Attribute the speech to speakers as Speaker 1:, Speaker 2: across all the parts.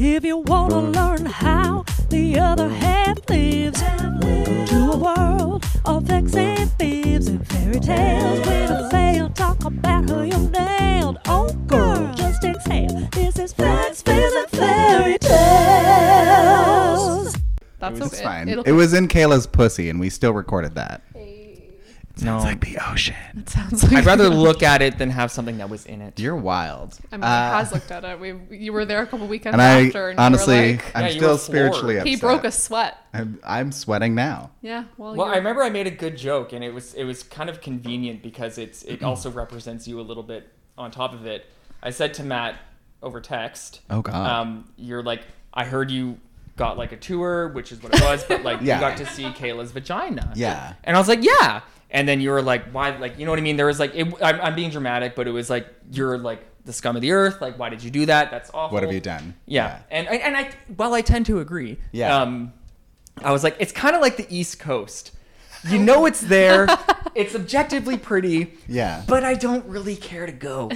Speaker 1: If you want to learn how the other half lives, to a world of facts and fibs and fairy tales when I fail, talk about how you nailed. Oh, girl, just exhale. This is facts, fibs, and fairy tales.
Speaker 2: That's
Speaker 3: It's
Speaker 2: okay.
Speaker 3: fine.
Speaker 2: It'll-
Speaker 3: It was in Kayla's pussy, and we still recorded that.
Speaker 4: No,
Speaker 3: the ocean.
Speaker 2: It sounds like
Speaker 4: I'd rather look at it than have something that was in it.
Speaker 3: You're wild.
Speaker 2: I mean,
Speaker 3: Uh,
Speaker 2: has looked at it. We you were there a couple weekends
Speaker 3: and I
Speaker 2: after, and
Speaker 3: honestly,
Speaker 2: you were like,
Speaker 3: I'm
Speaker 4: Yeah, you
Speaker 3: still
Speaker 4: were floored.
Speaker 3: spiritually upset.
Speaker 2: he broke a sweat.
Speaker 3: I'm, I'm sweating now.
Speaker 2: Yeah. Well,
Speaker 4: Well,
Speaker 2: you're-
Speaker 4: I remember I made a good joke, and it was it was kind of convenient because it's it also represents you a little bit on top of it. I said to Matt over text,
Speaker 3: Oh, God.
Speaker 4: um, you're like I heard you got like a tour, which is what it was, but like
Speaker 3: Yeah.
Speaker 4: you got to see Kayla's vagina,
Speaker 3: Yeah.
Speaker 4: and I was like, yeah, and then you were like, why, like you know what I mean? There was like it, I'm, I'm being dramatic, but it was like you're like the scum of the earth, like why did you do that? That's awful.
Speaker 3: What have you done?
Speaker 4: Yeah. And and, and I well, I tend to agree.
Speaker 3: Yeah.
Speaker 4: Um, I was like, it's kind of like the East Coast. You know it's there. it's objectively pretty,
Speaker 3: Yeah.
Speaker 4: but I don't really care to go.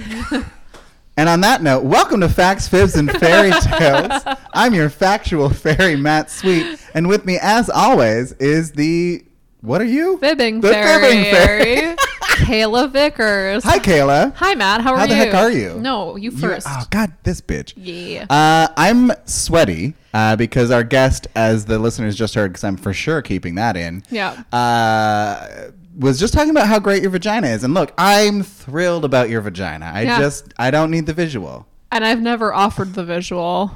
Speaker 3: And on that note, welcome to Facts, Fibs, and Fairy Tales. I'm your factual fairy, Matt Sweet. And with me, as always, is the. What are you?
Speaker 2: fibbing
Speaker 3: The
Speaker 2: fairy,
Speaker 3: fibbing fairy.
Speaker 2: Kayla Vickers.
Speaker 3: Hi, Kayla.
Speaker 2: Hi, Matt. How are
Speaker 3: How
Speaker 2: you?
Speaker 3: the heck are you?
Speaker 2: No, you
Speaker 3: You-
Speaker 2: first.
Speaker 3: oh, God, this bitch.
Speaker 2: yeah.
Speaker 3: Uh, I'm sweaty uh, because our guest, as the listeners just heard, because I'm for sure keeping that in.
Speaker 2: Yeah.
Speaker 3: Uh, was just talking about how great your vagina is, and look, I'm thrilled about your vagina. I
Speaker 2: Yeah.
Speaker 3: just, I don't need the visual.
Speaker 2: and I've never offered the visual.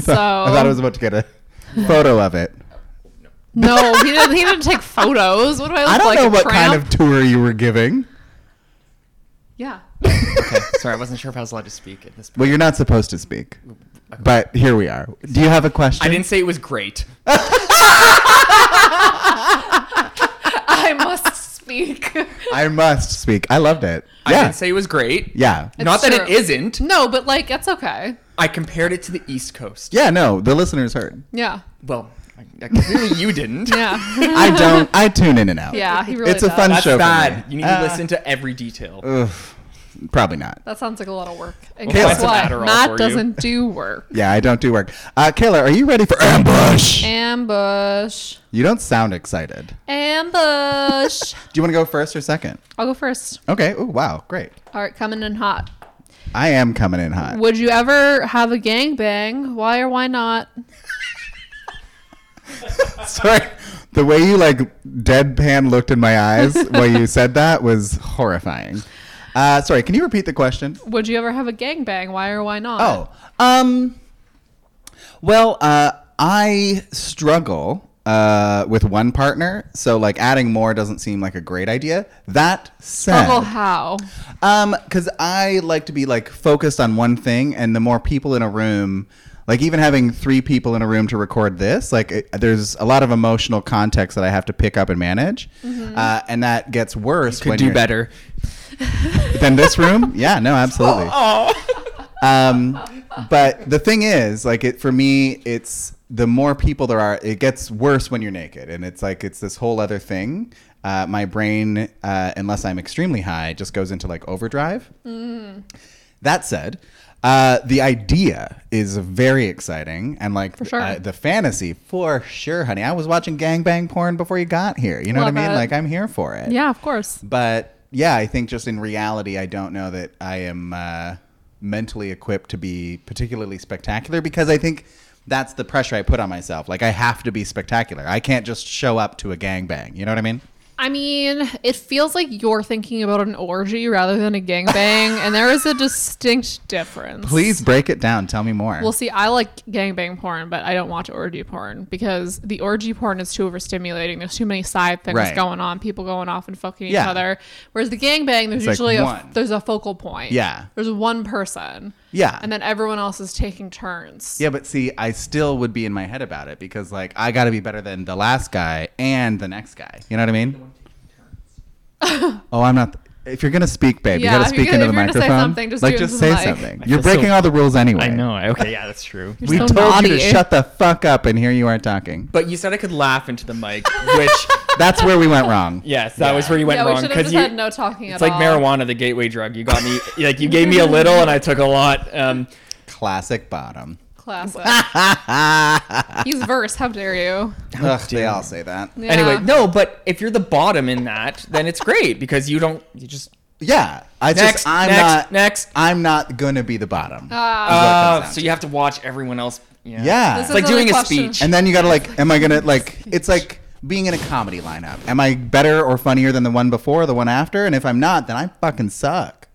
Speaker 2: So
Speaker 3: I thought I was about to get a photo of it.
Speaker 2: no, he didn't. He didn't take photos. What do I look
Speaker 3: I don't
Speaker 2: like?
Speaker 3: know
Speaker 2: a
Speaker 3: what
Speaker 2: tramp?
Speaker 3: kind of tour you were giving.
Speaker 2: Yeah.
Speaker 4: okay. Sorry, I wasn't sure if I was allowed to speak at this point.
Speaker 3: Well, you're not supposed to speak, but here we are. Do you have a question?
Speaker 4: I didn't say it was great.
Speaker 2: I must speak.
Speaker 3: I must speak. I loved it.
Speaker 4: I
Speaker 3: yeah.
Speaker 4: didn't say it was great.
Speaker 3: yeah.
Speaker 4: Not that it
Speaker 2: true.
Speaker 4: isn't.
Speaker 2: no, but like that's okay.
Speaker 4: I compared it to the East Coast.
Speaker 3: Yeah. No, the listeners heard.
Speaker 2: Yeah.
Speaker 4: Well, I, I, clearly you didn't.
Speaker 2: Yeah.
Speaker 3: I don't. I tune in and out.
Speaker 2: yeah. He really.
Speaker 3: it's a
Speaker 2: does.
Speaker 3: fun
Speaker 4: That's
Speaker 3: show. for
Speaker 4: bad.
Speaker 3: me.
Speaker 4: You need
Speaker 3: Uh,
Speaker 4: to listen to every detail.
Speaker 3: Ugh, probably not.
Speaker 2: That sounds like a lot of work. And
Speaker 3: Kayla.
Speaker 2: guess
Speaker 3: That's an
Speaker 2: what?
Speaker 4: Adderall for
Speaker 2: Matt
Speaker 4: you.
Speaker 2: doesn't do work.
Speaker 3: Yeah, I don't do work. Uh, Kayla, are you ready for ambush?
Speaker 2: Ambush.
Speaker 3: you don't sound excited. Do
Speaker 2: Ambush.
Speaker 3: you want to go first or second?
Speaker 2: I'll go first.
Speaker 3: Okay. Oh wow, great.
Speaker 2: All right, coming in hot.
Speaker 3: I am coming in hot.
Speaker 2: Would you ever have a gangbang? Why or why not?
Speaker 3: Sorry, the way you like deadpan looked in my eyes while you said that was horrifying. Uh, sorry, can you repeat the question?
Speaker 2: Would you ever have a gangbang? Why or why not?
Speaker 3: Oh, um, well, uh, I struggle uh, with one partner, so like adding more doesn't seem like a great idea. That said,
Speaker 2: Struggle Oh, how?
Speaker 3: um, because I like to be like focused on one thing, and the more people in a room. Like even having three people in a room to record this, like it, there's a lot of emotional context that I have to pick up and manage, uh, and that gets worse.
Speaker 4: Could
Speaker 3: when
Speaker 4: do
Speaker 3: you're-
Speaker 4: better.
Speaker 3: than this room. Yeah, no, absolutely. Um, but the thing is, like, it for me, it's the more people there are, it gets worse when you're naked, and it's like it's this whole other thing. Uh, my brain, uh, unless I'm extremely high, just goes into like overdrive.
Speaker 2: Mm.
Speaker 3: That said, uh, the idea is very exciting, and like for
Speaker 2: sure.
Speaker 3: the fantasy for sure, honey. I was watching gangbang porn before you got here. You know
Speaker 2: Love
Speaker 3: what I mean?
Speaker 2: it.
Speaker 3: Like I'm here for it.
Speaker 2: Yeah, of course.
Speaker 3: But yeah, I think just in reality, I don't know that I am uh, mentally equipped to be particularly spectacular because I think that's the pressure I put on myself. Like I have to be spectacular. I can't just show up to a gangbang. You know what I mean?
Speaker 2: I mean, it feels like you're thinking about an orgy rather than a gangbang, and there is a distinct difference.
Speaker 3: Please break it down. Tell me more.
Speaker 2: Well, see, I like gangbang porn, but I don't watch orgy porn because the orgy porn is too overstimulating. There's too many side things
Speaker 3: Right.
Speaker 2: going on, people going off and fucking each
Speaker 3: Yeah.
Speaker 2: other. Whereas the gangbang, there's
Speaker 3: It's like
Speaker 2: usually a
Speaker 3: one.
Speaker 2: there's a focal point.
Speaker 3: Yeah.
Speaker 2: there's one person.
Speaker 3: Yeah.
Speaker 2: and then everyone else is taking turns.
Speaker 3: yeah, but see, I still would be in my head about it because like I got to be better than the last guy and the next guy. You know what I mean? oh, I'm not. if you're gonna speak, babe,
Speaker 2: Yeah, if
Speaker 3: you gotta
Speaker 2: you're
Speaker 3: speak
Speaker 2: gonna-
Speaker 3: into the
Speaker 2: if you're gonna say
Speaker 3: microphone.
Speaker 2: something, just
Speaker 3: like,
Speaker 2: do it
Speaker 3: just
Speaker 2: into
Speaker 3: say
Speaker 2: the mic.
Speaker 3: something.
Speaker 4: I
Speaker 3: You're
Speaker 4: feel so-
Speaker 3: breaking all the rules anyway.
Speaker 4: I know. Okay, yeah, that's true.
Speaker 3: We
Speaker 2: so
Speaker 3: told you to
Speaker 2: naughty.
Speaker 3: shut the fuck up, and here you are talking.
Speaker 4: But you said I could laugh into the mic, which
Speaker 3: That's where we went wrong.
Speaker 4: yes, that was where you went
Speaker 2: yeah, we
Speaker 4: wrong
Speaker 2: should have
Speaker 4: because
Speaker 2: just
Speaker 4: you.
Speaker 2: had no talking at
Speaker 4: it's like
Speaker 2: all.
Speaker 4: marijuana, the gateway drug. You got me like you gave me a little, and I took a lot. Um,
Speaker 3: Classic bottom.
Speaker 2: Classic. He's verse. How dare you?
Speaker 4: Oh,
Speaker 3: Ugh, they all say that.
Speaker 2: Yeah.
Speaker 4: Anyway, no, but if you're the bottom in that, then it's great because you don't you just
Speaker 3: Yeah, I
Speaker 4: next
Speaker 3: just I'm
Speaker 4: next
Speaker 3: not
Speaker 4: next.
Speaker 3: I'm not gonna be the bottom.
Speaker 2: Ah.
Speaker 3: comes
Speaker 4: Uh,
Speaker 3: down
Speaker 4: so
Speaker 3: to.
Speaker 4: you have to watch everyone else. Yeah.
Speaker 3: yeah,
Speaker 2: This
Speaker 4: It's like
Speaker 2: Another
Speaker 4: doing a
Speaker 2: question.
Speaker 4: speech.
Speaker 3: and then you gotta like, am I gonna like? It's like being in a comedy lineup. Am I better or funnier than the one before, the one after? And if I'm not, then I fucking suck.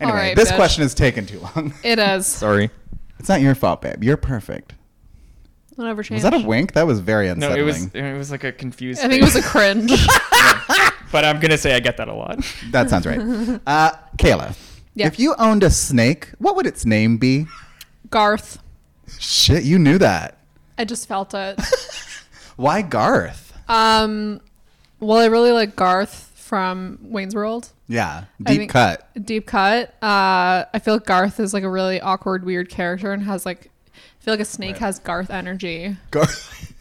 Speaker 2: All
Speaker 3: Anyway,
Speaker 2: right,
Speaker 3: this
Speaker 2: bitch.
Speaker 3: question has taken too long.
Speaker 2: it is.
Speaker 4: Sorry.
Speaker 3: it's not your fault, babe. You're perfect.
Speaker 2: Don't ever change.
Speaker 3: Was that a wink? That was very
Speaker 4: No,
Speaker 3: unsettling.
Speaker 4: it was it was like a confused.
Speaker 2: I think it was a cringe.
Speaker 4: But I'm gonna say I get that a lot.
Speaker 3: That sounds right. Uh, Kayla,
Speaker 2: Yeah.
Speaker 3: if you owned a snake, what would its name be?
Speaker 2: Garth.
Speaker 3: Shit, you knew that.
Speaker 2: I just felt it.
Speaker 3: Why Garth?
Speaker 2: Um, well, I really like Garth from Wayne's World.
Speaker 3: Yeah,
Speaker 2: I
Speaker 3: deep
Speaker 2: think-
Speaker 3: cut.
Speaker 2: Deep cut. Uh, I feel like Garth is like a really awkward, weird character and has like, I feel like a snake has Garth energy.
Speaker 3: Garth.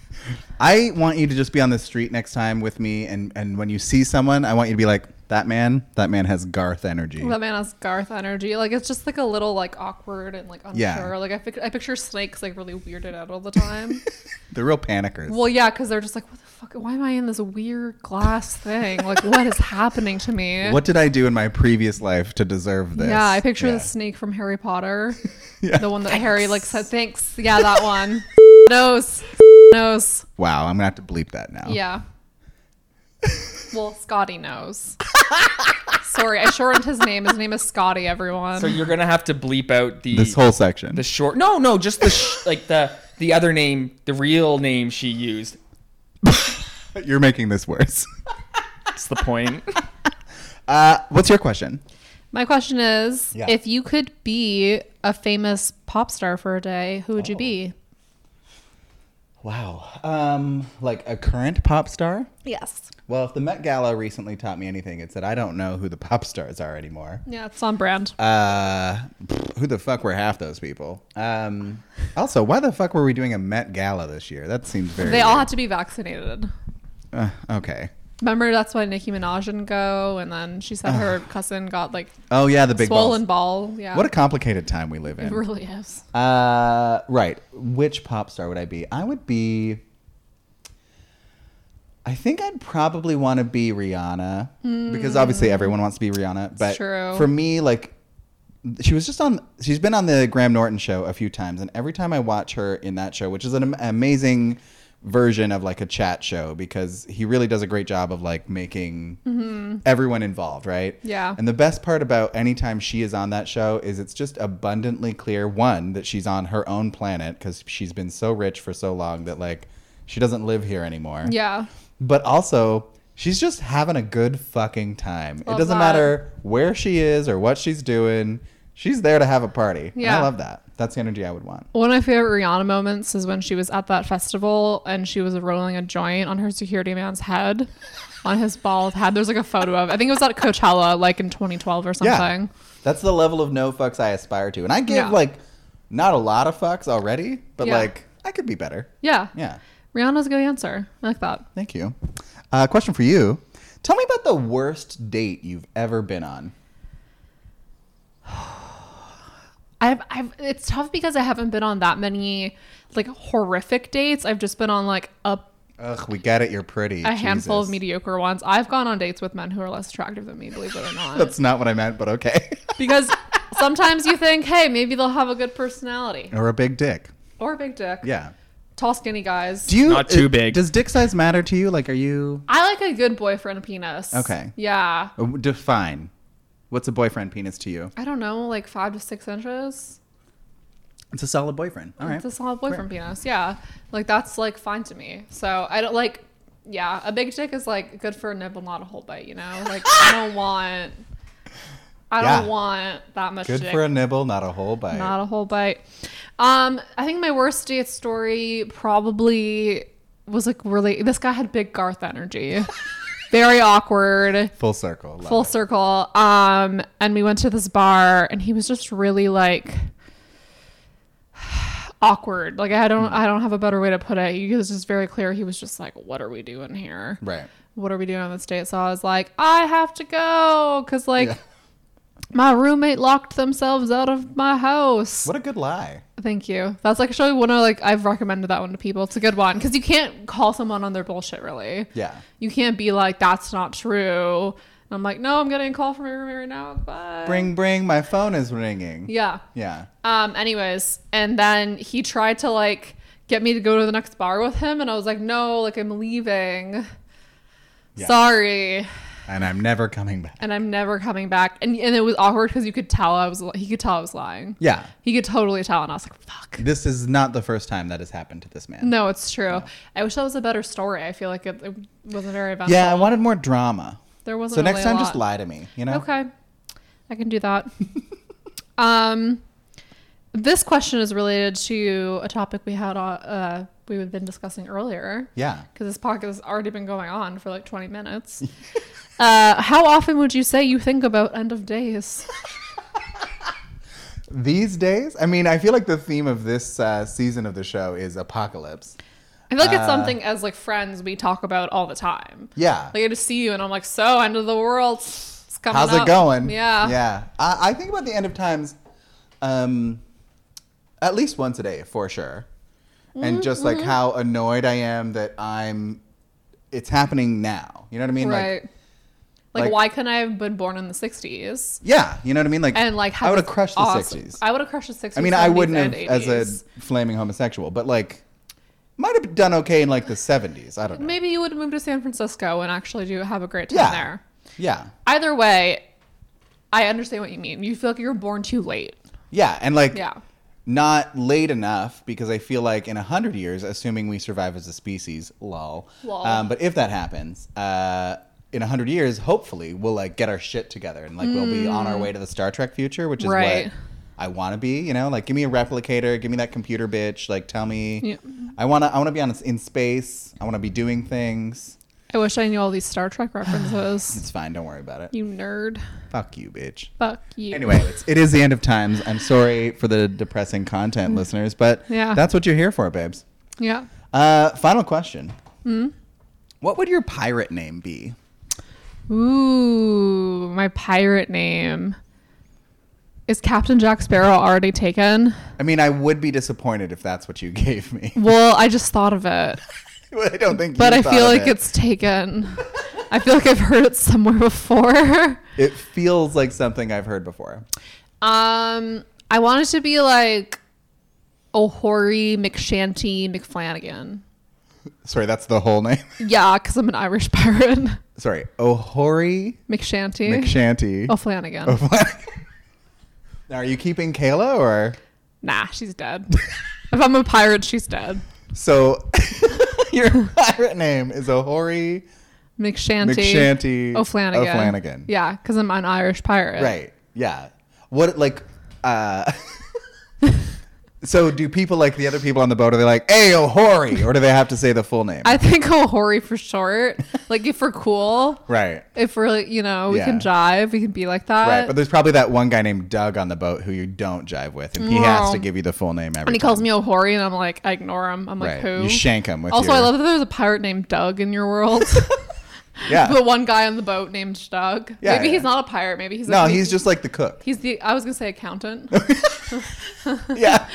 Speaker 3: I want you to just be on the street next time with me, and and when you see someone, I want you to be like, that man. That man has Garth energy.
Speaker 2: That man has Garth energy. Like it's just like a little like awkward and like unsure.
Speaker 3: Yeah.
Speaker 2: Like I, pic- I picture snakes like really weirded out all the time.
Speaker 3: They're real panickers.
Speaker 2: well, yeah, because they're just like, what the fuck? Why am I in this weird glass thing? Like what is happening to me?
Speaker 3: what did I do in my previous life to deserve this?
Speaker 2: Yeah, I picture
Speaker 3: Yeah.
Speaker 2: the snake from Harry Potter.
Speaker 3: Yeah.
Speaker 2: The one that Harry like said thanks. Yeah, that one. nose. Nose.
Speaker 3: Wow, I'm gonna have to bleep that now.
Speaker 2: Yeah. Well, Scotty knows. Sorry, I shortened his name. His name is Scotty, everyone.
Speaker 4: So you're gonna have to bleep out the
Speaker 3: This whole section.
Speaker 4: the short. No, no, just the sh- like the the other name, the real name she used.
Speaker 3: You're making this worse.
Speaker 4: That's the point.
Speaker 3: Uh, what's your question?
Speaker 2: My question is
Speaker 3: Yeah.
Speaker 2: if you could be a famous pop star for a day, who would you be?
Speaker 3: Oh. Wow. Um, like a current pop star?
Speaker 2: Yes.
Speaker 3: Well, if the Met Gala recently taught me anything, it's that I don't know who the pop stars are anymore.
Speaker 2: Yeah, it's on brand.
Speaker 3: Uh, pfft, who the fuck were half those people? Um, also, why the fuck were we doing a Met Gala this year? That seems very.
Speaker 2: They all had to be vaccinated.
Speaker 3: Uh, okay.
Speaker 2: Remember that's why Nicki Minaj didn't go, and then she said her cousin got like
Speaker 3: Oh yeah, the big
Speaker 2: swollen
Speaker 3: balls.
Speaker 2: ball. Yeah.
Speaker 3: What a complicated time we live
Speaker 2: it
Speaker 3: in.
Speaker 2: really is.
Speaker 3: Uh, right. Which pop star would I be? I would be. I think I'd probably want to be Rihanna because obviously everyone wants to be Rihanna. But
Speaker 2: Hmm. true.
Speaker 3: for me, like, she was just on. She's been on the Graham Norton show a few times, and every time I watch her in that show, which is an am- amazing version of like a chat show because he really does a great job of like making everyone involved, right?
Speaker 2: Mm-hmm. Yeah.
Speaker 3: And the best part about anytime she is on that show is it's just abundantly clear one that she's on her own planet because she's been so rich for so long that like she doesn't live here anymore.
Speaker 2: Yeah.
Speaker 3: But also she's just having a good fucking time.
Speaker 2: Love
Speaker 3: it doesn't
Speaker 2: that.
Speaker 3: matter where she is or what she's doing. She's there to have a party. And
Speaker 2: Yeah.
Speaker 3: I love that. That's the energy I would want.
Speaker 2: One of my favorite Rihanna moments is when she was at that festival and she was rolling a joint on her security man's head, on his bald head. There's like a photo of. I think it was at Coachella, like in 2012 or something.
Speaker 3: That's the level of no fucks I aspire to. And I give
Speaker 2: Yeah.
Speaker 3: like not a lot of fucks already, but
Speaker 2: Yeah.
Speaker 3: like I could be better.
Speaker 2: Yeah.
Speaker 3: Yeah.
Speaker 2: Rihanna's a good answer. I like that.
Speaker 3: Thank you. Uh, question for you. Tell me about the worst date you've ever been on.
Speaker 2: I've, I've it's tough because I haven't been on that many like horrific dates. I've just been on like a
Speaker 3: Ugh, we get it. You're pretty.
Speaker 2: a handful of
Speaker 3: Jesus.
Speaker 2: mediocre ones. I've gone on dates with men who are less attractive than me, believe it or not.
Speaker 3: That's not what I meant, but okay.
Speaker 2: because sometimes you think, hey, maybe they'll have a good personality
Speaker 3: or a big dick.
Speaker 2: or a big dick.
Speaker 3: Yeah.
Speaker 2: Tall, skinny guys.
Speaker 3: Do you
Speaker 4: Not too
Speaker 3: uh,
Speaker 4: big.
Speaker 3: Does dick size matter to you? Like, are you
Speaker 2: I like a good boyfriend penis.
Speaker 3: Okay.
Speaker 2: Yeah.
Speaker 3: uh, define what's a boyfriend penis to you?
Speaker 2: I don't know, like five to six inches.
Speaker 3: It's a solid boyfriend. All right.
Speaker 2: It's a solid boyfriend penis. Yeah. Like that's like fine to me. So I don't like, yeah, a big dick is like good for a nibble, not a whole bite, you know? Like I don't want, I
Speaker 3: Yeah.
Speaker 2: don't want that much
Speaker 3: Good
Speaker 2: dick.
Speaker 3: for a nibble, not a whole bite.
Speaker 2: not a whole bite. Um, I think my worst date story probably was like really, this guy had big Garth energy. Very awkward.
Speaker 3: Full circle. Love
Speaker 2: full
Speaker 3: it.
Speaker 2: circle. Um, and we went to this bar, and he was just really like awkward. Like I
Speaker 3: Hmm.
Speaker 2: don't, I don't have a better way to put it. He was just very clear. He was just like, "What are we doing here?
Speaker 3: Right.
Speaker 2: What are we doing on this date?" So I was like, "I have to go," because like
Speaker 3: Yeah.
Speaker 2: my roommate locked themselves out of my house.
Speaker 3: What a good lie.
Speaker 2: Thank you. That's actually one of like I've recommended that one to people. It's a good one because you can't call someone on their bullshit really.
Speaker 3: Yeah.
Speaker 2: You can't be like that's not true. And I'm like no, I'm getting a call from my roommate right now. Bye.
Speaker 3: Bring, bring, my phone is ringing.
Speaker 2: Uh, Yeah.
Speaker 3: Yeah.
Speaker 2: Um. Anyways, and then he tried to like get me to go to the next bar with him, and I was like, no, like I'm leaving.
Speaker 3: Yeah.
Speaker 2: Sorry.
Speaker 3: And I'm never coming back.
Speaker 2: And I'm never coming back. And and it was awkward because you could tell I was he could tell I was lying.
Speaker 3: Yeah.
Speaker 2: He could totally tell, and I was like, fuck.
Speaker 3: This is not the first time that has happened to this man.
Speaker 2: No, it's true. I wish that was a better story. I feel like it, it wasn't very eventful.
Speaker 3: Yeah, I wanted more drama.
Speaker 2: there wasn't.
Speaker 3: So next
Speaker 2: really a
Speaker 3: time, just
Speaker 2: lot.
Speaker 3: lie to me. You know.
Speaker 2: Okay, I can do that. um, this question is related to a topic we had on uh, we had been discussing earlier
Speaker 3: Yeah.
Speaker 2: because this podcast has already been going on for like twenty minutes. uh, how often would you say you think about end of days?
Speaker 3: These days, I mean, I feel like the theme of this uh, season of the show is apocalypse.
Speaker 2: I feel like
Speaker 3: Uh,
Speaker 2: it's something as like friends we talk about all the time.
Speaker 3: Yeah.
Speaker 2: Like I just see you and I'm like, so end of the world. It's coming
Speaker 3: How's
Speaker 2: up."
Speaker 3: it going?
Speaker 2: Yeah.
Speaker 3: Yeah. I, I think about the end of times um, at least once a day for sure.
Speaker 2: Mm-hmm,
Speaker 3: And just like how annoyed I am that I'm, it's happening now. You know what I mean?
Speaker 2: right.
Speaker 3: Like,
Speaker 2: Like, like,
Speaker 3: like-
Speaker 2: why couldn't I have been born in the '60s?
Speaker 3: yeah. You know what I mean? Like,
Speaker 2: And like, how
Speaker 3: I would have
Speaker 2: this
Speaker 3: crushed the
Speaker 2: awesome-
Speaker 3: 60s. I,
Speaker 2: I would have crushed the '60s.
Speaker 3: mean, I
Speaker 2: 70s,
Speaker 3: wouldn't have
Speaker 2: and
Speaker 3: as
Speaker 2: 80s.
Speaker 3: a flaming homosexual, but like, might have done okay in like the 70s. I don't know.
Speaker 2: Maybe you would have moved to San Francisco and actually do have a great time
Speaker 3: Yeah.
Speaker 2: there.
Speaker 3: Yeah.
Speaker 2: Either way, I understand what you mean. You feel like you're born too late.
Speaker 3: Yeah. And like,
Speaker 2: Yeah.
Speaker 3: not late enough because I feel like in a hundred years, assuming we survive as a species, lol.
Speaker 2: Lol.
Speaker 3: Um, but if that happens, uh, in a hundred years, hopefully, we'll like get our shit together and like we'll be on our way to the Star Trek future, which is
Speaker 2: Mm. Right.
Speaker 3: what I want to be. You know, like give me a replicator, give me that computer bitch. Like tell me,
Speaker 2: Yeah.
Speaker 3: I wanna, I wanna be on in space. I wanna be doing things.
Speaker 2: I wish I knew all these Star Trek references.
Speaker 3: It's fine. Don't worry about it.
Speaker 2: you nerd.
Speaker 3: Fuck you, bitch.
Speaker 2: Fuck you.
Speaker 3: Anyway, it's, it is the end of times. I'm sorry for the depressing content, listeners, but
Speaker 2: Mm. Yeah.
Speaker 3: that's what you're here for, babes.
Speaker 2: Yeah.
Speaker 3: Uh, final question.
Speaker 2: Hmm?
Speaker 3: What would your pirate name be?
Speaker 2: Ooh, my pirate name. Is Captain Jack Sparrow already taken?
Speaker 3: I mean, I would be disappointed if that's what you gave me.
Speaker 2: Well, I just thought of it,
Speaker 3: I don't think.
Speaker 2: but
Speaker 3: you
Speaker 2: I
Speaker 3: thought
Speaker 2: feel
Speaker 3: of
Speaker 2: like
Speaker 3: it.
Speaker 2: it's taken. I feel like I've heard it somewhere before.
Speaker 3: It feels like something I've heard before.
Speaker 2: Um, I wanted to be like O'Hori McShanty McFlanagan.
Speaker 3: Sorry, that's the whole name.
Speaker 2: Yeah, because I'm an Irish pirate.
Speaker 3: Sorry, Ohori
Speaker 2: McShanty. Oh,
Speaker 3: McShanty. Oh.
Speaker 2: O'Flanagan.
Speaker 3: now, are you keeping Kayla or
Speaker 2: Nah, she's dead. if I'm a pirate, she's dead.
Speaker 3: so? your pirate name is Ohori
Speaker 2: McShanty.
Speaker 3: McShanty
Speaker 2: O'Flanagan.
Speaker 3: O'Flanagan.
Speaker 2: Yeah, because I'm an Irish pirate.
Speaker 3: Right. Yeah. What like uh So do people like the other people on the boat are they like, "Hey, O'Hori," or do they have to say the full name?
Speaker 2: I think O'Hori for short. like if we're cool,
Speaker 3: right.
Speaker 2: if we're like, you know, we can jive, we can be like that.
Speaker 3: Right, but there's probably that one guy named Doug on the boat who you don't jive with, and he has
Speaker 2: No.
Speaker 3: to give you the full name every.
Speaker 2: and he
Speaker 3: time.
Speaker 2: calls me O'Hori, and I'm like, I ignore him. I'm like,
Speaker 3: Right,
Speaker 2: who?
Speaker 3: you shank him with.
Speaker 2: also,
Speaker 3: your,
Speaker 2: I love that there's a pirate named Doug in your world.
Speaker 3: Yeah,
Speaker 2: the one guy on the boat named Doug.
Speaker 3: Yeah,
Speaker 2: maybe
Speaker 3: yeah.
Speaker 2: he's not a pirate. Maybe he's
Speaker 3: no,
Speaker 2: like,
Speaker 3: he's just like the cook.
Speaker 2: he's the I was gonna say accountant.
Speaker 3: yeah,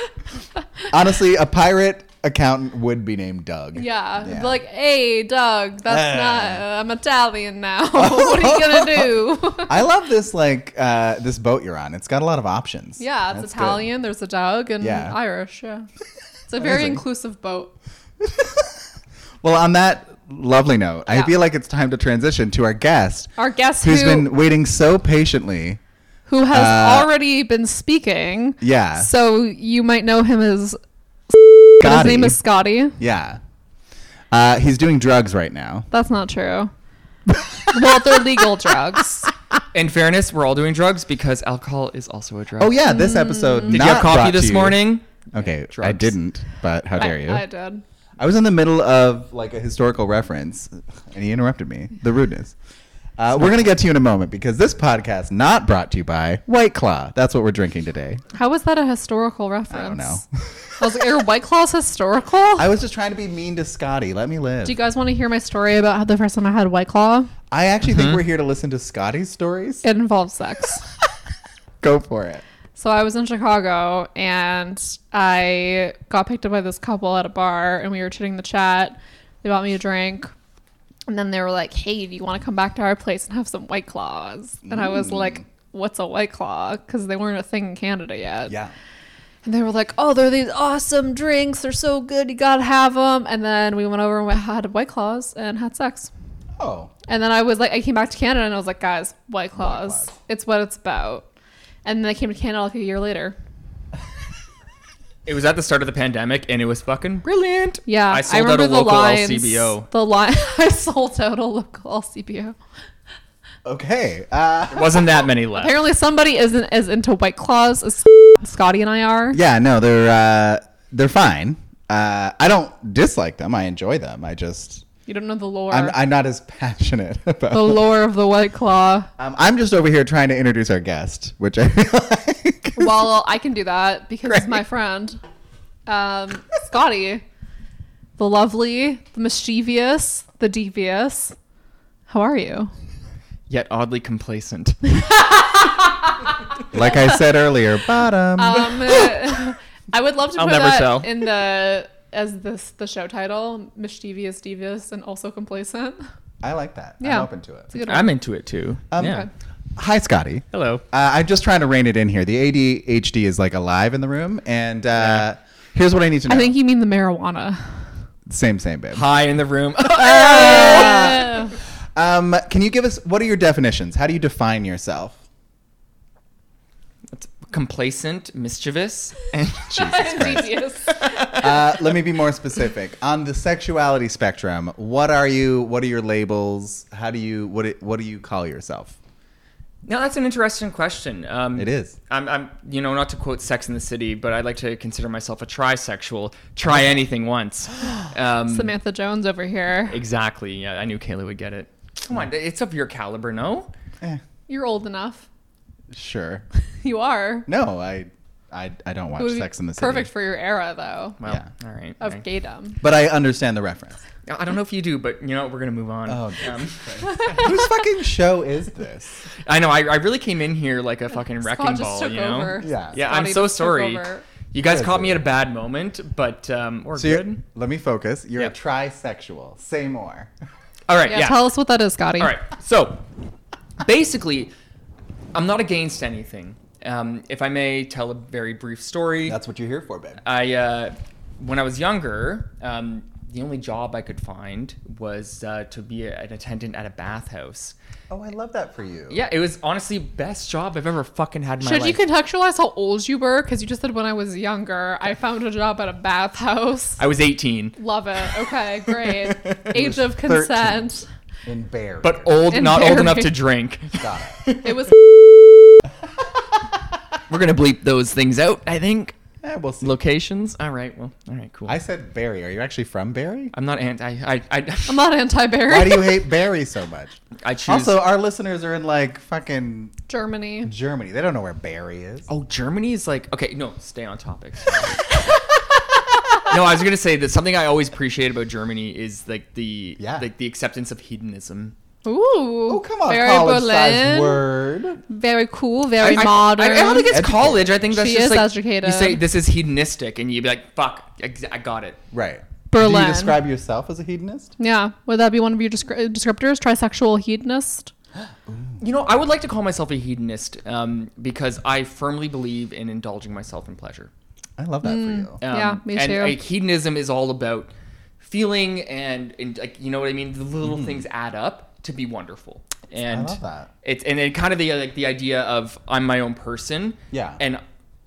Speaker 3: honestly, a pirate accountant would be named Doug.
Speaker 2: Yeah,
Speaker 3: Yeah.
Speaker 2: like hey Doug, that's
Speaker 3: Yeah.
Speaker 2: not uh, I'm Italian now. what are you gonna do?
Speaker 3: I love this like uh, this boat you're on. It's got a lot of options.
Speaker 2: yeah, it's
Speaker 3: That's good.
Speaker 2: Italian. There's a Doug and
Speaker 3: Yeah.
Speaker 2: Irish. Yeah, it's a very
Speaker 3: Amazing.
Speaker 2: inclusive boat.
Speaker 3: Well, on that lovely note, I
Speaker 2: Yeah.
Speaker 3: feel like it's time to transition to our guest,
Speaker 2: Our guest
Speaker 3: who's
Speaker 2: who
Speaker 3: been waiting so patiently.
Speaker 2: who has
Speaker 3: uh,
Speaker 2: already been speaking.
Speaker 3: Yeah.
Speaker 2: So you might know him as but his
Speaker 3: Scotty.
Speaker 2: name is Scotty.
Speaker 3: Yeah. Uh, he's doing drugs right now.
Speaker 2: That's not true. well, they're legal drugs.
Speaker 4: In fairness, we're all doing drugs because alcohol is also a drug.
Speaker 3: Oh yeah, this episode.
Speaker 4: Did
Speaker 3: not
Speaker 4: you have coffee
Speaker 3: brought to
Speaker 4: this
Speaker 3: you-
Speaker 4: morning?
Speaker 3: Okay, I
Speaker 4: Drugs.
Speaker 3: didn't. But how dare
Speaker 2: I-
Speaker 3: you?
Speaker 2: I,
Speaker 3: I,
Speaker 2: did.
Speaker 3: was in the middle of like a historical reference, and he interrupted me. The rudeness. Uh, we're gonna get to you in a moment because this podcast not brought to you by White Claw. That's what we're drinking today.
Speaker 2: How was that a historical reference?
Speaker 3: I don't know.
Speaker 2: I was like, are White Claws historical?
Speaker 3: I was just trying to be mean to Scotty. Let me live.
Speaker 2: Do you guys want to hear my story about how the first time I had White Claw?
Speaker 3: I
Speaker 2: Mm-hmm.
Speaker 3: actually think we're here to listen to Scotty's stories.
Speaker 2: It involves sex.
Speaker 3: Go for it.
Speaker 2: So I was in Chicago and I got picked up by this couple at a bar and we were chitting the chat. They bought me a drink. And then they were like, hey, do you want to come back to our place and have some White Claws? And I was
Speaker 3: Mm.
Speaker 2: like, what's a White Claw? Because they weren't a thing in Canada yet.
Speaker 3: Yeah.
Speaker 2: And they were like, oh, they're these awesome drinks. They're so good. You got to have them. And then we went over and we had White Claws and had sex.
Speaker 3: Oh.
Speaker 2: And then I was like, I came back to Canada and I was like, guys, White Claws.
Speaker 3: Claws.
Speaker 2: It's what it's about. And then I came to Canada like a year later.
Speaker 4: It was at the start of the pandemic, and it was fucking brilliant.
Speaker 2: Yeah.
Speaker 4: I sold out
Speaker 2: remember
Speaker 4: a
Speaker 2: the
Speaker 4: local
Speaker 2: lines-
Speaker 4: LCBO.
Speaker 2: The line I sold out a local LCBO.
Speaker 3: Okay. Uh,
Speaker 4: Wasn't that many left?
Speaker 2: Apparently somebody isn't as into White Claws as Scotty and I are.
Speaker 3: yeah. No, they're uh, they're fine. Uh, I don't dislike them. I enjoy them. I just
Speaker 2: You don't know the lore.
Speaker 3: I'm, I'm not as passionate about.
Speaker 2: the lore of the White Claw.
Speaker 3: Um, I'm just over here trying to introduce our guest, which I feel like.
Speaker 2: Well, I can do that because he's
Speaker 3: Great.
Speaker 2: my friend. Um, Scotty, the lovely, the mischievous, the devious. How are you?
Speaker 4: Yet oddly complacent.
Speaker 3: like I said earlier, bottom.
Speaker 2: Um, I would love to
Speaker 4: I'll
Speaker 2: put
Speaker 4: never
Speaker 2: that
Speaker 4: tell.
Speaker 2: in the as this the show title: mischievous, devious, and also complacent.
Speaker 3: I like that.
Speaker 2: yeah.
Speaker 3: I'm open to
Speaker 2: It's a
Speaker 3: it.
Speaker 2: good one.
Speaker 4: I'm into it too.
Speaker 3: Um,
Speaker 4: yeah.
Speaker 2: Okay.
Speaker 3: Hi, Scotty.
Speaker 4: Hello.
Speaker 3: Uh, I'm just trying to rein it in here. The ADHD is like alive in the room, and uh, here's what I need to know.
Speaker 2: I think you mean the marijuana.
Speaker 3: same, same, babe.
Speaker 4: Hi in the room.
Speaker 2: Yeah.
Speaker 3: Um, can you give us what are your definitions? How do you define yourself?
Speaker 4: It's complacent, mischievous, and
Speaker 2: devious.
Speaker 3: Uh, let me be more specific. On the sexuality spectrum, what are you? What are your labels? How do you? What it, What do you call yourself?
Speaker 4: No, that's an interesting question. Um,
Speaker 3: It is.
Speaker 4: I'm, I'm, you know, not to quote Sex in the City, but I like to consider myself a trisexual. Try anything once. Um,
Speaker 2: Samantha Jones over here.
Speaker 4: Exactly. Yeah, I knew Kayla would get it. Come on, it's of your caliber, no?
Speaker 3: Eh,
Speaker 2: You're old enough.
Speaker 3: sure.
Speaker 2: You are.
Speaker 3: No, I, I, I don't watch
Speaker 2: Would be
Speaker 3: Sex in the City.
Speaker 2: Perfect for your era, though,
Speaker 4: Well,
Speaker 3: Yeah.
Speaker 4: all right.
Speaker 2: of
Speaker 4: okay.
Speaker 2: gaydom.
Speaker 3: But I understand the reference.
Speaker 4: I don't know if you do, but you know what? We're gonna move on.
Speaker 3: Oh,
Speaker 4: um,
Speaker 3: Whose fucking show is this?
Speaker 4: I know. I, I really came in here like a fucking wrecking
Speaker 2: Scott just
Speaker 4: ball.
Speaker 2: took
Speaker 4: you know.
Speaker 2: over.
Speaker 3: Yeah.
Speaker 4: Yeah,
Speaker 2: Scotty
Speaker 4: I'm so
Speaker 2: just took
Speaker 4: sorry.
Speaker 2: over.
Speaker 4: You guys
Speaker 3: Yeah,
Speaker 4: caught me
Speaker 3: dude.
Speaker 4: at a bad moment, but um, we're
Speaker 3: So you're,
Speaker 4: good.
Speaker 3: let me focus. You're
Speaker 4: Yep.
Speaker 3: a trisexual. Say more.
Speaker 4: All right.
Speaker 2: Yeah,
Speaker 4: Yeah.
Speaker 2: Tell us what that is, Scotty.
Speaker 4: All right. So basically, I'm not against anything. Um, if I may tell a very brief story.
Speaker 3: That's what you're here for, babe.
Speaker 4: I uh, when I was younger, um, the only job I could find was uh, to be a- an attendant at a bathhouse.
Speaker 3: Oh, I love that for you.
Speaker 4: Yeah, it was honestly best job I've ever fucking had in my
Speaker 2: Should you
Speaker 4: life.
Speaker 2: contextualize how old you were? Because you just said when I was younger, I found a job at a bathhouse.
Speaker 4: I was 18,
Speaker 2: Love it. Okay, great. Age
Speaker 3: was
Speaker 2: of
Speaker 3: 13.
Speaker 2: consent.
Speaker 3: In Barry.
Speaker 4: but old,
Speaker 2: And
Speaker 4: not old
Speaker 2: very-
Speaker 4: enough to drink.
Speaker 3: Got it.
Speaker 2: It was
Speaker 4: We're gonna bleep those things out. I think
Speaker 3: Eh, we'll see.
Speaker 4: locations. All right. Well. All right. Cool.
Speaker 3: I
Speaker 4: I,
Speaker 3: said Barry. Are you actually from Barry?
Speaker 4: am not anti. I. I.
Speaker 2: I'm
Speaker 4: I,
Speaker 2: not anti
Speaker 3: Why do
Speaker 2: Barry.
Speaker 3: you hate Barry so much?
Speaker 4: I choose.
Speaker 3: Also, our listeners are in like fucking
Speaker 2: Germany.
Speaker 3: Germany. They don't know where Barry is.
Speaker 4: Oh, Germany is like okay. No, stay on topic. no, I was gonna say that something I always appreciate about Germany is like the
Speaker 3: Yeah.
Speaker 4: like the acceptance of hedonism.
Speaker 2: Ooh.
Speaker 3: Oh, come on,
Speaker 2: Very
Speaker 3: college size
Speaker 2: Berlin.
Speaker 3: word.
Speaker 2: Very cool. Very
Speaker 4: I- I-
Speaker 2: modern.
Speaker 4: I, I don't think it's
Speaker 3: Educated.
Speaker 4: college. I think that's
Speaker 2: She
Speaker 4: just
Speaker 2: is
Speaker 4: like
Speaker 2: educated.
Speaker 4: you say this is hedonistic, and you'd be like, "Fuck, ex- I got it."
Speaker 3: Right. Do
Speaker 2: Berlin.
Speaker 3: you describe yourself as a hedonist?
Speaker 2: yeah. Would that be one of your descri- descriptors? Trisexual hedonist?
Speaker 4: You know, I would like to call myself a hedonist um, because I firmly believe in indulging myself in pleasure.
Speaker 3: I love that
Speaker 2: Mm.
Speaker 3: for you.
Speaker 4: Um,
Speaker 2: Yeah, me
Speaker 4: and,
Speaker 2: too.
Speaker 4: Like, hedonism is all about feeling and, and like you know what I mean. The little things add up to be wonderful. And
Speaker 3: Mm-hmm. love that.
Speaker 4: It's and it kind of the like the idea of I'm my own person.
Speaker 3: Yeah.
Speaker 4: And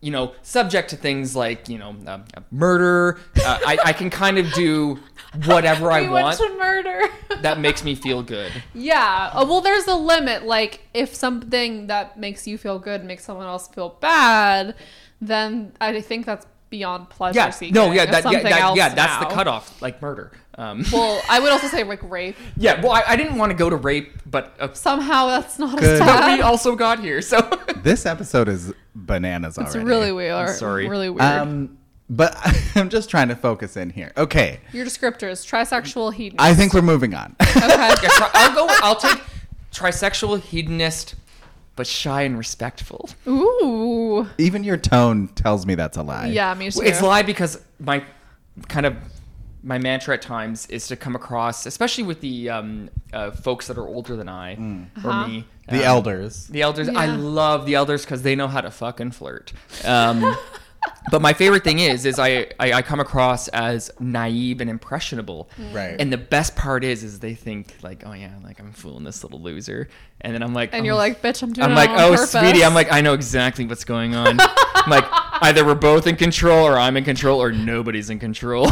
Speaker 4: you know, subject to things like you know um, murder, uh, I, I can kind of do whatever I
Speaker 2: we
Speaker 4: want.
Speaker 2: went to murder.
Speaker 4: that makes me feel good.
Speaker 2: Yeah. Uh, well, there's a limit. Like, if something that makes you feel good makes someone else feel bad, then I think that's beyond pleasure
Speaker 4: Yeah.
Speaker 2: seeking.
Speaker 4: No. Yeah.
Speaker 2: It's
Speaker 4: That, yeah.
Speaker 2: something
Speaker 4: That,
Speaker 2: else
Speaker 4: yeah. That's
Speaker 2: now.
Speaker 4: the cutoff. Like murder. Um,
Speaker 2: Well, I would also say like rape.
Speaker 4: yeah. Well, I, I didn't want to go to rape, but uh,
Speaker 2: Somehow that's not
Speaker 3: Good.
Speaker 2: as bad.
Speaker 4: we also got here. So.
Speaker 3: This episode is bananas
Speaker 2: it's
Speaker 3: already.
Speaker 2: really weird.
Speaker 4: sorry.
Speaker 2: Really weird.
Speaker 3: Um, but I'm just trying to focus in here. Okay.
Speaker 2: Your descriptors: trisexual, hedonist.
Speaker 3: I think we're moving on.
Speaker 2: Okay.
Speaker 4: Yeah, tri- I'll go. I'll take trisexual hedonist. but shy and respectful.
Speaker 2: Ooh.
Speaker 3: Even your tone tells me that's a lie.
Speaker 2: Yeah, me too.
Speaker 4: It's a lie because my kind of my mantra at times is to come across, especially with the um, uh, folks that are older than I or
Speaker 2: Uh-huh.
Speaker 3: Mm.
Speaker 4: me,
Speaker 3: The
Speaker 4: um,
Speaker 3: elders.
Speaker 4: The elders. I
Speaker 2: Yeah.
Speaker 4: love the elders because they know how to fucking flirt. Um, but my favorite thing is, is I, I I come across as naive and impressionable.
Speaker 2: Mm.
Speaker 3: Right.
Speaker 4: And the best part is, is they think like, oh yeah, like I'm fooling this little loser, and then I'm like,
Speaker 2: and
Speaker 4: "Oh,
Speaker 2: you're like, bitch, I'm doing
Speaker 4: I'm
Speaker 2: it
Speaker 4: like,
Speaker 2: on
Speaker 4: oh,
Speaker 2: purpose.
Speaker 4: sweetie. I'm like, I know exactly what's going on. I'm like, either we're both in control, or I'm in control, or nobody's in control.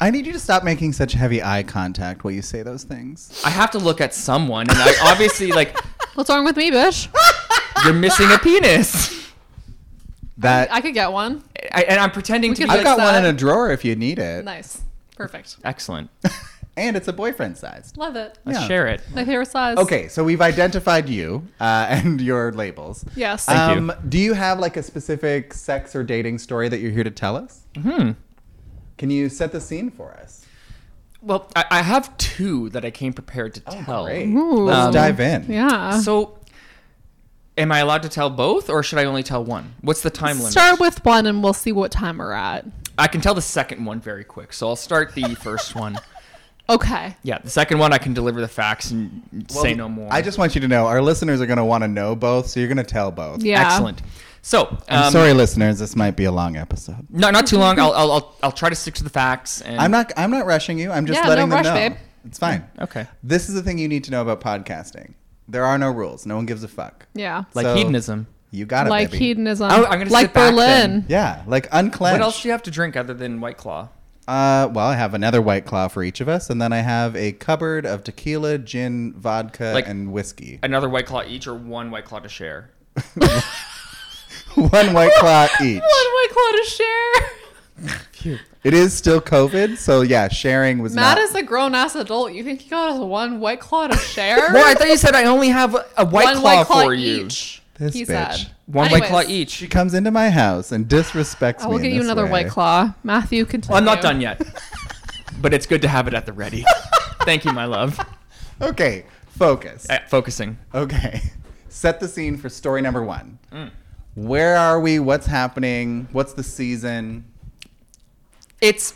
Speaker 3: I need you to stop making such heavy eye contact while you say those things.
Speaker 4: I have to look at someone, and I obviously like,
Speaker 2: what's wrong with me, bitch?
Speaker 4: you're missing a penis,
Speaker 3: That
Speaker 2: I could get one.
Speaker 4: I, and I'm pretending to
Speaker 2: could
Speaker 4: be like,
Speaker 3: I've got
Speaker 2: fix
Speaker 3: one
Speaker 2: that.
Speaker 3: in a drawer if you need it,
Speaker 2: Nice. Perfect.
Speaker 4: excellent.
Speaker 3: and it's a boyfriend sized.
Speaker 2: Love it.
Speaker 4: Let's
Speaker 3: Yeah.
Speaker 4: share it.
Speaker 2: My favorite size.
Speaker 3: Okay, so we've identified you uh, and your labels.
Speaker 2: Yes.
Speaker 4: Thank you.
Speaker 3: um, Do you have like a specific sex or dating story that you're here to tell us? Mm-hmm.
Speaker 4: Hmm.
Speaker 3: Can you set the scene for us?
Speaker 4: Well, I, I have two that I came prepared to tell.
Speaker 3: Oh, Great.
Speaker 2: Ooh.
Speaker 3: Let's
Speaker 4: Um,
Speaker 3: dive in.
Speaker 2: yeah.
Speaker 4: So, am I allowed to tell both, or should I only tell one? What's the time limit?
Speaker 2: Start with one and we'll see what time we're at.
Speaker 4: I can tell the second one very quick, so I'll start the first one.
Speaker 2: Okay.
Speaker 4: Yeah, the second one I can deliver the facts and say
Speaker 3: Well,
Speaker 4: no more.
Speaker 3: I just want you to know our listeners are going to want to know both, so you're going to tell both.
Speaker 2: Yeah.
Speaker 4: excellent. So um,
Speaker 3: I'm sorry, listeners. This might be a long episode.
Speaker 4: No, not too long. I'll, I'll I'll I'll try to stick to the facts. And
Speaker 3: I'm not. I'm not rushing you. I'm just
Speaker 2: Yeah,
Speaker 3: letting
Speaker 2: don't rush,
Speaker 3: them know.
Speaker 2: babe.
Speaker 3: It's fine.
Speaker 4: okay.
Speaker 3: This is the thing you need to know about podcasting. There are no rules. No one gives a fuck.
Speaker 2: Yeah.
Speaker 4: Like
Speaker 3: So-
Speaker 4: hedonism.
Speaker 3: You got it,
Speaker 2: like
Speaker 3: baby.
Speaker 2: hedonism.
Speaker 4: Oh, I'm gonna
Speaker 2: like
Speaker 4: sit back then.
Speaker 2: Berlin.
Speaker 3: Yeah, like unclenched.
Speaker 4: What else do you have to drink other than White Claw?
Speaker 3: Uh, well, I have another white claw for each of us, and then I have a cupboard of tequila, gin, vodka,
Speaker 4: Like-
Speaker 3: and whiskey.
Speaker 4: Another White Claw each, or one White Claw to share?
Speaker 3: One white claw each.
Speaker 2: One white claw to share.
Speaker 3: It is still COVID, so yeah, sharing was
Speaker 2: Matt
Speaker 3: not.
Speaker 2: is a grown ass adult. You think he got us one white claw to share?
Speaker 4: Well, I thought you said I only have a- a Er, White,
Speaker 2: one
Speaker 4: claw,
Speaker 2: white claw
Speaker 4: for you.
Speaker 2: each.
Speaker 3: This
Speaker 2: he
Speaker 3: bitch.
Speaker 2: said.
Speaker 4: One White
Speaker 2: Anyways,
Speaker 4: Claw each.
Speaker 3: she comes into my house and disrespects
Speaker 2: I
Speaker 3: me.
Speaker 2: will
Speaker 3: in
Speaker 2: get you
Speaker 3: this
Speaker 2: another
Speaker 3: way.
Speaker 2: white claw. Matthew, continue.
Speaker 4: Well, I'm not done yet, but it's good to have it at the ready. Thank you, my love.
Speaker 3: Okay, focus.
Speaker 4: Uh, focusing.
Speaker 3: Okay, set the scene for story number one.
Speaker 4: Mm.
Speaker 3: Where are we? What's happening? What's the season?
Speaker 4: It's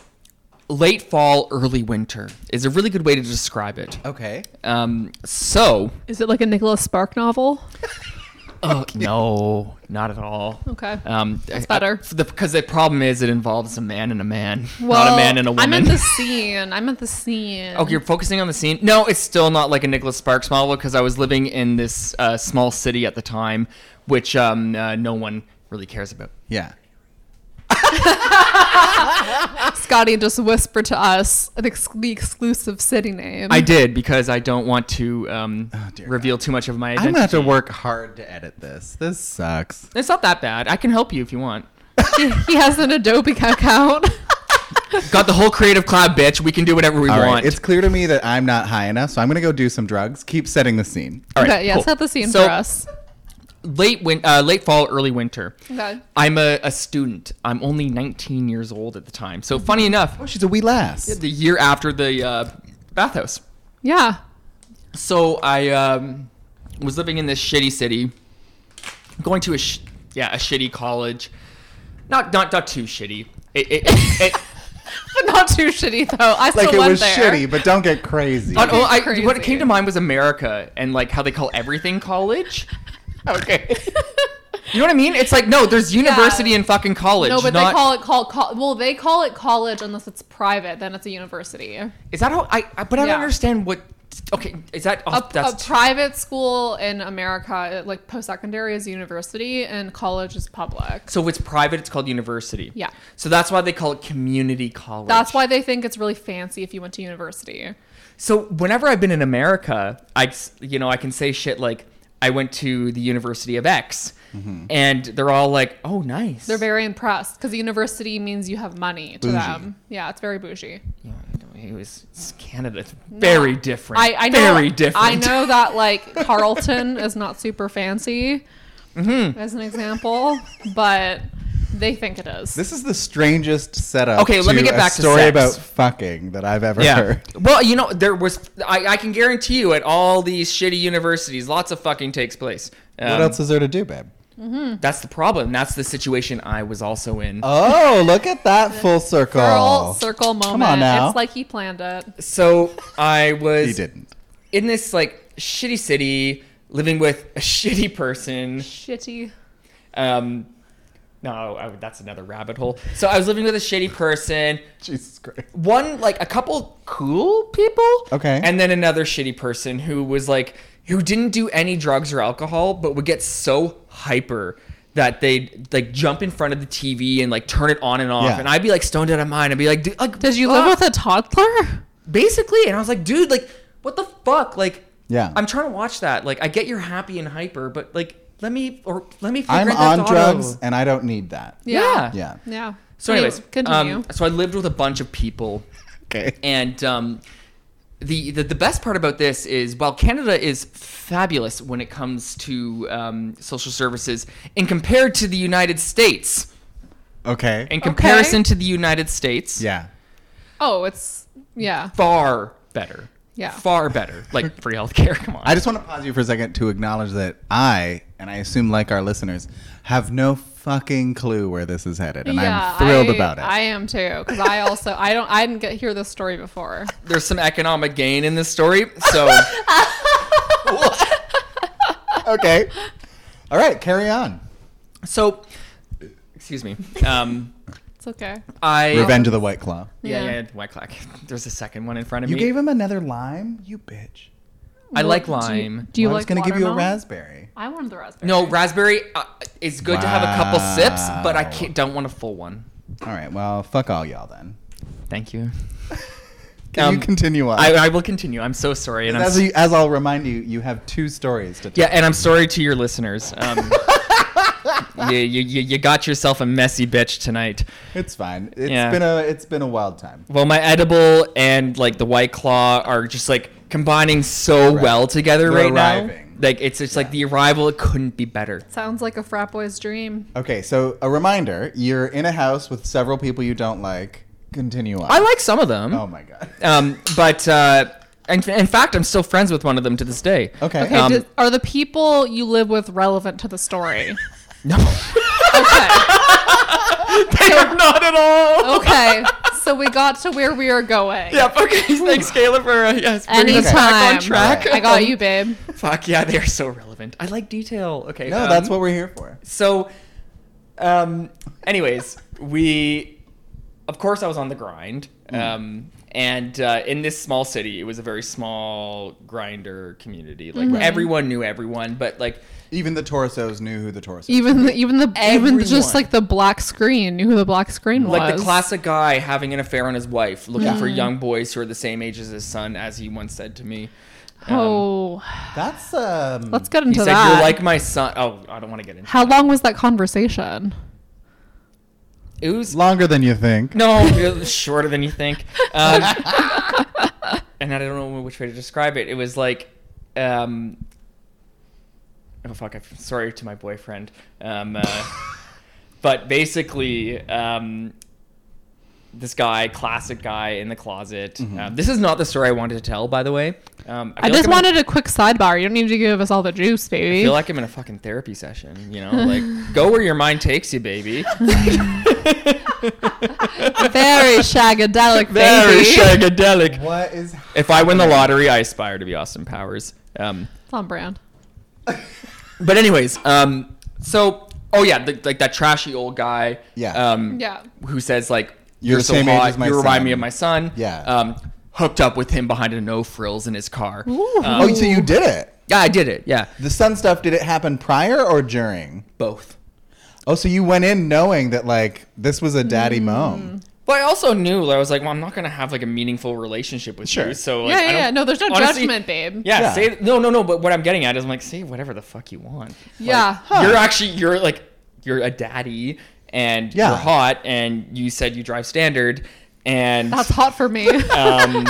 Speaker 4: late fall, early winter is a really good way to describe it.
Speaker 3: Okay.
Speaker 4: Um, so,
Speaker 2: Is it like a Nicholas Spark novel?
Speaker 4: oh, no, not at all.
Speaker 2: Okay.
Speaker 4: Um, That's
Speaker 2: better.
Speaker 4: Because the problem is it involves a man and a man, not a man and a woman.
Speaker 2: I'm at the scene. I'm at the scene.
Speaker 4: Oh, you're focusing on the scene. No, it's still not like a Nicholas Sparks model because I was living in this uh, small city at the time, which um, uh, no one really cares about.
Speaker 3: Yeah.
Speaker 2: Scotty just whispered to us an ex- the exclusive city name.
Speaker 4: I did because I don't want to um,
Speaker 3: Oh, dear
Speaker 4: reveal too much of my
Speaker 3: I'm
Speaker 4: identity.
Speaker 3: gonna have to work hard to edit this. This sucks.
Speaker 4: It's not that bad. I can help you if you want.
Speaker 2: he, he has an Adobe account.
Speaker 4: Got the whole creative cloud, bitch. We can do whatever we
Speaker 3: All right,
Speaker 4: want.
Speaker 3: it's clear to me that I'm not high enough, so I'm gonna go do some drugs. Keep setting the scene.
Speaker 4: All right,
Speaker 2: okay, yeah,
Speaker 4: cool.
Speaker 2: set the scene
Speaker 4: So,
Speaker 2: for us.
Speaker 4: Late win- uh, late fall, early winter.
Speaker 2: Okay.
Speaker 4: I'm a, a student. I'm only 19 years old at the time. So funny enough,
Speaker 3: Oh, she's a wee lass.
Speaker 4: the year after the uh, bathhouse.
Speaker 2: Yeah.
Speaker 4: So I um, was living in this shitty city, going to a sh- yeah a shitty college, not not not too shitty. It, it, it, it-
Speaker 2: But not too shitty, though. I still
Speaker 3: Like it
Speaker 2: went
Speaker 3: was
Speaker 2: there.
Speaker 3: shitty, but don't get crazy.
Speaker 4: oh, no, I-
Speaker 2: Crazy.
Speaker 4: what it came to mind was America and like how they call everything college.
Speaker 3: okay.
Speaker 4: You know what I mean? It's like no, there's university
Speaker 2: Yeah.
Speaker 4: and fucking college.
Speaker 2: No, but
Speaker 4: not-
Speaker 2: they call it call, call well they call it college unless it's private, then it's a university. A,
Speaker 4: Is that how I? I but I
Speaker 2: Yeah.
Speaker 4: don't understand what. Okay, is that? Oh,
Speaker 2: a
Speaker 4: that's
Speaker 2: private school in America, like post secondary is university and college is public.
Speaker 4: so it's private. It's called university.
Speaker 2: Yeah.
Speaker 4: So that's why they call it community college.
Speaker 2: That's why they think it's really fancy if you went to university.
Speaker 4: So whenever I've been in America, I you know I can say shit like I went to the University of X,
Speaker 3: Mm-hmm.
Speaker 4: and they're all like, "Oh, nice."
Speaker 2: They're very impressed because university means you have money to
Speaker 3: Bougie.
Speaker 2: them. Yeah, it's very bougie.
Speaker 4: You know, it was it's Canada. It's very different.
Speaker 2: I, I know,
Speaker 4: very different.
Speaker 2: I know that like Carlton is not super fancy, as an example, but they think it is.
Speaker 3: This is the strangest setup.
Speaker 4: Okay, let me get
Speaker 3: a
Speaker 4: back to
Speaker 3: story
Speaker 4: sex.
Speaker 3: about fucking that I've ever
Speaker 4: Yeah.
Speaker 3: heard.
Speaker 4: Well, you know, there was. I, I can guarantee you, at all these shitty universities, lots of fucking takes place. Um,
Speaker 3: what else is there to do, babe?
Speaker 4: That's the problem. That's the situation I was also in.
Speaker 3: Oh, look at that full circle.
Speaker 2: Girl circle moment.
Speaker 3: on now.
Speaker 2: It's like he planned it.
Speaker 4: So I was
Speaker 3: He didn't.
Speaker 4: in this like shitty city, living with a shitty person.
Speaker 2: Shitty.
Speaker 4: Um, no, I, that's another rabbit hole. So I was living with a shitty person.
Speaker 3: Jesus Christ.
Speaker 4: One like a couple cool people.
Speaker 3: Okay.
Speaker 4: And then another shitty person who was like who didn't do any drugs or alcohol, but would get so hyper that they'd like jump in front of the TV and like turn it on and off.
Speaker 3: Yeah.
Speaker 4: And I'd be like stoned out of mind. I'd be like, dude, like
Speaker 2: Did you
Speaker 4: fuck
Speaker 2: live with a toddler?
Speaker 4: basically and i was like dude like what the fuck like
Speaker 3: Yeah.
Speaker 4: i'm trying to watch that like i get you're happy and hyper but like let me or let me figure
Speaker 3: I'm
Speaker 4: out
Speaker 3: on drugs and I don't need that.
Speaker 4: yeah
Speaker 3: Yeah.
Speaker 2: Yeah.
Speaker 4: so anyways
Speaker 2: continue.
Speaker 4: um, so i lived with a bunch of people
Speaker 3: Okay.
Speaker 4: and um the, the, the best part about this is while Canada is fabulous when it comes to um, social services, in compared to the United States,
Speaker 3: Okay.
Speaker 4: in comparison to the United States,
Speaker 3: yeah.
Speaker 2: oh, it's yeah.
Speaker 4: far better,
Speaker 2: Yeah.
Speaker 4: far better. Like free healthcare, come on.
Speaker 3: I just want to pause you for a second to acknowledge that I, and I assume like our listeners, have no fucking clue where this is headed. And
Speaker 2: yeah,
Speaker 3: I'm thrilled
Speaker 2: I-
Speaker 3: about it.
Speaker 2: I am too, because I also I don't I didn't get hear this story before.
Speaker 4: there's some economic gain in this story. So
Speaker 3: okay. All right, carry on.
Speaker 4: so excuse me. Um
Speaker 2: It's okay.
Speaker 4: I
Speaker 3: Revenge of the White Claw.
Speaker 4: Yeah,
Speaker 2: Yeah.
Speaker 4: yeah, White Clack. There's a second one in front of
Speaker 3: You
Speaker 4: me.
Speaker 3: gave him another lime? You bitch.
Speaker 4: I like
Speaker 2: Well, do you-
Speaker 4: lime.
Speaker 2: Do you
Speaker 3: Well, I was
Speaker 2: like?
Speaker 3: gonna give you a
Speaker 2: watermelon?
Speaker 3: raspberry.
Speaker 2: I wanted the raspberry.
Speaker 4: no, raspberry uh, is good to have a couple
Speaker 3: Wow.
Speaker 4: sips, but I can't, don't want a full one.
Speaker 3: All right, well, fuck all y'all then.
Speaker 4: Thank you.
Speaker 3: Can you
Speaker 4: Um,
Speaker 3: continue on?
Speaker 4: I, I will continue. I'm so sorry. And I'm,
Speaker 3: as,
Speaker 4: s-
Speaker 3: you, as I'll remind you, you have two stories to tell.
Speaker 4: yeah, and I'm sorry to your listeners. Um, you, you, you you got yourself a messy bitch tonight.
Speaker 3: It's fine. It's
Speaker 4: Yeah.
Speaker 3: been a it's been a wild time.
Speaker 4: Well, my edible and like the white claw are just like combining so
Speaker 3: Right.
Speaker 4: well together
Speaker 3: They're
Speaker 4: right
Speaker 3: arriving.
Speaker 4: now. Like it's it's like the arrival. It couldn't be better.
Speaker 2: Sounds like a frat boy's dream.
Speaker 3: Okay, so a reminder: you're in a house with several people you don't like. Continue on.
Speaker 4: I like some of them.
Speaker 3: Oh my god.
Speaker 4: Um, but uh, in, in fact, I'm still friends with one of them to this day.
Speaker 3: Okay.
Speaker 2: Okay,
Speaker 4: Um,
Speaker 2: did- are the people you live with relevant to the story?
Speaker 4: No,
Speaker 2: Okay,
Speaker 4: they are not at all.
Speaker 2: okay. So we got to where we are going.
Speaker 4: Yep. Okay. Thanks, Caleb, for uh, yes, bringing us back
Speaker 2: Anytime.
Speaker 4: on track. Um,
Speaker 2: I got you, babe.
Speaker 4: Fuck yeah, they are so relevant. I like detail. Okay.
Speaker 3: no,
Speaker 4: um,
Speaker 3: that's what we're here for.
Speaker 4: So, um, anyways, we, of course, I was on the grind.
Speaker 2: Hmm.
Speaker 4: Um, and uh, in this small city, it was a very small grinder community. Like
Speaker 2: Mm-hmm.
Speaker 4: everyone knew everyone, but like
Speaker 3: Even the torsos knew who the torsos.
Speaker 2: Even the, even the even
Speaker 4: Everyone.
Speaker 2: just like the black screen knew who the black screen was. Mm-hmm.
Speaker 4: like the classic guy having an affair on his wife, looking for young boys who are the same age as his son, as he once said to me. Um,
Speaker 2: Oh,
Speaker 3: That's um.
Speaker 2: let's get
Speaker 4: he
Speaker 2: into
Speaker 4: said,
Speaker 2: that.
Speaker 4: "You're like my son." Oh, I don't want to get into
Speaker 2: How long was that conversation?
Speaker 4: it. Was
Speaker 3: longer than you think.
Speaker 4: No, it was shorter than you think. Um, and I don't know which way to describe it. It was like, um, oh fuck! I'm sorry to my boyfriend. Um, uh, but basically, um, this guy, classic guy in the closet. Um, this is not the story I wanted to tell, by the way. Um,
Speaker 2: Mm-hmm. I
Speaker 4: feel
Speaker 2: just
Speaker 4: like I'm in-
Speaker 2: wanted a quick sidebar. You don't need to give us all the juice,
Speaker 4: I
Speaker 2: baby.
Speaker 4: feel like I'm in a fucking therapy session. You know, like go where your mind takes you, baby.
Speaker 2: Very shagadelic,
Speaker 4: Very
Speaker 2: baby.
Speaker 4: shagadelic.
Speaker 3: What is?
Speaker 4: If I win the lottery, I aspire to be Austin Powers. Um,
Speaker 2: It's on brand.
Speaker 4: but anyways, um, so oh yeah, the, like that trashy old guy.
Speaker 3: Yeah.
Speaker 4: Um,
Speaker 2: Yeah.
Speaker 4: Who says like
Speaker 3: You're
Speaker 4: you're
Speaker 3: the
Speaker 4: so
Speaker 3: same age
Speaker 4: hot,
Speaker 3: as my
Speaker 4: you remind me
Speaker 3: son."
Speaker 4: of my son.
Speaker 3: Yeah.
Speaker 4: Um, hooked up with him behind a no frills in his car. Um,
Speaker 3: oh, so you did it.
Speaker 4: yeah, I did it. Yeah.
Speaker 3: The sun stuff. Did it happen prior or during?
Speaker 4: Both.
Speaker 3: Oh, so you went in knowing that like this was a
Speaker 2: Hmm.
Speaker 3: daddy mom.
Speaker 4: But I also knew that I was like, well, I'm not gonna have like a meaningful relationship with
Speaker 3: Sure.
Speaker 4: you. So like,
Speaker 2: yeah,
Speaker 4: I
Speaker 2: yeah,
Speaker 4: don't-
Speaker 2: yeah. No, there's no
Speaker 4: honestly-
Speaker 2: judgment, babe.
Speaker 4: Yeah,
Speaker 3: Yeah.
Speaker 4: say no, no, no. But what I'm getting at is I'm like, say whatever the fuck you want.
Speaker 2: Yeah.
Speaker 4: You're actually you're like you're a daddy and
Speaker 3: Yeah.
Speaker 4: you're hot and you said you drive standard and
Speaker 2: That's hot for me.
Speaker 4: um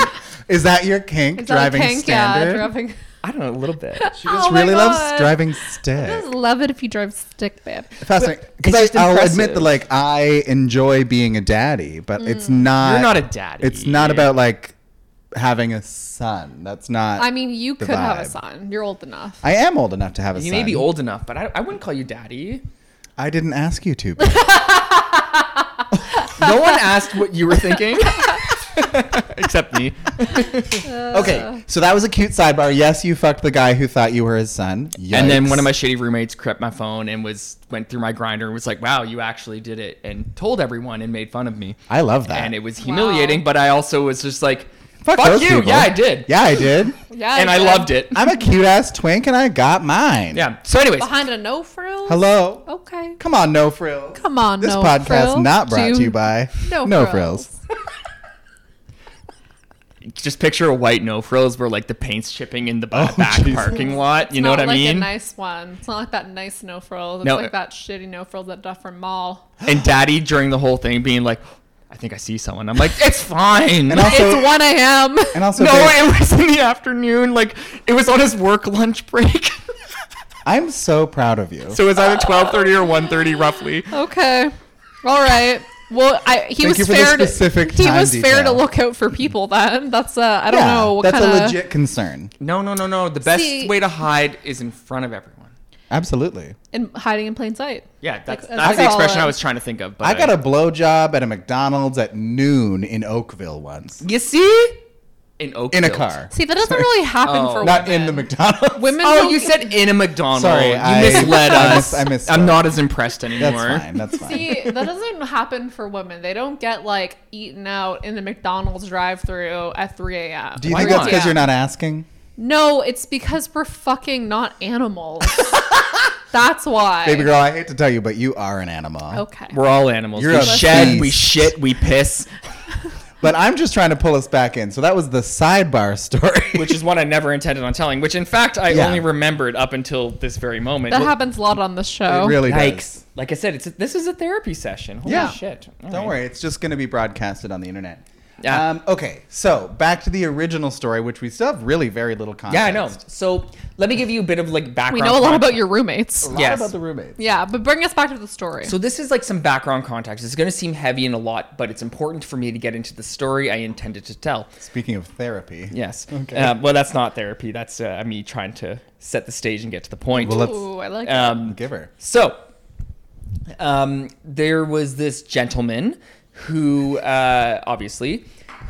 Speaker 3: Is that your kink?
Speaker 2: Is that a
Speaker 3: driving
Speaker 2: kink?
Speaker 3: standard.
Speaker 2: Yeah, driving.
Speaker 4: I don't know a little bit.
Speaker 3: She just
Speaker 2: Oh my
Speaker 3: really
Speaker 2: God.
Speaker 3: loves driving
Speaker 2: I
Speaker 3: stick.
Speaker 2: just love it if you drive stick, babe.
Speaker 3: Fascinating.
Speaker 4: it's
Speaker 3: Because
Speaker 4: just
Speaker 3: I'll
Speaker 4: impressive.
Speaker 3: admit that, like, I enjoy being a daddy, but it's not.
Speaker 2: Hmm.
Speaker 4: You're not a daddy.
Speaker 3: It's not about like having a son. That's not.
Speaker 2: I mean, you
Speaker 3: The
Speaker 2: could have a
Speaker 3: vibe.
Speaker 2: son. You're old enough.
Speaker 3: I am old enough to have a
Speaker 4: You
Speaker 3: son.
Speaker 4: may be old enough, but I, I wouldn't call you daddy.
Speaker 3: I didn't ask you to.
Speaker 4: No one asked what you were thinking, except me.
Speaker 2: Uh.
Speaker 3: okay, so that was a cute sidebar. Yes, you fucked the guy who thought you were his son.
Speaker 4: And then one
Speaker 3: Yikes.
Speaker 4: of my shitty roommates crept my phone and was went through my grinder and was like, "Wow, you actually did it," and told everyone and made fun of me.
Speaker 3: I love that.
Speaker 4: And it was humiliating, but I also was just like, "Fuck,
Speaker 3: those
Speaker 4: you!"
Speaker 3: people.
Speaker 4: Yeah, I did.
Speaker 3: Yeah, I did.
Speaker 2: Yeah,
Speaker 4: and I,
Speaker 2: did.
Speaker 4: loved it.
Speaker 3: I'm a cute ass twink, and I got mine.
Speaker 4: yeah. So, anyways,
Speaker 2: Behind a no frills.
Speaker 3: Hello.
Speaker 2: Okay.
Speaker 3: Come on, no frills.
Speaker 2: Oh. Come on,
Speaker 3: This
Speaker 2: no
Speaker 3: podcast
Speaker 2: frills.
Speaker 3: not brought to
Speaker 2: Do
Speaker 3: you by
Speaker 2: no
Speaker 3: frills.
Speaker 2: frills.
Speaker 4: just picture a white no frills where like the paint's chipping in the ba-
Speaker 3: Oh,
Speaker 4: back
Speaker 3: Jesus.
Speaker 4: parking lot. You
Speaker 2: It's
Speaker 4: know
Speaker 2: not
Speaker 4: what I
Speaker 2: like
Speaker 4: mean?
Speaker 2: A nice one. It's not like that nice no frills. It's
Speaker 4: No.
Speaker 2: like that shitty no frills at Dufferin Mall.
Speaker 4: and Daddy during the whole thing being like, "I think I see someone." I'm like, "It's fine."
Speaker 3: And also,
Speaker 2: it's 1 a.m.
Speaker 3: and also
Speaker 4: no,
Speaker 3: babe,
Speaker 4: it was in the afternoon. Like it was on his work lunch break.
Speaker 3: I'm so proud of you.
Speaker 4: So it was either twelve thirty or one thirty, roughly.
Speaker 2: Okay. All right. Well, I, he
Speaker 3: Thank you
Speaker 2: was
Speaker 3: for the
Speaker 2: fair.
Speaker 3: specific
Speaker 2: to, he
Speaker 3: time
Speaker 2: was fair to
Speaker 3: detail.
Speaker 2: look out for people. Then that's uh, I don't
Speaker 3: Yeah,
Speaker 2: know what
Speaker 3: that's
Speaker 2: kind
Speaker 3: a
Speaker 2: of
Speaker 3: legit concern.
Speaker 4: No, no, no, no. The best
Speaker 2: See-
Speaker 4: way to hide is in front of everyone.
Speaker 3: Absolutely.
Speaker 2: in, hiding in plain sight.
Speaker 4: Yeah, that's
Speaker 2: Like,
Speaker 4: that's the
Speaker 2: that's all
Speaker 4: expression
Speaker 2: it-
Speaker 4: I was trying to think of. But
Speaker 3: I got a blowjob at a McDonald's at noon in Oakville once.
Speaker 4: you see in Oakville.
Speaker 3: In a car.
Speaker 2: See, that doesn't really happen
Speaker 4: Oh.
Speaker 2: for
Speaker 3: Not
Speaker 2: women.
Speaker 3: in the McDonald's.
Speaker 2: Women.
Speaker 4: Oh,
Speaker 2: don't-
Speaker 4: you said in a McDonald's.
Speaker 3: Sorry,
Speaker 4: you
Speaker 3: I-
Speaker 4: misled
Speaker 3: I
Speaker 4: us.
Speaker 3: mis- I misspoke.
Speaker 4: am not as impressed anymore.
Speaker 3: That's fine. That's fine.
Speaker 2: See, that doesn't happen for women. They don't get like eaten out in the McDonald's drive-through at 3 a.m.
Speaker 3: Do you
Speaker 4: Why
Speaker 3: think that's
Speaker 4: not?
Speaker 3: because
Speaker 2: Yeah.
Speaker 3: you're not asking?
Speaker 2: No, it's because we're fucking not animals. That's why.
Speaker 3: Baby girl, I hate to tell you, but you are an animal.
Speaker 2: Okay.
Speaker 4: We're all animals.
Speaker 3: You're
Speaker 4: we
Speaker 3: a
Speaker 4: shed,
Speaker 3: beast.
Speaker 4: we shit, we piss,
Speaker 3: But I'm just trying to pull us back in. So that was the sidebar story.
Speaker 4: which is what I never intended on telling. Which, in fact, I
Speaker 3: Yeah.
Speaker 4: only remembered up until this very moment.
Speaker 2: that
Speaker 4: Well,
Speaker 2: happens a lot on this show.
Speaker 3: it really
Speaker 4: Yikes!
Speaker 3: does.
Speaker 4: Like I said, it's a, this is a therapy session. Holy
Speaker 3: Yeah.
Speaker 4: shit! All
Speaker 3: Don't
Speaker 4: right.
Speaker 3: worry, it's just going to be broadcasted on the internet.
Speaker 4: Yeah.
Speaker 3: Um, okay, so back to the original story, which we still have really very little context.
Speaker 4: Yeah, I know. So let me give you a bit of like background.
Speaker 2: we know a lot about
Speaker 4: context.
Speaker 2: your roommates.
Speaker 3: Not
Speaker 4: Yes.
Speaker 3: about the roommates.
Speaker 2: Yeah, but bring us back to the story.
Speaker 4: So this is like some background context. It's going to seem heavy and a lot, but it's important for me to get into the story I intended to tell.
Speaker 3: Speaking of therapy,
Speaker 4: Yes.
Speaker 3: Okay.
Speaker 4: Uh, well, that's not therapy. That's uh, me trying to set the stage and get to the point.
Speaker 3: Well, let's-
Speaker 2: Ooh, I like that.
Speaker 4: um,
Speaker 3: give her.
Speaker 4: So, um, there was this gentleman who, uh, obviously,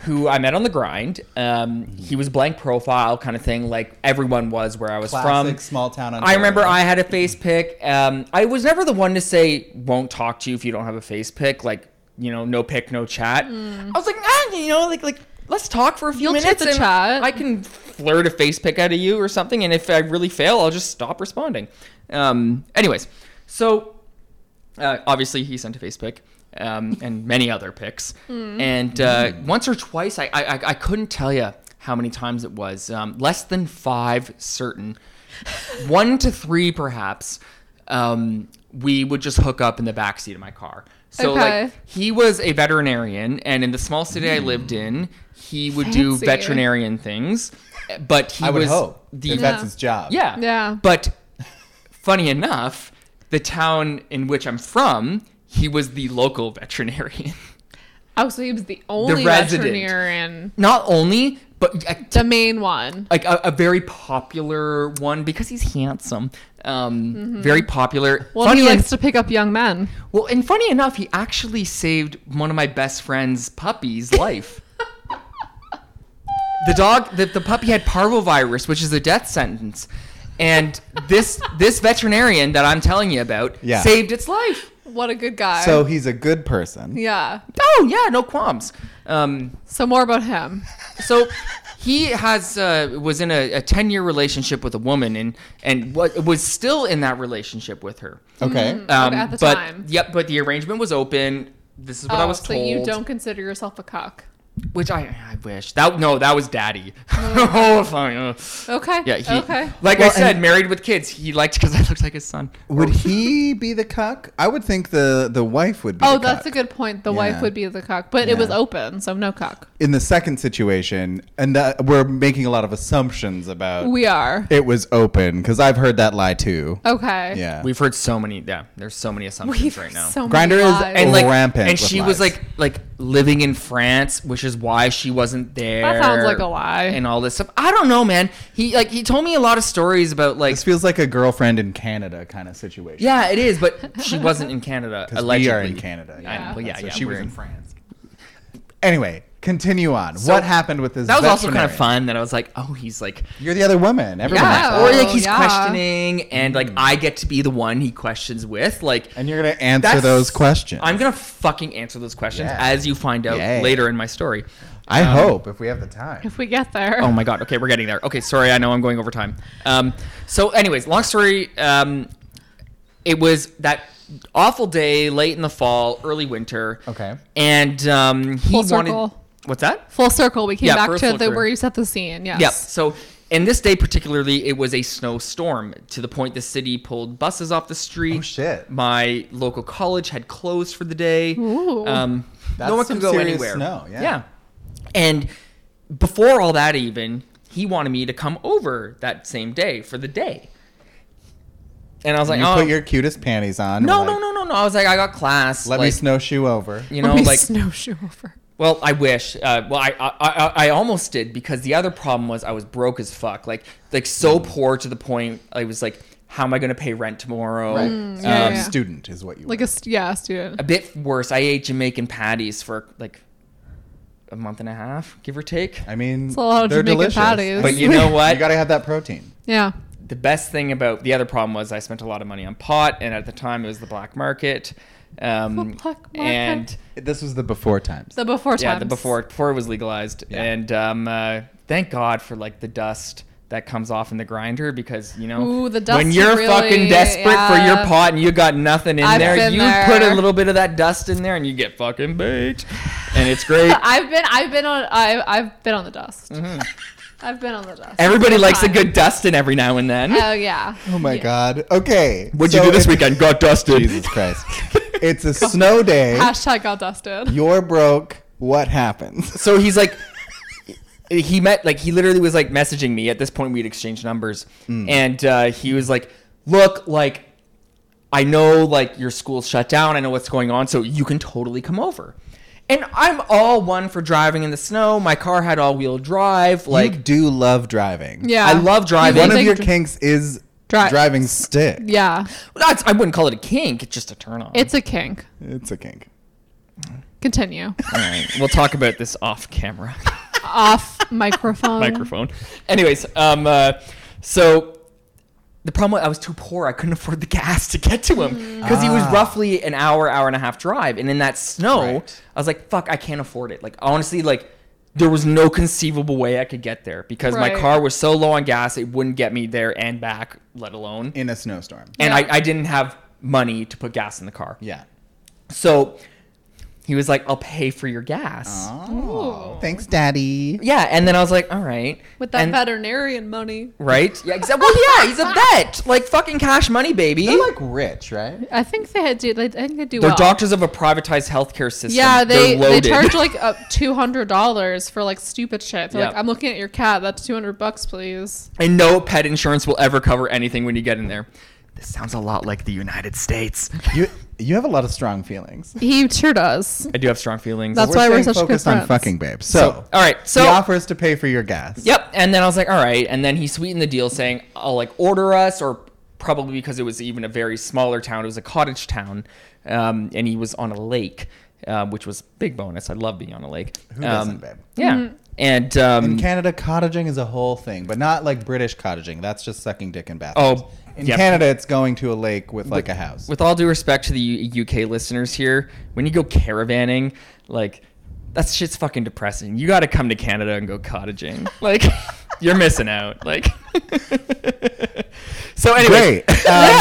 Speaker 4: who I met on the grind. Um, he was blank profile kind of thing, like everyone was where I was
Speaker 3: Classic
Speaker 4: from.
Speaker 3: small town.
Speaker 4: I remember I
Speaker 3: Ontario.
Speaker 4: had a face pick. Um, I was never the one to say won't talk to you if you don't have a face pick. Like you know, no pick, no chat. I was like, ah, you know, like like let's talk for a few
Speaker 2: Hmm. You'll
Speaker 4: minutes.
Speaker 2: chit the
Speaker 4: and
Speaker 2: chat.
Speaker 4: I can flirt a face pick out of you or something. And if I really fail, I'll just stop responding. Um, anyways, so uh, obviously he sent a face pick um, and many other picks
Speaker 2: Hmm.
Speaker 4: and uh, once or twice I, I I- i couldn't tell you how many times it was um, less than five certain one to three perhaps um, we would just hook up in the back seat of my car so
Speaker 2: Okay. Hmm.
Speaker 4: like he was a veterinarian and in the small city i lived in he would do
Speaker 2: Fancy.
Speaker 4: veterinarian things but he
Speaker 3: I would
Speaker 4: was
Speaker 3: hope
Speaker 4: the
Speaker 3: if that's his job.
Speaker 4: yeah.
Speaker 2: Yeah.
Speaker 4: But funny enough, the town in which I'm from, he was the local veterinarian.
Speaker 2: oh, so he was the only
Speaker 4: resident.
Speaker 2: veterinarian,
Speaker 4: Not only, but a-
Speaker 2: the main one.
Speaker 4: like a, a very popular one because he's handsome. Um, Very popular.
Speaker 2: Mm-hmm. Well,
Speaker 4: funny
Speaker 2: he
Speaker 4: en-
Speaker 2: likes to pick up young men.
Speaker 4: well, and funny enough, he actually saved one of my best friend's puppy's life. the dog, the, the puppy had parvovirus, which is a death sentence, and this this veterinarian that I'm telling you about
Speaker 3: Yeah.
Speaker 4: saved its life.
Speaker 2: What a good guy.
Speaker 3: So he's a good person.
Speaker 2: yeah.
Speaker 4: Oh yeah, no qualms. Um,
Speaker 2: So more about him.
Speaker 4: so he has uh, was in a, a 10 year relationship with a woman and and wa- was still in that relationship with her.
Speaker 3: Okay. Uh,
Speaker 4: Um,
Speaker 2: at the
Speaker 4: but,
Speaker 2: time. Oh,
Speaker 4: Yep, but the arrangement was open. This is what I was
Speaker 2: so
Speaker 4: told.
Speaker 2: you don't consider yourself a cock.
Speaker 4: Which I, I wish that no, that was daddy. oh, fine. uh.
Speaker 2: Mm. Okay.
Speaker 4: Yeah, he,
Speaker 2: okay.
Speaker 4: like I
Speaker 3: Well,
Speaker 4: said,
Speaker 3: and-
Speaker 4: married with kids. He liked because I looked like his son.
Speaker 3: Would he be the cuck? I would think the the wife would be.
Speaker 2: Oh,
Speaker 3: the
Speaker 2: that's a
Speaker 3: cuck.
Speaker 2: good point. The
Speaker 3: Yeah.
Speaker 2: wife would be the cock, but it was
Speaker 3: Yeah.
Speaker 2: open, so no cock.
Speaker 3: in the second situation, and that we're making a lot of assumptions about
Speaker 2: We are.
Speaker 3: it was open because I've heard that lie
Speaker 4: Oh,
Speaker 3: too.
Speaker 2: Okay.
Speaker 3: Yeah,
Speaker 4: Eh? We've heard so many. Yeah, there's so many assumptions
Speaker 2: We've
Speaker 4: right now.
Speaker 2: so many
Speaker 3: Grindr is
Speaker 2: lies.
Speaker 4: and like
Speaker 3: rampant
Speaker 4: and
Speaker 3: with
Speaker 4: she was
Speaker 3: lies.
Speaker 4: like like living in France, which is why she wasn't there.
Speaker 2: That sounds like a lie.
Speaker 4: And all this stuff. I don't know, man. He like he told me a lot of stories about like
Speaker 3: this feels like a girlfriend in Canada kind of situation.
Speaker 4: yeah, it is, but she wasn't in Canada.
Speaker 3: 'Because
Speaker 4: Allegedly,
Speaker 3: we are in Canada.
Speaker 4: I know, well, yeah,
Speaker 3: So
Speaker 4: yeah.
Speaker 3: she was
Speaker 4: we're
Speaker 3: in France. Anyway, continue on. what happened with this?
Speaker 4: That was also kind of
Speaker 3: veterinarian?
Speaker 4: fun. That I was like, oh, he's like,
Speaker 3: You're the other woman. Everyone.
Speaker 2: Yeah.
Speaker 3: Yeah.
Speaker 4: or like
Speaker 2: Oh,
Speaker 4: he's
Speaker 2: yeah.
Speaker 4: questioning, and like I get to be the one he questions with, like.
Speaker 3: And you're gonna answer
Speaker 4: that's-
Speaker 3: those questions.
Speaker 4: I'm gonna fucking answer those questions
Speaker 3: Yeah.
Speaker 4: as you find out
Speaker 3: Yeah.
Speaker 4: later in my story.
Speaker 3: I
Speaker 4: um,
Speaker 3: hope if we have the time.
Speaker 2: If we get there.
Speaker 4: Oh my god. Okay, we're getting there. Okay, sorry. I know I'm going over time. Um, so, anyways, long story. Um, it was that awful day, late in the fall, early winter.
Speaker 3: Okay.
Speaker 4: And um, he
Speaker 2: Full
Speaker 4: wanted.
Speaker 2: circle.
Speaker 4: What's that?
Speaker 2: Full circle. We came
Speaker 4: Yeah,
Speaker 2: back
Speaker 4: first
Speaker 2: to
Speaker 4: full
Speaker 2: the
Speaker 4: circle.
Speaker 2: where you set the scene. Yes.
Speaker 4: Yep. So, and this day particularly, it was a snowstorm to the point the city pulled buses off the street.
Speaker 3: Oh, shit.
Speaker 4: My local college had closed for the day.
Speaker 2: Ooh.
Speaker 4: Um,
Speaker 3: That's
Speaker 4: no one
Speaker 3: some
Speaker 4: could go
Speaker 3: serious
Speaker 4: anywhere.
Speaker 3: snow, yeah.
Speaker 4: yeah. And before all that, even he wanted me to come over that same day for the day. And I was like,
Speaker 3: you
Speaker 4: oh,
Speaker 3: put your cutest panties on.
Speaker 4: no,
Speaker 3: we're
Speaker 4: no,
Speaker 3: like,
Speaker 4: no, no, no. I was like, I got class.
Speaker 3: Let me
Speaker 4: like,
Speaker 3: snowshoe over.
Speaker 4: You
Speaker 2: Let
Speaker 4: know,
Speaker 2: me
Speaker 4: like
Speaker 2: snowshoe over.
Speaker 4: well, I wish. Uh, well, I, I I I almost did because the other problem was I was broke as fuck, like like
Speaker 3: Mm.
Speaker 4: so poor to the point I was like, how am I going to pay rent tomorrow?
Speaker 3: Right.
Speaker 2: Mm,
Speaker 3: Um,
Speaker 2: yeah, yeah.
Speaker 3: Student is what you.
Speaker 2: Like
Speaker 3: were.
Speaker 2: a st- yeah student.
Speaker 4: A bit worse, I ate Jamaican patties for like a month and a half, give or take.
Speaker 3: I mean,
Speaker 2: a lot of
Speaker 3: they're
Speaker 2: Jamaican
Speaker 3: delicious.
Speaker 2: patties.
Speaker 4: But you know what?
Speaker 3: You gotta have that protein.
Speaker 2: Yeah.
Speaker 4: the best thing about the other problem was I spent a lot of money on pot, and at the time it was the black market. Um,
Speaker 2: The black market.
Speaker 4: And
Speaker 3: This was the before times.
Speaker 2: The before times.
Speaker 4: yeah, the before before it was legalized,
Speaker 3: Yeah.
Speaker 4: and um, uh, thank God for like the dust that comes off in the grinder because you know
Speaker 2: Ooh, the dust
Speaker 4: when
Speaker 2: is
Speaker 4: you're
Speaker 2: really-
Speaker 4: fucking desperate for your
Speaker 2: yeah.
Speaker 4: pot and you got nothing in
Speaker 2: I've
Speaker 4: there,
Speaker 2: been
Speaker 4: you
Speaker 2: there.
Speaker 4: put a little bit of that dust in there and you get fucking baked, and it's great.
Speaker 2: I've been I've been on I I've been on the dust.
Speaker 4: Mm-hmm.
Speaker 2: I've been on the dust.
Speaker 4: Everybody likes a
Speaker 2: Fine.
Speaker 4: good dusting every now and then.
Speaker 2: Oh yeah.
Speaker 3: Oh my
Speaker 2: Yeah.
Speaker 3: god. Okay.
Speaker 4: What'd you
Speaker 3: so
Speaker 4: do this
Speaker 3: it's-
Speaker 4: weekend? Got dusted.
Speaker 3: Jesus Christ. it's a snow day.
Speaker 2: Hashtag got dusted.
Speaker 3: You're broke. What happens?
Speaker 4: so he's like he met like he literally was like messaging me at this point we'd exchanged numbers and uh, he was like look like i know like your school's shut down i know what's going on so you can totally come over and i'm all one for driving in the snow my car had all-wheel drive like
Speaker 3: Like, you do love driving.
Speaker 2: Yeah.
Speaker 4: I love driving.
Speaker 2: You
Speaker 3: One of
Speaker 2: think
Speaker 3: your
Speaker 2: dr-
Speaker 3: kinks is
Speaker 2: Dri-
Speaker 3: driving stick.
Speaker 2: Yeah.
Speaker 4: that's, i wouldn't call it a kink it's just a turn on
Speaker 2: It's a kink.
Speaker 3: It's a kink.
Speaker 2: Continue.
Speaker 4: all right we'll talk about this off camera
Speaker 2: Off microphone.
Speaker 4: microphone. Anyways, um, uh, so the problem was I was too poor. I couldn't afford the gas to get to him
Speaker 2: Hmm.
Speaker 4: because he was
Speaker 3: Ah.
Speaker 4: roughly an hour, hour and a half drive. And in that snow,
Speaker 3: Right.
Speaker 4: I was like, "Fuck, I can't afford it." Like honestly, like there was no conceivable way I could get there because
Speaker 2: Right.
Speaker 4: my car was so low on gas it wouldn't get me there and back, let alone.
Speaker 3: In a snowstorm.
Speaker 4: and
Speaker 2: Yeah.
Speaker 4: I, I didn't have money to put gas in the car.
Speaker 3: Yeah.
Speaker 4: So he was like, "I'll pay for your gas."
Speaker 3: Oh,
Speaker 2: Ooh.
Speaker 3: thanks, Daddy.
Speaker 4: Yeah, and then I was like, "All right."
Speaker 2: With that
Speaker 4: And-
Speaker 2: veterinarian money.
Speaker 4: Right? Yeah, exactly. Well, yeah, he's a vet. Like fucking cash money, baby.
Speaker 3: You're like rich, right?
Speaker 2: I think they do. They, I think they do.
Speaker 4: They're
Speaker 2: well.
Speaker 4: doctors of a privatized healthcare system.
Speaker 2: Yeah, they
Speaker 4: They're
Speaker 2: they
Speaker 4: loaded.
Speaker 2: charge like up two hundred dollars for like stupid shit. They're like,
Speaker 4: Yeah.
Speaker 2: I'm looking at your cat. That's two hundred bucks, please.
Speaker 4: and no pet insurance will ever cover anything when you get in there. This sounds a lot like the United States.
Speaker 3: You you have a lot of strong feelings.
Speaker 2: He sure does.
Speaker 4: I do have strong feelings.
Speaker 2: That's why we're
Speaker 3: staying
Speaker 2: such good
Speaker 3: focused on
Speaker 2: friends.
Speaker 3: fucking babes. So,
Speaker 4: all right. So
Speaker 3: he offers to pay for your gas.
Speaker 4: Yep. And then I was like, all right. And then he sweetened the deal saying, I'll like order us, or probably because it was even a very smaller town. It was a cottage town. Um, and he was on a lake, uh, which was big bonus. I love being on a lake.
Speaker 3: Who
Speaker 4: um,
Speaker 3: doesn't, babe?
Speaker 4: Yeah. And um,
Speaker 3: In Canada, cottaging is a whole thing, but not like British cottaging. That's just sucking dick in bathrooms.
Speaker 4: oh,
Speaker 3: in
Speaker 4: yeah.
Speaker 3: Canada, it's going to a lake with like a house.
Speaker 4: With all due respect to the U- UK listeners here, when you go caravanning, like that shit's fucking depressing. You got to come to Canada and go cottaging. Like you're missing out. Like So anyway,
Speaker 3: Great. Um,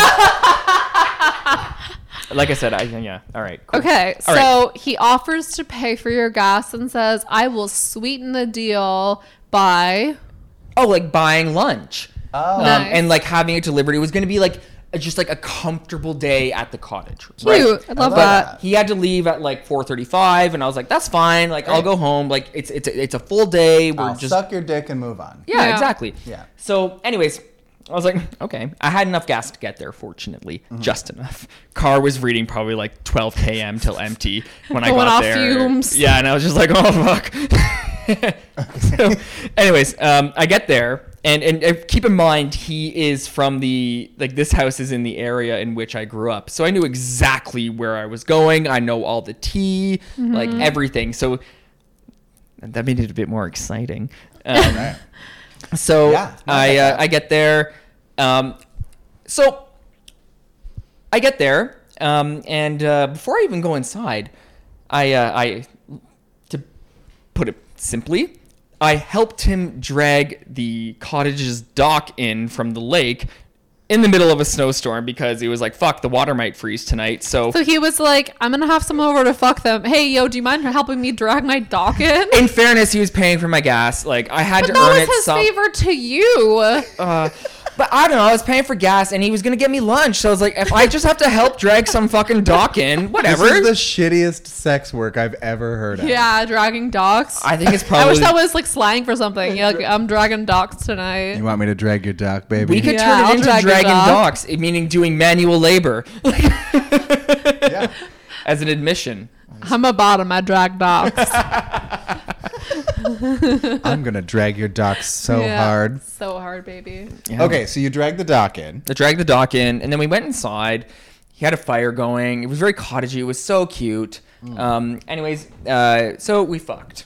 Speaker 4: like I said, I yeah. All right. cool.
Speaker 2: Okay,
Speaker 4: All
Speaker 2: so
Speaker 4: right.
Speaker 2: he offers to pay for your gas and says, "I will sweeten the deal by."
Speaker 4: Oh, like buying Um, lunch.
Speaker 3: oh,
Speaker 4: Um,
Speaker 2: Nice. Oh.
Speaker 3: um,
Speaker 4: and like having it delivered. It was going to be like just like a comfortable day at the cottage.
Speaker 2: Cute. I love that.
Speaker 4: He had to leave at like 4:35, and I was like, "That's fine. Like, I'll
Speaker 3: Right.
Speaker 4: go home. Like, it's it's a, it's a full day. We're
Speaker 3: I'll
Speaker 4: just
Speaker 3: suck your dick and move on.
Speaker 4: yeah,
Speaker 2: Yeah.
Speaker 4: exactly.
Speaker 3: Yeah.
Speaker 4: So, anyways, I was like, okay, I had enough gas to get there. Fortunately, just enough. Car was reading probably like 12 km till empty when I
Speaker 2: Going
Speaker 4: got
Speaker 2: off
Speaker 4: there.
Speaker 2: fumes.
Speaker 4: Yeah, and I was just like, oh fuck. so, anyways, um, I get there. And, and uh, keep in mind, he is from the like this house is in the area in which I grew up, so I knew exactly where I was going. I know all the tea, like
Speaker 2: Mm-hmm.
Speaker 4: everything. So that made it a bit more exciting. Um,
Speaker 3: Right.
Speaker 4: so
Speaker 3: Yeah, it's not
Speaker 4: I
Speaker 3: that
Speaker 4: uh,
Speaker 3: bad.
Speaker 4: I get there. Um, so I get there, um, and uh, before I even go inside, I uh, I to put it simply, I helped him drag the cottage's dock in from the lake in the middle of a snowstorm because he was like, "Fuck, the water might freeze tonight." So.
Speaker 2: So he was like, I'm gonna have someone over to fuck them. Hey, yo, do you mind helping me drag my dock in?
Speaker 4: in fairness, he was paying for my gas. Like I had
Speaker 2: But
Speaker 4: to
Speaker 2: that
Speaker 4: earn
Speaker 2: was
Speaker 4: it.
Speaker 2: his
Speaker 4: some-
Speaker 2: favor to you.
Speaker 4: Uh, but I don't know. I was paying for gas, and he was gonna get me lunch. So I was like, if I just have to help drag some fucking dock in,
Speaker 3: This
Speaker 4: whatever.
Speaker 3: is the shittiest sex work I've ever heard of.
Speaker 2: yeah, dragging docks.
Speaker 4: I think it's
Speaker 2: I
Speaker 4: probably.
Speaker 2: wish that was like slang for something. Yeah, like, I'm dragging docks tonight.
Speaker 3: You want me to drag your dock, baby?
Speaker 4: we could
Speaker 2: Yeah,
Speaker 4: turn it
Speaker 2: I'll
Speaker 4: into
Speaker 2: drag your
Speaker 4: dragging
Speaker 2: dock.
Speaker 4: docks, eh, meaning doing manual labor.
Speaker 3: yeah.
Speaker 4: As an admission.
Speaker 2: I'm a bottom. I drag docks.
Speaker 3: I'm gonna drag your dock so
Speaker 2: Yeah.
Speaker 3: hard.
Speaker 2: So hard, baby.
Speaker 4: Yeah.
Speaker 3: Okay, so you drag the dock in.
Speaker 4: I dragged the dock in, and then we went inside. He had a fire going. It was very cottagey. It was so cute. Um. Anyways, uh, so we fucked.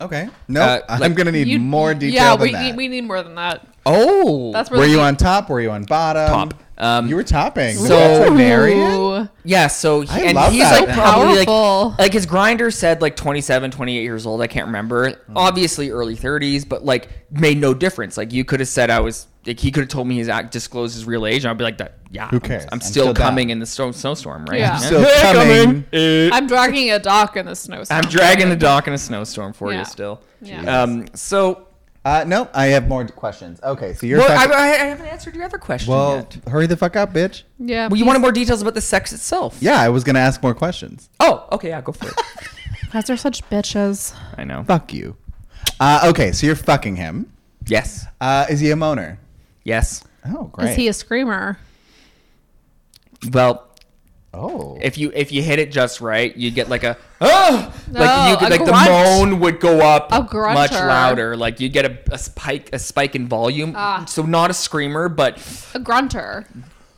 Speaker 3: Okay. No,
Speaker 4: Uh,
Speaker 3: I'm
Speaker 4: like-
Speaker 3: gonna need
Speaker 2: You-
Speaker 3: more detail
Speaker 2: Yeah,
Speaker 3: than
Speaker 2: we,
Speaker 3: that.
Speaker 2: Need, we need more than that.
Speaker 4: Oh.
Speaker 2: That's where
Speaker 3: were
Speaker 2: the-
Speaker 3: you on top? Were you on bottom?
Speaker 4: Top. Um,
Speaker 3: you were topping.
Speaker 4: so-
Speaker 3: Veterinarian?
Speaker 2: Ooh.
Speaker 4: Yeah, so he,
Speaker 3: I
Speaker 4: and
Speaker 3: love
Speaker 4: he's
Speaker 3: that. So
Speaker 4: like probably
Speaker 2: powerful.
Speaker 4: like, like his grinder said like 27, 28 years old. I can't
Speaker 3: Mm.
Speaker 4: remember. Obviously early 30s, but like made no difference. Like you could have said I was like he could have told me his act disclosed his real age and I'd be like that yeah.
Speaker 3: Who
Speaker 4: I'm-
Speaker 3: cares?
Speaker 4: I'm,
Speaker 3: I'm
Speaker 4: still,
Speaker 3: still down.
Speaker 4: coming in the snow, snowstorm, right?
Speaker 2: Yeah.
Speaker 4: Yeah.
Speaker 3: Still coming.
Speaker 4: Uh,
Speaker 2: I'm dragging a dock in the snow.
Speaker 4: I'm dragging the dock in a snowstorm for
Speaker 2: Yeah.
Speaker 4: you still.
Speaker 2: Yeah.
Speaker 4: Um so
Speaker 3: Uh, no, I have more questions. Okay, so you're.
Speaker 4: well, I,
Speaker 3: fucking-
Speaker 4: I, I haven't answered your other question
Speaker 3: well,
Speaker 4: yet.
Speaker 3: hurry the fuck up, bitch.
Speaker 2: Yeah.
Speaker 4: Well, you
Speaker 2: please.
Speaker 4: wanted more details about the sex itself.
Speaker 3: Yeah, I was gonna ask more questions.
Speaker 4: Oh, okay, yeah, go for it.
Speaker 2: Guys are such bitches.
Speaker 4: I know.
Speaker 3: Fuck you. Uh, okay, so you're fucking him.
Speaker 4: Yes.
Speaker 3: Uh, is he a moaner?
Speaker 4: Yes.
Speaker 3: Oh, great.
Speaker 2: Is he a screamer?
Speaker 4: Well,
Speaker 3: oh,
Speaker 4: if you if you hit it just right, you'd get like a oh,
Speaker 2: No,
Speaker 4: like you could
Speaker 2: a
Speaker 4: like
Speaker 2: grunt.
Speaker 4: the moan would go up
Speaker 2: A
Speaker 4: much
Speaker 2: grunter.
Speaker 4: louder. Like you'd get a, a spike a spike in volume.
Speaker 2: Ah.
Speaker 4: So not a screamer, but
Speaker 2: A grunter.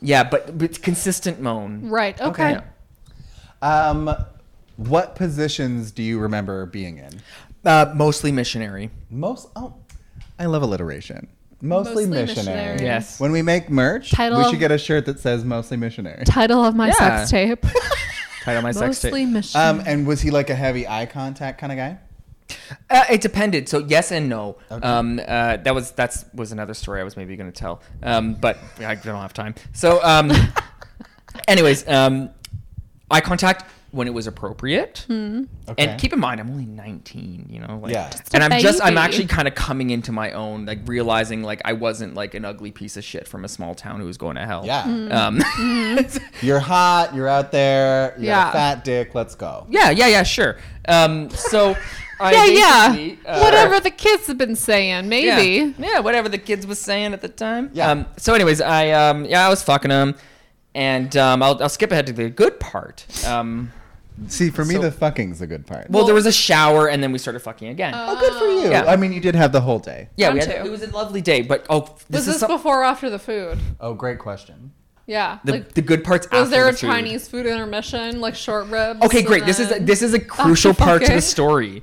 Speaker 4: yeah, but but consistent moan.
Speaker 2: Right. Okay.
Speaker 4: Yeah.
Speaker 3: um, what positions do you remember being in?
Speaker 4: Uh, mostly missionary.
Speaker 3: Most. Oh, I love alliteration. Mostly,
Speaker 2: Mostly
Speaker 3: missionary.
Speaker 2: missionary.
Speaker 4: Yes.
Speaker 3: When we make merch,
Speaker 2: Title
Speaker 3: we
Speaker 2: of-
Speaker 3: should get a shirt that says "Mostly Missionary."
Speaker 2: Title of my
Speaker 4: Yeah.
Speaker 2: sex tape.
Speaker 4: Title my sex tape.
Speaker 2: Mostly mission.
Speaker 3: Um, and was he like a heavy eye contact kind of guy?
Speaker 4: Uh, it depended. So yes and no.
Speaker 3: Okay.
Speaker 4: Um, uh, that was that's was another story I was maybe going to tell. Um, but I don't have time. So um, anyways, um, eye contact when it was appropriate.
Speaker 2: Hmm.
Speaker 3: Okay.
Speaker 4: And keep in mind, I'm only 19, you know? Like,
Speaker 3: Yeah. Just
Speaker 2: a
Speaker 4: and I'm just, I'm
Speaker 2: baby.
Speaker 4: actually kind of coming into my own, like realizing like I wasn't like an ugly piece of shit from a small town who was going to hell.
Speaker 3: Yeah.
Speaker 2: Mm-hmm.
Speaker 4: Um,
Speaker 3: You're hot. You're out there. You got
Speaker 2: Yeah.
Speaker 3: a fat dick. Let's go.
Speaker 4: yeah, yeah, yeah, sure. Um, so
Speaker 2: yeah,
Speaker 4: I
Speaker 2: yeah.
Speaker 4: basically, uh,
Speaker 2: Whatever the kids have been saying,
Speaker 4: yeah,
Speaker 2: maybe.
Speaker 4: Yeah, whatever the kids was saying at the time.
Speaker 3: Yeah.
Speaker 4: Um, so anyways, I, um, yeah, I was fucking them. And um, I'll, I'll skip ahead to the good part. Um,
Speaker 3: See, for me,
Speaker 4: So-
Speaker 3: the fucking's a good part.
Speaker 4: well, there was a shower, and then we started fucking again.
Speaker 3: oh, good for you.
Speaker 4: Yeah.
Speaker 3: I mean, you did have the whole day.
Speaker 4: yeah, we
Speaker 2: Mine
Speaker 4: had,
Speaker 2: too.
Speaker 4: it was a lovely day, but oh, this
Speaker 2: Was
Speaker 4: is
Speaker 2: this
Speaker 4: some-
Speaker 2: before or after the food?
Speaker 3: Oh, great question.
Speaker 2: Yeah.
Speaker 4: the,
Speaker 2: like,
Speaker 4: the good parts.
Speaker 2: was
Speaker 4: after
Speaker 2: there a
Speaker 4: the food.
Speaker 2: Chinese food intermission, like short ribs?
Speaker 4: Okay,
Speaker 2: and
Speaker 4: great. This is a,
Speaker 2: then-
Speaker 4: this is a crucial part to
Speaker 2: fucking-
Speaker 4: the story,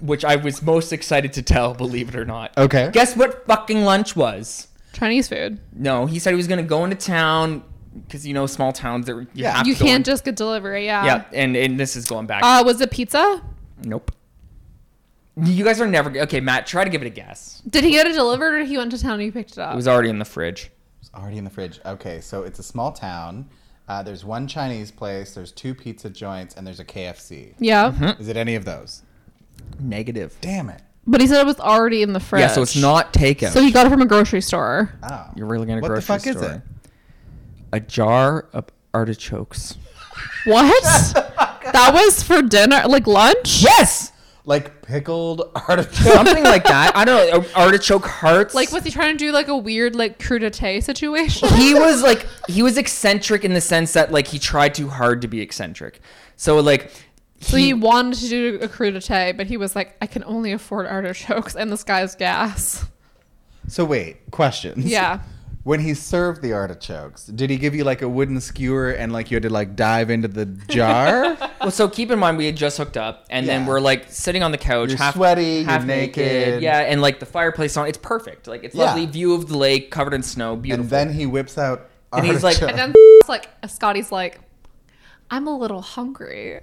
Speaker 4: which I was most excited to tell. Believe it or not.
Speaker 3: Okay.
Speaker 4: Guess what? Fucking lunch was.
Speaker 2: Chinese food.
Speaker 4: No, he said he was gonna go into town because you know small towns that you
Speaker 3: Yeah.
Speaker 4: have
Speaker 2: You
Speaker 4: to go
Speaker 2: can't
Speaker 4: in-
Speaker 2: just get delivery. Yeah.
Speaker 4: Yeah, and and this is going back.
Speaker 2: Uh, was it pizza?
Speaker 4: nope. You guys are never okay, Matt. Try to give it a guess.
Speaker 2: Did he get it delivered or he went to town and you picked it up?
Speaker 4: It was already in the fridge.
Speaker 3: It's already in the fridge. Okay, so it's a small town. Uh, there's one Chinese place. There's two pizza joints, and there's a KFC.
Speaker 2: yeah.
Speaker 4: Mm-hmm.
Speaker 3: Is it any of those?
Speaker 4: Negative.
Speaker 3: Damn it.
Speaker 2: But he said it was already in the fridge.
Speaker 4: Yeah, so it's not takeout.
Speaker 2: So he got it from a grocery store.
Speaker 3: Oh.
Speaker 4: You're really gonna
Speaker 3: What the
Speaker 4: grocery
Speaker 3: fuck is
Speaker 4: store.
Speaker 3: it?
Speaker 4: A a jar of artichokes.
Speaker 2: What? that was for dinner, like lunch?
Speaker 4: Oh Yes,
Speaker 3: Like pickled artichoke.
Speaker 4: something like that. I don't know artichoke hearts.
Speaker 2: Like, was he trying to do like a weird like crudité situation?
Speaker 4: he was like he was eccentric in the sense that like he tried too hard to be eccentric. So like
Speaker 2: so he wanted to do a crudité, but he was like, I can only afford artichokes and this guy's gas.
Speaker 3: so wait, questions.
Speaker 2: Yeah.
Speaker 3: When he served the artichokes, did he give you like a wooden skewer and like you had to like dive into the jar?
Speaker 4: Well, so keep in mind we had just hooked up, and then
Speaker 3: Yeah.
Speaker 4: we're like sitting on the couch,
Speaker 3: You're
Speaker 4: half
Speaker 3: sweaty, you're
Speaker 4: half
Speaker 3: naked.
Speaker 4: yeah, and like the fireplace on. It's perfect, like it's
Speaker 3: Yeah.
Speaker 4: lovely view of the lake covered in snow, beautiful.
Speaker 3: and then he whips out
Speaker 4: And he's like-
Speaker 3: artichoke.
Speaker 2: And then like Scotty's like, I'm a little hungry.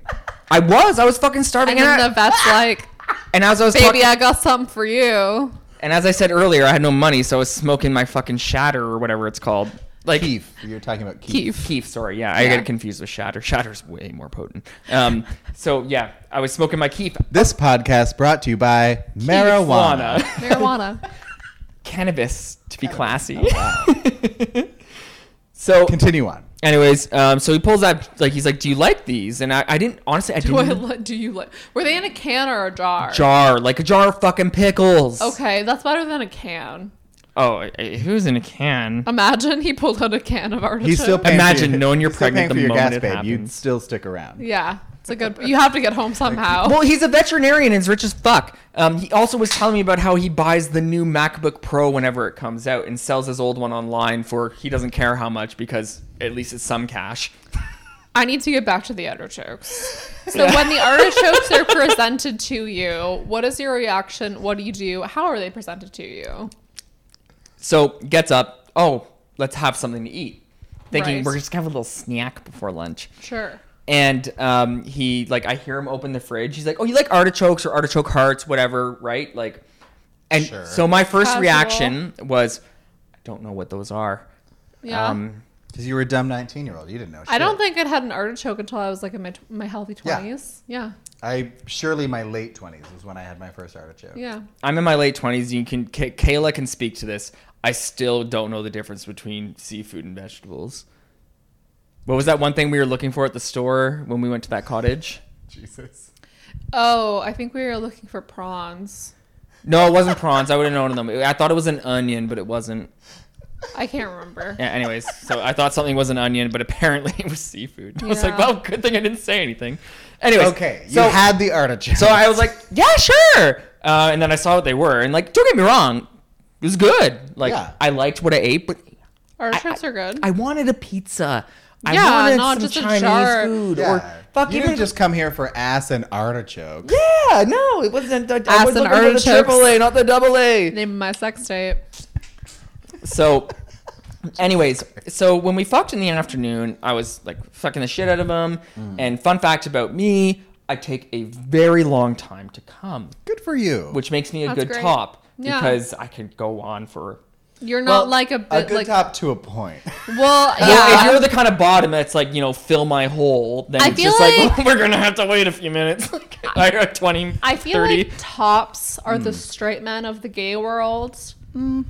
Speaker 4: I was, I was fucking starving,
Speaker 2: And
Speaker 4: and,
Speaker 2: then
Speaker 4: I-
Speaker 2: the vet's like,
Speaker 4: and as I was
Speaker 2: Baby,
Speaker 4: talking,
Speaker 2: I got something for you.
Speaker 4: and as I said earlier, I had no money, so I was smoking my fucking shatter or whatever it's called, like
Speaker 3: Keef. You're talking about Keef.
Speaker 2: Keef.
Speaker 4: Keef, sorry, yeah, I
Speaker 2: Yeah.
Speaker 4: get confused with shatter. Shatter's way more potent. Um, so yeah, I was smoking my keef
Speaker 3: This podcast brought to you by marijuana.
Speaker 2: Marijuana.
Speaker 4: cannabis to be classy. so
Speaker 3: Continue on.
Speaker 4: Anyways, um, so he pulls out like he's like, "Do you like these?" And I, I didn't honestly, I
Speaker 2: do I
Speaker 4: didn't
Speaker 2: li- do you like were they in a can or a jar?
Speaker 4: jar like a jar of fucking pickles.
Speaker 2: Okay, that's better than a can.
Speaker 4: Oh, i- if it was in a can.
Speaker 2: Imagine he pulled out a can of artichoke.
Speaker 3: He's still paying
Speaker 4: Imagine
Speaker 3: for your,
Speaker 4: knowing you're
Speaker 3: he's still
Speaker 4: pregnant
Speaker 3: paying
Speaker 4: the
Speaker 3: for your
Speaker 4: moment
Speaker 3: gas,
Speaker 4: it
Speaker 3: babe. You'd
Speaker 4: happens.
Speaker 3: still stick around.
Speaker 2: Yeah, it's a good. You have to get home somehow.
Speaker 4: well, he's a veterinarian and is rich as fuck. Um, he also was telling me about how he buys the new MacBook Pro whenever it comes out and sells his old one online for he doesn't care how much because at least it's some cash.
Speaker 2: I need to get back to the artichokes. So when the artichokes are presented to you, what is your reaction? What do you do? How are they presented to you?
Speaker 4: So gets up. Oh, let's have something to eat. Thinking
Speaker 2: Right.
Speaker 4: we're just gonna have a little snack before lunch.
Speaker 2: Sure.
Speaker 4: and um, he like I hear him open the fridge. He's like, "Oh, you like artichokes or artichoke hearts, whatever, right?" Like, and
Speaker 3: Sure.
Speaker 4: so my first
Speaker 2: Casual.
Speaker 4: reaction was, "I don't know what those are."
Speaker 2: Yeah.
Speaker 4: Um,
Speaker 3: Because you were a dumb 19 year old. You didn't know.
Speaker 2: I don't
Speaker 3: shit.
Speaker 2: think I'd had an artichoke until I was like in my, my healthy
Speaker 3: Yeah.
Speaker 2: twenties. Yeah.
Speaker 3: I surely my late 20s was when I had my first artichoke.
Speaker 2: yeah,
Speaker 4: I'm in my late twenties. You can K- Kayla can speak to this. I still don't know the difference between seafood and vegetables. What was that one thing we were looking for at the store when we went to that cottage?
Speaker 3: Jesus.
Speaker 2: Oh, I think we were looking for prawns.
Speaker 4: No, it wasn't prawns. I would have known them. I thought it was an onion, but it wasn't.
Speaker 2: I can't remember.
Speaker 4: Yeah, anyways, so I thought something was an onion, but apparently it was seafood. I was like,
Speaker 2: Yeah.
Speaker 4: well, good thing I didn't say anything. Anyways,
Speaker 3: Okay, you
Speaker 4: so,
Speaker 3: had the artichoke.
Speaker 4: so I was like, yeah, sure. Uh, and then I saw what they were, and like, don't get me wrong, it was good. Like,
Speaker 3: Yeah.
Speaker 4: I liked what I ate, but
Speaker 2: Artichokes are good.
Speaker 4: I wanted a pizza.
Speaker 2: Yeah,
Speaker 4: I wanted
Speaker 2: not
Speaker 4: some
Speaker 2: just a
Speaker 4: Chinese
Speaker 2: jar.
Speaker 4: food
Speaker 3: yeah.
Speaker 4: or fuck
Speaker 3: you
Speaker 4: even
Speaker 3: didn't just come here for ass and artichoke.
Speaker 4: yeah, no, it wasn't. I, I
Speaker 2: Ass and
Speaker 4: was looking for the
Speaker 2: artichokes.
Speaker 4: triple A, not the double A.
Speaker 2: Name of my sex tape.
Speaker 4: So, anyways, so when we fucked in the afternoon, I was like fucking the shit out of him.
Speaker 3: Mm.
Speaker 4: And fun fact about me, I take a very long time to come,
Speaker 3: Good for you.
Speaker 4: which makes me a
Speaker 2: That's
Speaker 4: good
Speaker 2: great.
Speaker 4: top
Speaker 2: Yeah.
Speaker 4: because I could go on for.
Speaker 2: You're not
Speaker 4: Well,
Speaker 2: like a bit
Speaker 3: a good
Speaker 2: like
Speaker 3: top to a point.
Speaker 2: well,
Speaker 4: Well,
Speaker 2: yeah.
Speaker 4: if you're the kind of bottom that's like you know fill my hole, then
Speaker 2: I
Speaker 4: it's
Speaker 2: feel
Speaker 4: just like,
Speaker 2: like-
Speaker 4: we're gonna have to wait a few minutes. Like, I got twenty.
Speaker 2: I feel
Speaker 4: 30.
Speaker 2: like tops are
Speaker 4: Mm.
Speaker 2: the straight men of the gay world.
Speaker 4: that's
Speaker 2: And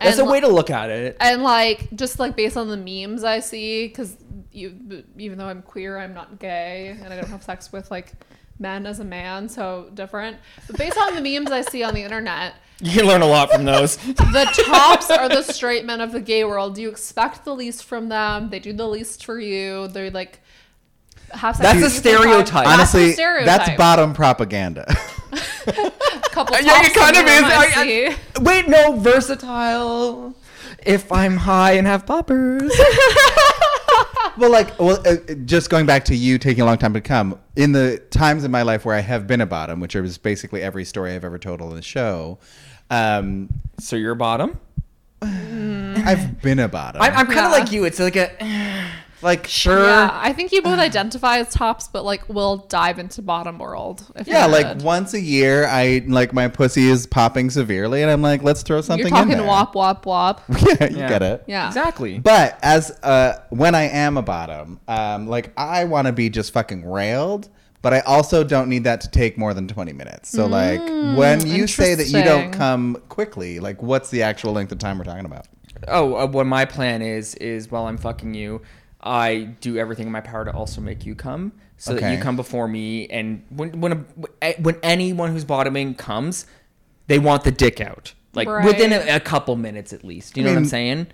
Speaker 4: a
Speaker 2: li-
Speaker 4: way to look at it.
Speaker 2: and like just like based on the memes I see, because you, even though I'm queer, I'm not gay, and I don't have sex with like men as a man, so different. But based on the memes I see on the internet,
Speaker 4: You can learn a lot from those.
Speaker 2: the tops are the straight men of the gay world. You expect the least from them. They do the least for you. They like have sex.
Speaker 4: That's
Speaker 2: with
Speaker 4: a
Speaker 2: you sometimes.
Speaker 4: stereotype.
Speaker 2: That's a
Speaker 3: Honestly, that's
Speaker 2: stereotype.
Speaker 3: bottom propaganda.
Speaker 2: couple
Speaker 4: Yeah,
Speaker 2: tops
Speaker 4: it kind of
Speaker 2: in
Speaker 4: is.
Speaker 2: a room I
Speaker 4: I-
Speaker 2: see.
Speaker 4: I- wait, no, versatile. If I'm high and have poppers.
Speaker 3: well, like, well, uh, uh, just going back to you taking a long time to come. In the times in my life where I have been a bottom, which is basically every story I've ever told on the show, um,
Speaker 4: so you're bottom.
Speaker 2: Mm.
Speaker 3: I've been a bottom.
Speaker 4: I'm, I'm kind
Speaker 2: Yeah.
Speaker 4: of like you. It's like a eh,
Speaker 3: like,
Speaker 4: sure.
Speaker 2: Yeah, I think you both identify as tops, but like we'll dive into bottom world. If
Speaker 3: yeah,
Speaker 2: you
Speaker 3: like
Speaker 2: could.
Speaker 3: once a year, I like my pussy is popping severely, and I'm like, let's throw something.
Speaker 2: you're talking
Speaker 3: in there.
Speaker 2: wop wop wop.
Speaker 3: yeah, you
Speaker 4: Yeah.
Speaker 3: get it.
Speaker 2: Yeah,
Speaker 4: Exactly.
Speaker 3: But as uh, when I am a bottom, um, like I want to be just fucking railed, but I also don't need that to take more than twenty minutes. So like when you say that you don't
Speaker 2: Mm, interesting.
Speaker 3: come quickly, like what's the actual length of time we're talking about?
Speaker 4: oh, uh, what my plan is is while I'm fucking you, I do everything in my power to also make you come, so that you
Speaker 3: Okay.
Speaker 4: come before me. And when when a, eh, when anyone who's bottoming comes, they want the dick out, like within a, a couple minutes at least. You know what I'm
Speaker 3: mean,
Speaker 4: saying?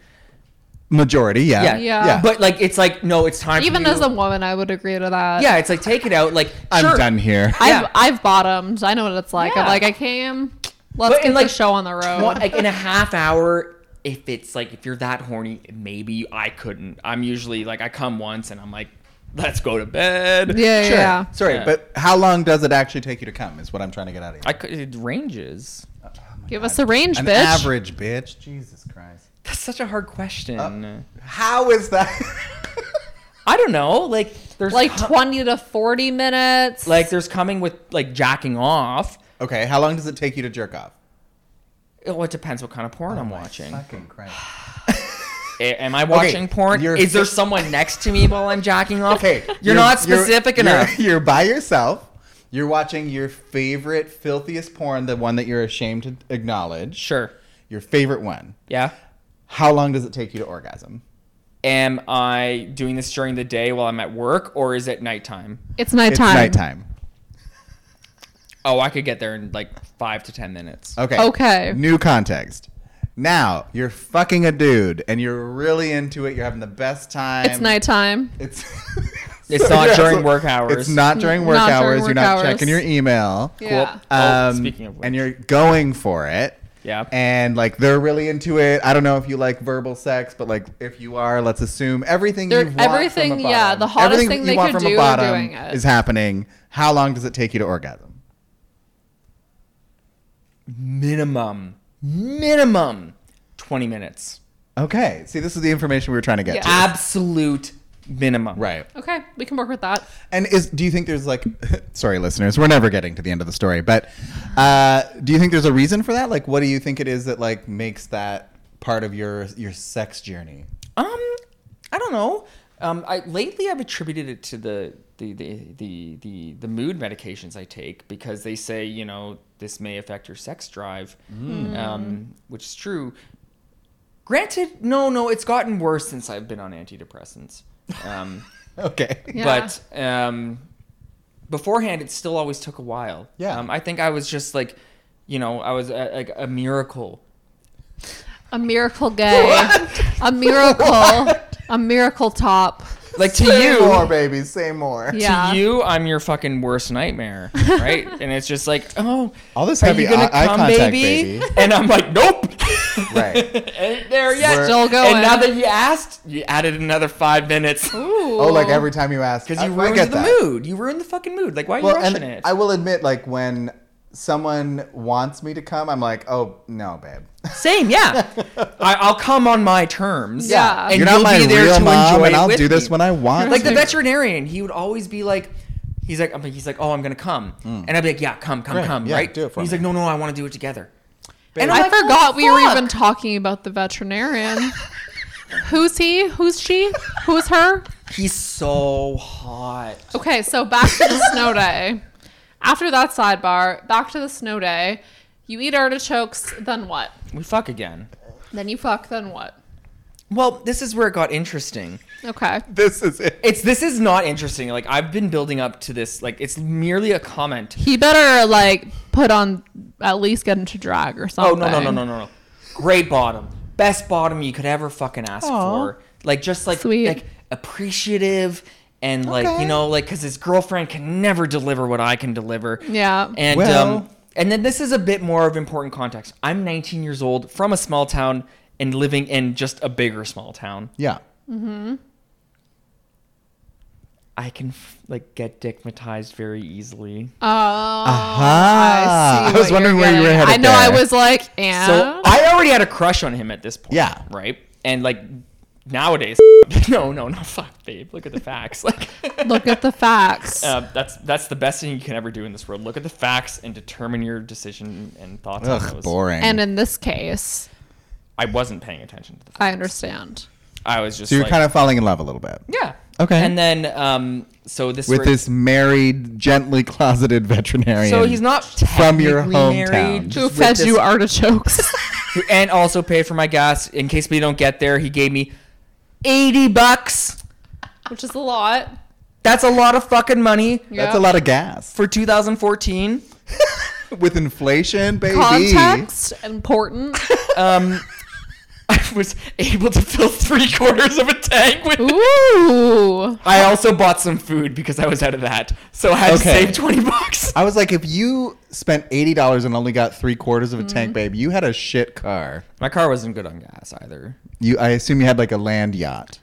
Speaker 3: Majority, yeah.
Speaker 4: Yeah.
Speaker 2: Yeah.
Speaker 4: But like, it's like no, it's time.
Speaker 2: Even
Speaker 4: for you.
Speaker 2: as a woman, I would agree to that.
Speaker 4: yeah, it's like take it out. Like
Speaker 3: I'm
Speaker 4: sure,
Speaker 3: done here.
Speaker 2: I've,
Speaker 4: yeah.
Speaker 2: I've bottomed. I know what it's like.
Speaker 4: Yeah.
Speaker 2: I'm like, I came. Let's
Speaker 4: But in,
Speaker 2: get
Speaker 4: like,
Speaker 2: the show on the road.
Speaker 4: Well, like in a half hour if it's like if you're that horny maybe i couldn't i'm usually like i come once and i'm like let's go to bed
Speaker 2: yeah,
Speaker 3: Sure.
Speaker 2: yeah.
Speaker 3: Sorry,
Speaker 4: Yeah.
Speaker 3: but how long does it actually take you to come? Is what I'm trying to get out of you.
Speaker 4: i could it ranges
Speaker 2: Give us a range,
Speaker 3: An
Speaker 2: bitch.
Speaker 3: average bitch. Jesus Christ.
Speaker 4: that's such a hard question
Speaker 3: How is that?
Speaker 4: i don't know like there's
Speaker 2: Like
Speaker 4: co-
Speaker 2: 20 to 40 minutes.
Speaker 4: like there's coming with like jacking off
Speaker 3: okay, how long does it take you to jerk off?
Speaker 4: Oh, it depends what kind of porn I'm watching.
Speaker 3: Fucking Christ.
Speaker 4: A- Am I watching porn?
Speaker 3: you're-
Speaker 4: Is there someone next to me while I'm jacking off?
Speaker 3: Okay,
Speaker 4: you're, not specific
Speaker 3: you're-
Speaker 4: enough.
Speaker 3: You're, by yourself. You're watching your favorite filthiest porn, the one that you're ashamed to acknowledge.
Speaker 4: Sure.
Speaker 3: Your favorite one.
Speaker 4: Yeah.
Speaker 3: How long does it take you to orgasm?
Speaker 4: Am I doing this during the day while I'm at work, or is it nighttime?
Speaker 2: it's nighttime.
Speaker 3: It's nighttime.
Speaker 4: Oh, I could get there in like five to ten minutes.
Speaker 3: Okay.
Speaker 2: Okay.
Speaker 3: New context. Now you're fucking a dude and you're really into it. You're having the best time.
Speaker 2: It's nighttime.
Speaker 3: It's
Speaker 4: It's not during work hours.
Speaker 3: It's not during
Speaker 2: Not
Speaker 3: work
Speaker 2: during
Speaker 3: hours. you're
Speaker 2: work
Speaker 3: not
Speaker 2: hours.
Speaker 3: checking your email.
Speaker 2: Yeah.
Speaker 4: Oh,
Speaker 3: Um,
Speaker 4: speaking of which,
Speaker 3: and you're going for it.
Speaker 4: Yeah.
Speaker 3: And like they're really into it. I don't know if you like verbal sex, but like if you are, let's assume everything
Speaker 2: They're-
Speaker 3: you want
Speaker 2: everything-
Speaker 3: from a
Speaker 2: yeah,
Speaker 3: bottom-
Speaker 2: the hottest
Speaker 3: everything
Speaker 2: thing
Speaker 3: you
Speaker 2: they
Speaker 3: want
Speaker 2: could
Speaker 3: from a
Speaker 2: do, they're
Speaker 3: bottom
Speaker 2: doing it.
Speaker 3: is happening. How long does it take you to orgasm?
Speaker 4: minimum, minimum, twenty minutes.
Speaker 3: Okay. See, this is the information we were trying to get
Speaker 2: Yeah.
Speaker 3: to.
Speaker 4: Absolute minimum.
Speaker 3: Right.
Speaker 2: Okay. We can work with that.
Speaker 3: And is do you think there's like sorry listeners, we're never getting to the end of the story, but uh, do you think there's a reason for that? Like what do you think it is that like makes that part of your your sex journey?
Speaker 4: Um, I don't know. Um, I lately I've attributed it to the the the the the, the mood medications I take because they say you know this may affect your sex drive, um, which is true. Granted, no, no, it's gotten worse since I've been on antidepressants. Um,
Speaker 3: Okay.
Speaker 2: Yeah.
Speaker 4: But um, beforehand, it still always took a while.
Speaker 3: Yeah.
Speaker 4: Um, I think I was just like, you know, I was a, like a miracle.
Speaker 2: A miracle gay. A miracle. a miracle top.
Speaker 4: Like to
Speaker 3: Say
Speaker 4: you,
Speaker 3: more, baby, say more.
Speaker 2: Yeah.
Speaker 4: to you, I'm your fucking worst nightmare, right? and it's just like, oh,
Speaker 3: All this
Speaker 4: are
Speaker 3: heavy
Speaker 4: you gonna
Speaker 3: eye, eye
Speaker 4: come,
Speaker 3: contact,
Speaker 4: baby?
Speaker 3: baby.
Speaker 4: And I'm like, nope.
Speaker 3: Right.
Speaker 4: Ain't there yet.
Speaker 3: We're-
Speaker 2: Still going.
Speaker 4: And now that you asked, you added another five minutes.
Speaker 2: Ooh.
Speaker 3: Oh, like every time you ask,
Speaker 4: Because you
Speaker 3: I, I
Speaker 4: ruined
Speaker 3: get
Speaker 4: the
Speaker 3: that.
Speaker 4: mood. You ruined the fucking mood. Like, why are you
Speaker 3: Well,
Speaker 4: rushing
Speaker 3: and
Speaker 4: it?
Speaker 3: I will admit, like when someone wants me to come, I'm like, oh no, babe.
Speaker 4: Same, yeah. I, I'll come on my terms.
Speaker 2: Yeah.
Speaker 4: and
Speaker 3: You're
Speaker 4: you'll
Speaker 3: not my
Speaker 4: be there
Speaker 3: real
Speaker 4: to
Speaker 3: mom,
Speaker 4: enjoy
Speaker 3: and
Speaker 4: it
Speaker 3: I'll
Speaker 4: with
Speaker 3: do this
Speaker 4: me.
Speaker 3: when I want.
Speaker 4: Like the
Speaker 3: to.
Speaker 4: veterinarian, he would always be like, he's like, I'm, he's like, oh, I'm gonna come, and I'd be like, yeah, come, come,
Speaker 3: Mm. Right,
Speaker 4: come,
Speaker 3: yeah,
Speaker 4: right?
Speaker 3: do it for
Speaker 4: he's
Speaker 3: me.
Speaker 4: like, no, no, I want to do it together.
Speaker 2: I
Speaker 4: I'm like,
Speaker 2: forgot
Speaker 4: oh,
Speaker 2: we were
Speaker 4: fuck.
Speaker 2: even talking about the veterinarian. Who's he? Who's she? Who's her?
Speaker 4: He's so hot.
Speaker 2: Okay, so back to the snow day. After that sidebar, back to the snow day. You eat artichokes, then what?
Speaker 4: We fuck again.
Speaker 2: Then you fuck, then what?
Speaker 4: Well, this is where it got interesting.
Speaker 2: Okay.
Speaker 3: This is it.
Speaker 4: It's this is not interesting. Like I've been building up to this. Like it's merely a comment.
Speaker 2: He better like put on at least get into drag or
Speaker 4: Oh
Speaker 2: something.
Speaker 4: no no no no no no! Great bottom, best bottom you could ever fucking ask for. Like just like
Speaker 2: Sweet.
Speaker 4: like appreciative and like
Speaker 3: Okay.
Speaker 4: you know like because his girlfriend can never deliver what I can deliver.
Speaker 2: Yeah.
Speaker 4: And
Speaker 3: Well-
Speaker 4: um and then this is a bit more of important context. I'm 19 years old from a small town and living in just a bigger small town.
Speaker 3: Yeah.
Speaker 4: I can f- like get dickmatized very easily.
Speaker 2: Oh,
Speaker 3: Aha.
Speaker 2: I, see
Speaker 3: I was
Speaker 2: what you're
Speaker 3: wondering where you
Speaker 2: getting
Speaker 3: were
Speaker 2: at.
Speaker 3: headed
Speaker 2: I know. I
Speaker 3: there.
Speaker 2: was like, and
Speaker 4: So I already had a crush on him at this point.
Speaker 3: Yeah.
Speaker 4: Right. And like nowadays, no, no, no, fuck, babe. Look at the facts. Like,
Speaker 2: look at the facts.
Speaker 4: uh, that's that's the best thing you can ever do in this world. Look at the facts and determine your decision and thoughts on
Speaker 3: Ugh,
Speaker 4: those.
Speaker 3: boring.
Speaker 2: and in this case,
Speaker 4: I wasn't paying attention to the.
Speaker 2: I understand.
Speaker 4: I was just.
Speaker 3: so you're
Speaker 4: like,
Speaker 3: kind of falling in love a little bit.
Speaker 4: Yeah.
Speaker 3: Okay.
Speaker 4: And then, um, so this
Speaker 3: With
Speaker 4: re-
Speaker 3: this married, gently closeted veterinarian.
Speaker 4: So he's not
Speaker 3: from your
Speaker 4: technically
Speaker 3: hometown.
Speaker 4: married,
Speaker 2: Who
Speaker 4: just
Speaker 2: fed
Speaker 4: with
Speaker 2: you
Speaker 4: this-
Speaker 2: artichokes?
Speaker 4: who- and also paid for my gas in case we don't get there. He gave me eighty bucks.
Speaker 2: which is a lot.
Speaker 4: That's a lot of fucking money
Speaker 3: That's a lot of gas
Speaker 4: for 2014.
Speaker 3: with inflation, baby.
Speaker 2: Context important.
Speaker 4: Um, I was able to fill three quarters of a tank with.
Speaker 2: Ooh.
Speaker 4: I also bought some food because I was out of that, so I had to
Speaker 3: Okay.
Speaker 4: save twenty bucks.
Speaker 3: I was like, if you spent eighty dollars and only got three quarters of a tank, babe, you had a shit car.
Speaker 4: My car wasn't good on gas either.
Speaker 3: You, I assume you had like a land yacht.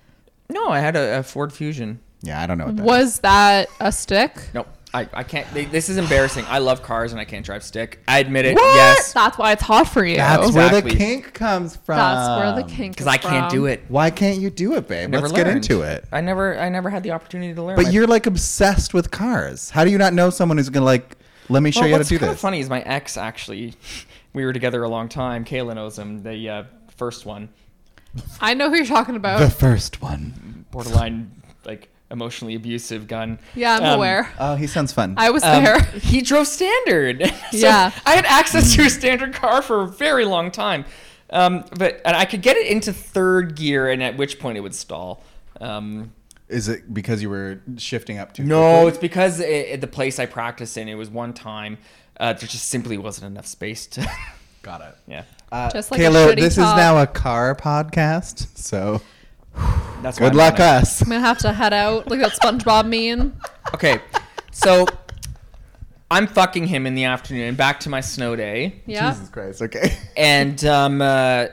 Speaker 4: No, I had a, a Ford Fusion.
Speaker 3: Yeah, I don't know what that is.
Speaker 2: Was that a stick?
Speaker 4: Nope. I, I can't. They, this is embarrassing. I love cars and I can't drive stick. I admit it.
Speaker 2: What?
Speaker 4: Yes.
Speaker 2: That's why it's hot for you.
Speaker 3: That's
Speaker 4: Oh,
Speaker 3: where the
Speaker 4: exactly.
Speaker 3: kink comes from.
Speaker 2: That's where the kink.
Speaker 4: Because
Speaker 2: is
Speaker 4: um, I can't
Speaker 2: from.
Speaker 4: do it.
Speaker 3: Why can't you do it, babe?
Speaker 4: Never
Speaker 3: Let's get
Speaker 4: learned.
Speaker 3: into it.
Speaker 4: I never. I never had the opportunity to learn.
Speaker 3: But
Speaker 4: My-
Speaker 3: you're like obsessed with cars. How do you not know someone who's gonna like? Let me show
Speaker 4: Well,
Speaker 3: you how to
Speaker 4: what's
Speaker 3: do
Speaker 4: kinda
Speaker 3: this.
Speaker 4: funny is my ex actually. We were together a long time. Kayla knows him. The uh, first one,
Speaker 2: I know who you're talking about.
Speaker 3: The first one.
Speaker 4: borderline like emotionally abusive gun.
Speaker 2: yeah, I'm
Speaker 4: Um,
Speaker 2: aware.
Speaker 3: Oh, he sounds fun.
Speaker 2: I was
Speaker 4: um,
Speaker 2: there.
Speaker 4: He drove standard. So
Speaker 2: Yeah.
Speaker 4: I had access to a standard car for a very long time. Um, but and I could get it into third gear, and at which point it would stall. Um,
Speaker 3: Is it because you were shifting up too?
Speaker 4: No,
Speaker 3: quickly?
Speaker 4: it's because it, it- the place I practiced in, it was one time. Uh, there just simply wasn't enough space to.
Speaker 3: got it.
Speaker 4: yeah,
Speaker 3: Uh,
Speaker 2: Just like a
Speaker 3: Kayla,
Speaker 2: shitty
Speaker 3: this
Speaker 2: top.
Speaker 3: is now a car podcast, so
Speaker 4: that's why
Speaker 3: good
Speaker 4: I'm
Speaker 3: luck
Speaker 4: on it.
Speaker 3: us.
Speaker 2: I'm gonna have to head out. Look at that SpongeBob mean.
Speaker 4: Okay, so I'm fucking him in the afternoon. Back to my snow day,
Speaker 2: Yeah.
Speaker 3: Jesus Christ. Okay.
Speaker 4: and um, uh,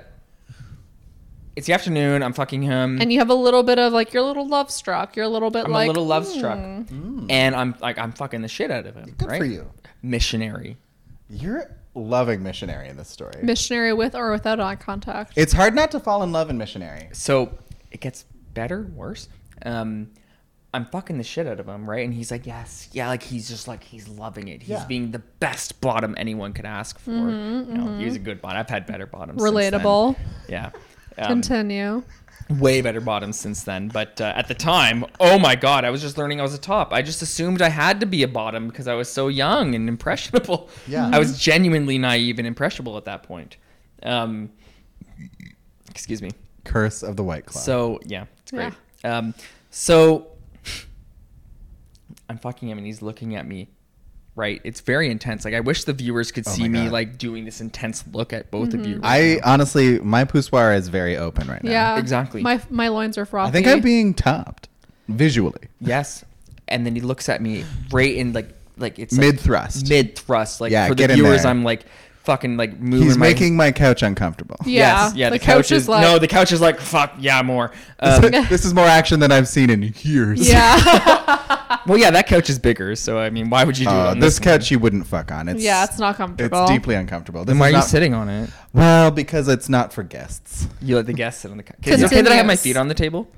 Speaker 4: it's the afternoon. I'm fucking him.
Speaker 2: And you have a little bit of like you're a little love struck. You're a little bit
Speaker 4: I'm
Speaker 2: like
Speaker 4: a little love
Speaker 2: mm.
Speaker 4: struck, and I'm like I'm fucking the shit out of him.
Speaker 3: Good
Speaker 4: right?
Speaker 3: for you.
Speaker 4: missionary.
Speaker 3: You're loving missionary in this story.
Speaker 2: missionary with or without eye contact.
Speaker 3: it's hard not to fall in love in missionary.
Speaker 4: so it gets better, worse. Um, I'm fucking the shit out of him, right? And he's like, yes, yeah, like he's just like he's loving it. He's
Speaker 3: Yeah.
Speaker 4: being the best bottom anyone could ask for. you know, he was a good bottom. I've had better bottoms. since then.
Speaker 2: Mm-hmm, Relatable.
Speaker 4: Yeah. Um,
Speaker 2: Continue.
Speaker 4: way better bottoms since then. But uh, at the time, oh my god, I was just learning I was a top. I just assumed I had to be a bottom because I was so young and impressionable.
Speaker 3: Yeah.
Speaker 4: I was genuinely naive and impressionable at that point. Um, excuse me.
Speaker 3: Curse of the White Claw.
Speaker 4: So yeah, it's
Speaker 2: Yeah.
Speaker 4: great. Um, so I'm fucking him, and he's looking at me. Right, it's very intense. Like I wish the viewers could
Speaker 3: Oh
Speaker 4: see
Speaker 3: my
Speaker 4: me
Speaker 3: God. Mm-hmm.
Speaker 4: like doing this intense look at both of you.
Speaker 3: I
Speaker 4: right
Speaker 3: honestly, my poussoir is very open right now.
Speaker 2: Yeah.
Speaker 4: exactly.
Speaker 2: My my loins are frothy.
Speaker 3: I think I'm being topped visually.
Speaker 4: Yes. And then he looks at me right in like like it's
Speaker 3: Mid thrust.
Speaker 4: mid thrust. Like
Speaker 3: Yeah,
Speaker 4: for the
Speaker 3: get in
Speaker 4: viewers,
Speaker 3: there.
Speaker 4: I'm like fucking like moving.
Speaker 3: He's
Speaker 4: my,
Speaker 3: making my couch uncomfortable.
Speaker 2: Yeah.
Speaker 4: Yes, yeah.
Speaker 2: The, coach, is like
Speaker 4: no. The couch is like fuck yeah more. Um,
Speaker 3: this is more action than I've seen in years.
Speaker 2: Yeah.
Speaker 4: well, yeah, that couch is bigger. So I mean, why would you do it
Speaker 3: Uh,
Speaker 4: on
Speaker 3: this
Speaker 4: Um, this,
Speaker 3: couch you wouldn't fuck on. It's
Speaker 2: yeah, it's not
Speaker 3: it's
Speaker 2: comfortable.
Speaker 3: deeply uncomfortable. This
Speaker 4: Then why are
Speaker 3: is
Speaker 4: you
Speaker 3: not-
Speaker 4: sitting on it?
Speaker 3: Well, because it's not for guests.
Speaker 4: You let the guests sit on the couch. Is it okay that I have my
Speaker 2: Continues.
Speaker 4: feet on the table?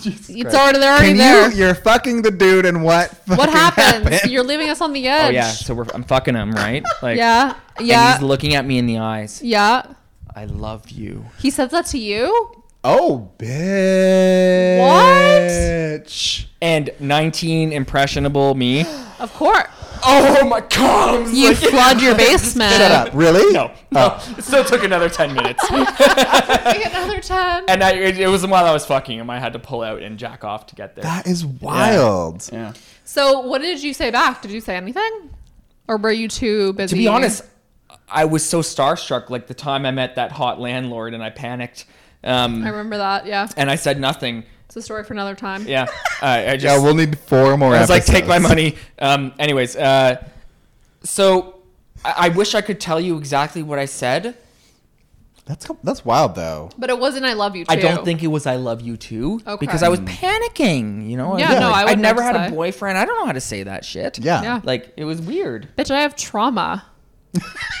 Speaker 3: Jesus
Speaker 2: It's
Speaker 3: Christ.
Speaker 2: already they're already
Speaker 3: Can
Speaker 2: there.
Speaker 3: you? You're fucking the dude, and what?
Speaker 2: what
Speaker 3: fucking
Speaker 2: happens?
Speaker 3: happened?
Speaker 2: You're leaving us on the edge.
Speaker 4: Oh yeah. So we're, I'm fucking him, right? Like
Speaker 2: yeah.
Speaker 4: And
Speaker 2: Yeah.
Speaker 4: he's looking at me in the eyes.
Speaker 2: yeah.
Speaker 4: I love you.
Speaker 2: He says that to you?
Speaker 3: Oh, bitch!
Speaker 4: And 19 impressionable me.
Speaker 2: Of course.
Speaker 4: Oh my god! I'm
Speaker 2: You
Speaker 4: like-
Speaker 2: flood your basement.
Speaker 3: Shut up! Really? Oh.
Speaker 4: No, no. It still took another ten minutes,
Speaker 2: Another 10.
Speaker 4: and I, it, it was while I was fucking him. I had to pull out and jack off to get there.
Speaker 3: That is wild.
Speaker 4: yeah.
Speaker 2: So, what did you say back? Did you say anything? Or were you too busy?
Speaker 4: To be honest, I was so starstruck. Like the time I met that hot landlord, and I panicked,
Speaker 2: I
Speaker 4: um,
Speaker 2: remember that. Yeah.
Speaker 4: and I said nothing.
Speaker 2: It's a story for another time.
Speaker 4: Yeah, I, I just
Speaker 3: Yeah, we'll need four more.
Speaker 4: I was like,
Speaker 3: episodes.
Speaker 4: take my money. Um, anyways, uh, so I, I wish I could tell you exactly what I said.
Speaker 3: That's that's wild though.
Speaker 2: But it wasn't I love you too.
Speaker 4: I don't think it was I love you too
Speaker 2: Okay.
Speaker 4: because I
Speaker 3: Hmm.
Speaker 4: was panicking. You know, I
Speaker 2: Yeah,
Speaker 4: was
Speaker 2: no, I
Speaker 4: I'd
Speaker 2: wouldn't
Speaker 4: never
Speaker 2: have
Speaker 4: had
Speaker 2: to
Speaker 4: a
Speaker 2: say.
Speaker 4: boyfriend. I don't know how to say that shit.
Speaker 3: Yeah.
Speaker 2: Yeah.
Speaker 4: like it was weird.
Speaker 2: Bitch, I have trauma.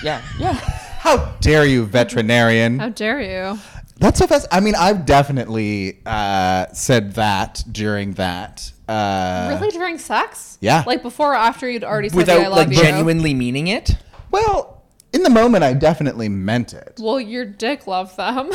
Speaker 4: Yeah, yeah.
Speaker 3: How dare you, veterinarian?
Speaker 2: How dare you?
Speaker 3: That's so fast. I mean, I've definitely uh, said that during that. Uh,
Speaker 2: really during sex?
Speaker 3: yeah.
Speaker 2: Like before or after you'd already said that I
Speaker 4: Without
Speaker 2: love
Speaker 4: like
Speaker 2: you.
Speaker 4: genuinely meaning it.
Speaker 3: Well, in the moment, I definitely meant it.
Speaker 2: Well, your dick loved them.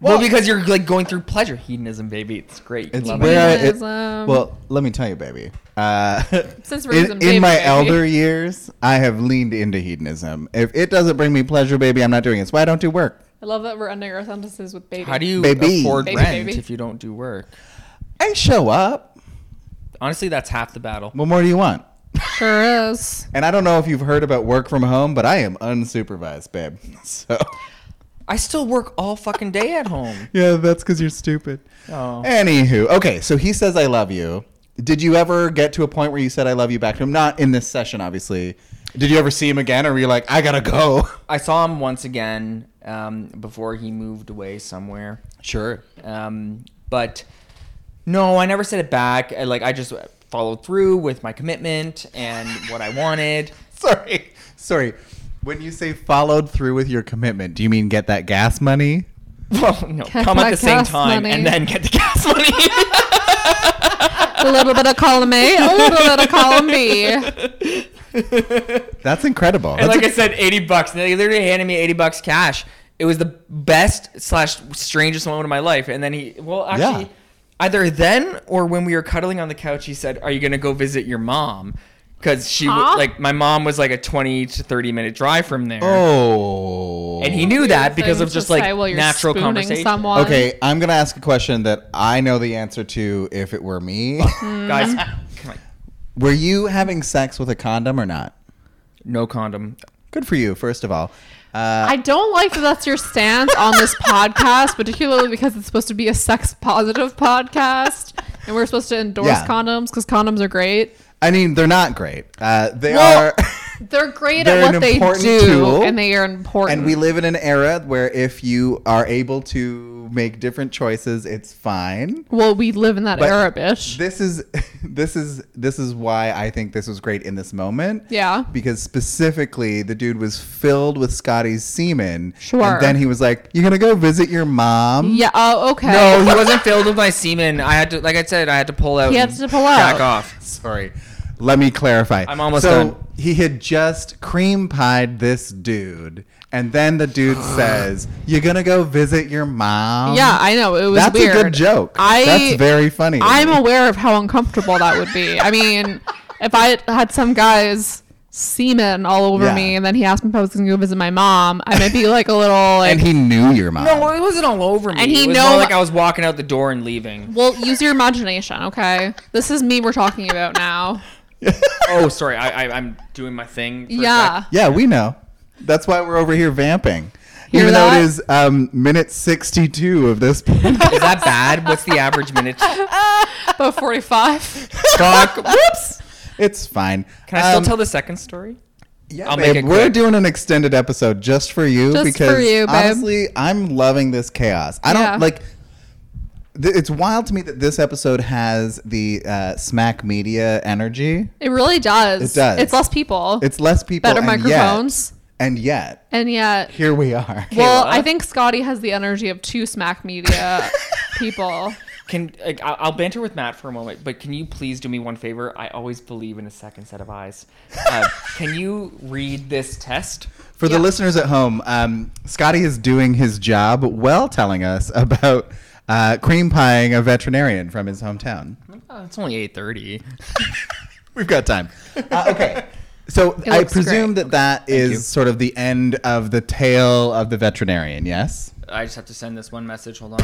Speaker 4: Well, because you're like going through pleasure hedonism, baby. It's great. You
Speaker 3: It's
Speaker 4: love
Speaker 3: where I,
Speaker 4: it.
Speaker 3: it,
Speaker 2: Hedonism.
Speaker 3: well, let me tell you, baby. Uh,
Speaker 2: Since we're
Speaker 3: in,
Speaker 2: some
Speaker 3: in
Speaker 2: baby,
Speaker 3: my
Speaker 2: baby.
Speaker 3: elder years, I have leaned into hedonism. If it doesn't bring me pleasure, baby, I'm not doing it. It's why I don't do work.
Speaker 2: I love that we're ending our sentences with baby.
Speaker 4: How do you
Speaker 3: Baby.
Speaker 4: afford
Speaker 2: Baby,
Speaker 4: rent
Speaker 2: baby.
Speaker 4: if you don't do work?
Speaker 3: I show up.
Speaker 4: Honestly, that's half the battle.
Speaker 3: What more do you want?
Speaker 2: Sure is.
Speaker 3: And I don't know if you've heard about work from home, but I am unsupervised, babe. So
Speaker 4: I still work all fucking day at home.
Speaker 3: yeah, that's because you're stupid.
Speaker 4: Oh.
Speaker 3: Anywho, okay, so he says I love you. Did you ever get to a point where you said I love you back to him? Not in this session, obviously. Did you ever see him again, or were you like, I gotta go?
Speaker 4: I saw him once again um, before he moved away somewhere.
Speaker 3: Sure.
Speaker 4: Um, but no, I never said it back. I, like I just followed through with my commitment and what I wanted.
Speaker 3: Sorry, sorry. When you say followed through with your commitment, do you mean get that gas money?
Speaker 4: Well, no,
Speaker 2: Get
Speaker 4: come at
Speaker 2: my
Speaker 4: the same
Speaker 2: gas
Speaker 4: time
Speaker 2: money.
Speaker 4: and then get the gas money.
Speaker 2: A little bit of column A, a little bit of column B.
Speaker 3: That's incredible.
Speaker 4: And
Speaker 3: That's
Speaker 4: like I said, eighty bucks. They literally handed me eighty bucks cash. It was the best slash strangest moment of my life. And then he, well, actually,
Speaker 3: Yeah.
Speaker 4: either then or when we were cuddling on the couch, he said, "Are you gonna go visit your mom?" Because she, w-
Speaker 2: Huh?
Speaker 4: like, my mom was like a twenty to thirty minute drive from there.
Speaker 3: oh.
Speaker 4: And he knew that because of
Speaker 2: Things
Speaker 4: just
Speaker 2: to
Speaker 4: like
Speaker 2: say while you're
Speaker 4: natural
Speaker 2: spooning
Speaker 4: conversation.
Speaker 2: Someone.
Speaker 3: Okay, I'm gonna ask a question that I know the answer to. If it were me,
Speaker 4: Guys, come on.
Speaker 3: were you having sex with a condom or not?
Speaker 4: no condom.
Speaker 3: Good for you, first of all. Uh,
Speaker 2: I don't like that that's your stance on this podcast, particularly because it's supposed to be a sex positive podcast and we're supposed to endorse
Speaker 3: Yeah.
Speaker 2: condoms because condoms are great.
Speaker 3: I mean, they're not great. Uh, they
Speaker 2: Well-
Speaker 3: are.
Speaker 2: They're great
Speaker 3: They're
Speaker 2: at
Speaker 3: an
Speaker 2: what they
Speaker 3: important
Speaker 2: do
Speaker 3: tool,
Speaker 2: and they are important.
Speaker 3: and we live in an era where if you are able to make different choices, it's fine.
Speaker 2: well, we live in that
Speaker 3: But
Speaker 2: era, bitch.
Speaker 3: This is this is this is why I think this was great in this moment.
Speaker 2: Yeah.
Speaker 3: Because specifically the dude was filled with Scotty's semen.
Speaker 2: Sure.
Speaker 3: And then he was like, You're gonna go visit your mom?
Speaker 2: yeah. Oh, okay.
Speaker 4: No, he wasn't filled with my semen. I had to, like I said, I had to pull out.
Speaker 2: He had
Speaker 4: and
Speaker 2: to pull out.
Speaker 4: Back off.
Speaker 3: Sorry. Let me clarify.
Speaker 4: I'm almost
Speaker 3: so
Speaker 4: done.
Speaker 3: He had just cream pied this dude, and then the dude says, You're gonna go visit your mom.
Speaker 2: yeah, I know. It was
Speaker 3: um, That's
Speaker 2: weird.
Speaker 3: a good joke.
Speaker 2: I
Speaker 3: That's very funny. to
Speaker 2: I'm
Speaker 3: me.
Speaker 2: aware of how uncomfortable that would be. I mean, if I had some guy's semen all over
Speaker 3: Yeah.
Speaker 2: me and then he asked me if I was going to go visit my mom, I might be like a little like,
Speaker 3: and he knew your mom.
Speaker 4: No, Oh, it wasn't all over me.
Speaker 2: And he
Speaker 4: it was
Speaker 2: know-
Speaker 4: more like I was walking out the door and leaving.
Speaker 2: well, use your imagination, okay? This is me we're talking about now.
Speaker 4: oh, sorry, I, I, I'm doing my thing. for a
Speaker 2: yeah.
Speaker 4: sec.
Speaker 3: Yeah, we know. That's why we're over here vamping.
Speaker 2: Hear
Speaker 3: Even though
Speaker 2: that?
Speaker 3: it is um, minute 62 of this podcast.
Speaker 4: Is that bad? What's the average minute?
Speaker 2: About 45.
Speaker 4: Cock. Whoops.
Speaker 3: it's fine.
Speaker 4: Can I still
Speaker 3: Um,
Speaker 4: tell the second story?
Speaker 3: Yeah,
Speaker 4: I'll
Speaker 3: babe,
Speaker 4: make it
Speaker 3: we're
Speaker 4: quick.
Speaker 3: doing an extended episode just for you
Speaker 2: Just for
Speaker 3: because
Speaker 2: you, babe.
Speaker 3: honestly, I'm loving this chaos. I
Speaker 2: Yeah.
Speaker 3: don't like. Th- it's wild to me that this episode has the uh, smack media energy.
Speaker 2: It really does.
Speaker 3: It does.
Speaker 2: It's less people,
Speaker 3: It's less people,
Speaker 2: better
Speaker 3: and
Speaker 2: microphones,
Speaker 3: Yet, and yet,
Speaker 2: and yet.
Speaker 3: here we are.
Speaker 2: Well,
Speaker 4: Kayla?
Speaker 2: I think Scotty has the energy of two smack media people.
Speaker 4: Can like, I- I'll banter with Matt for a moment, but can you please do me one favor? I always believe in a second set of eyes. Uh, can you read this test?
Speaker 3: For
Speaker 2: Yeah.
Speaker 3: the listeners at home, um, Scotty is doing his job well telling us about uh, cream pieing a veterinarian from his hometown.
Speaker 4: Oh, it's only eight thirty.
Speaker 3: We've got time. Uh, okay. So I
Speaker 2: looks
Speaker 3: presume that that
Speaker 4: you.
Speaker 3: is sort of the end of the tale of the veterinarian, yes?
Speaker 4: I just have to send this one message. Hold on.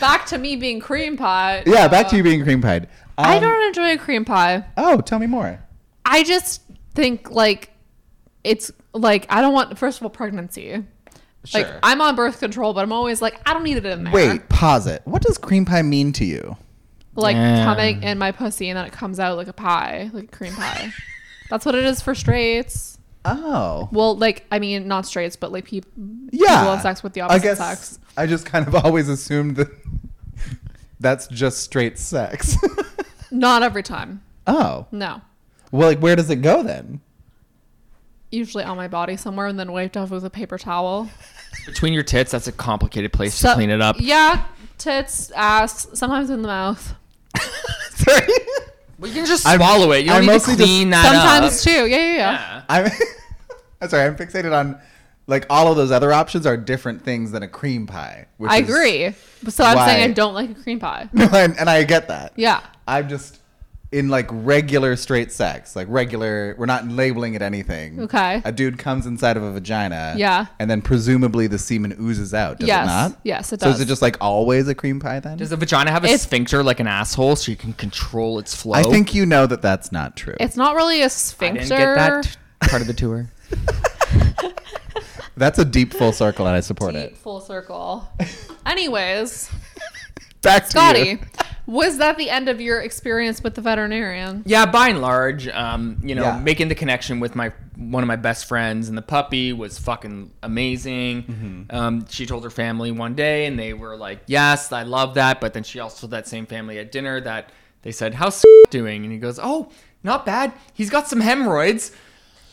Speaker 2: Back to me being cream pie.
Speaker 3: Yeah, back to you being cream pied. Um,
Speaker 2: I don't enjoy a cream pie.
Speaker 3: Oh, tell me more.
Speaker 2: I just think like it's like I don't want first of all pregnancy. Like
Speaker 3: Sure.
Speaker 2: I'm on birth control, but I'm always like I don't need it in there.
Speaker 3: Wait, pause it. What does cream pie mean to you?
Speaker 2: like
Speaker 4: Yeah.
Speaker 2: coming in my pussy and then it comes out like a pie, like a cream pie. That's what it is for straights.
Speaker 3: Oh.
Speaker 2: Well, like I mean, not straights, but like people
Speaker 3: Yeah.
Speaker 2: people have sex with the opposite
Speaker 3: I guess
Speaker 2: sex.
Speaker 3: I just kind of always assumed that that's just straight sex.
Speaker 2: Not every time.
Speaker 3: oh.
Speaker 2: No,
Speaker 3: Well, like, where does it go then?
Speaker 2: usually on my body somewhere and then wiped off with a paper towel.
Speaker 4: Between your tits, that's a complicated place
Speaker 2: So-
Speaker 4: to clean it up.
Speaker 2: Yeah, tits, ass, sometimes in the mouth.
Speaker 3: Sorry.
Speaker 4: Well, you can just
Speaker 3: I'm-
Speaker 4: swallow it. You don't
Speaker 3: I'm
Speaker 4: need to
Speaker 3: mostly just-
Speaker 4: clean that
Speaker 2: Sometimes
Speaker 4: up.
Speaker 2: too. yeah, yeah. yeah.
Speaker 4: Yeah.
Speaker 3: I'm, I'm sorry. I'm fixated on like all of those other options are different things than a cream pie. Which
Speaker 2: I
Speaker 3: is-
Speaker 2: agree. But so I'm saying
Speaker 3: why-
Speaker 2: I don't like a cream pie.
Speaker 3: No, and, and I get that.
Speaker 2: Yeah.
Speaker 3: I'm just in like regular straight sex, like regular. We're not labeling it anything.
Speaker 2: Okay.
Speaker 3: A dude comes inside of a vagina.
Speaker 2: Yeah.
Speaker 3: And then presumably the semen oozes out. Does
Speaker 2: yes.
Speaker 3: it not?
Speaker 2: Yes, it
Speaker 3: So
Speaker 2: does.
Speaker 3: is it just like always a cream pie then?
Speaker 4: Does the vagina have a
Speaker 2: It's-
Speaker 4: sphincter like an asshole so you can control its flow?
Speaker 3: I think you know that that's not true.
Speaker 2: it's not really a
Speaker 4: I
Speaker 2: sphincter.
Speaker 4: didn't get that part of the tour.
Speaker 3: That's a deep full circle, and I support
Speaker 2: Deep
Speaker 3: it.
Speaker 2: full circle. Anyways,
Speaker 3: Back to you.
Speaker 2: Scotty, was that the end of your experience with the veterinarian?
Speaker 4: Yeah, by and large, um, you know,
Speaker 3: Yeah.
Speaker 4: making the connection with my one of my best friends and the puppy was fucking amazing. Um, she told her family one day, and they were like, "Yes, I love that." But then she also told that same family at dinner that they said, "How's doing?" And he goes, "Oh, not bad. He's got some hemorrhoids."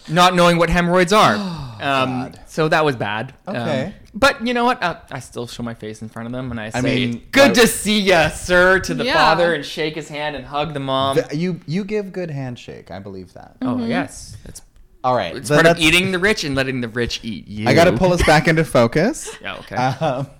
Speaker 4: Not knowing what hemorrhoids are, um, so that was bad. Um,
Speaker 3: Okay.
Speaker 4: but you know what? Uh, I still show my face in front of them, and I say,
Speaker 3: mean,
Speaker 4: "Good
Speaker 3: why-
Speaker 4: to see ya, sir," to the
Speaker 2: Yeah.
Speaker 4: father, and shake his hand and hug the mom.
Speaker 3: Th- You you give good handshake. I believe that.
Speaker 4: Oh
Speaker 2: Mm-hmm.
Speaker 4: yes, that's
Speaker 3: All right.
Speaker 4: it's
Speaker 3: then
Speaker 4: part of
Speaker 3: that's-
Speaker 4: eating the rich and letting the rich eat you.
Speaker 3: I got to pull us back into focus.
Speaker 4: Yeah, okay.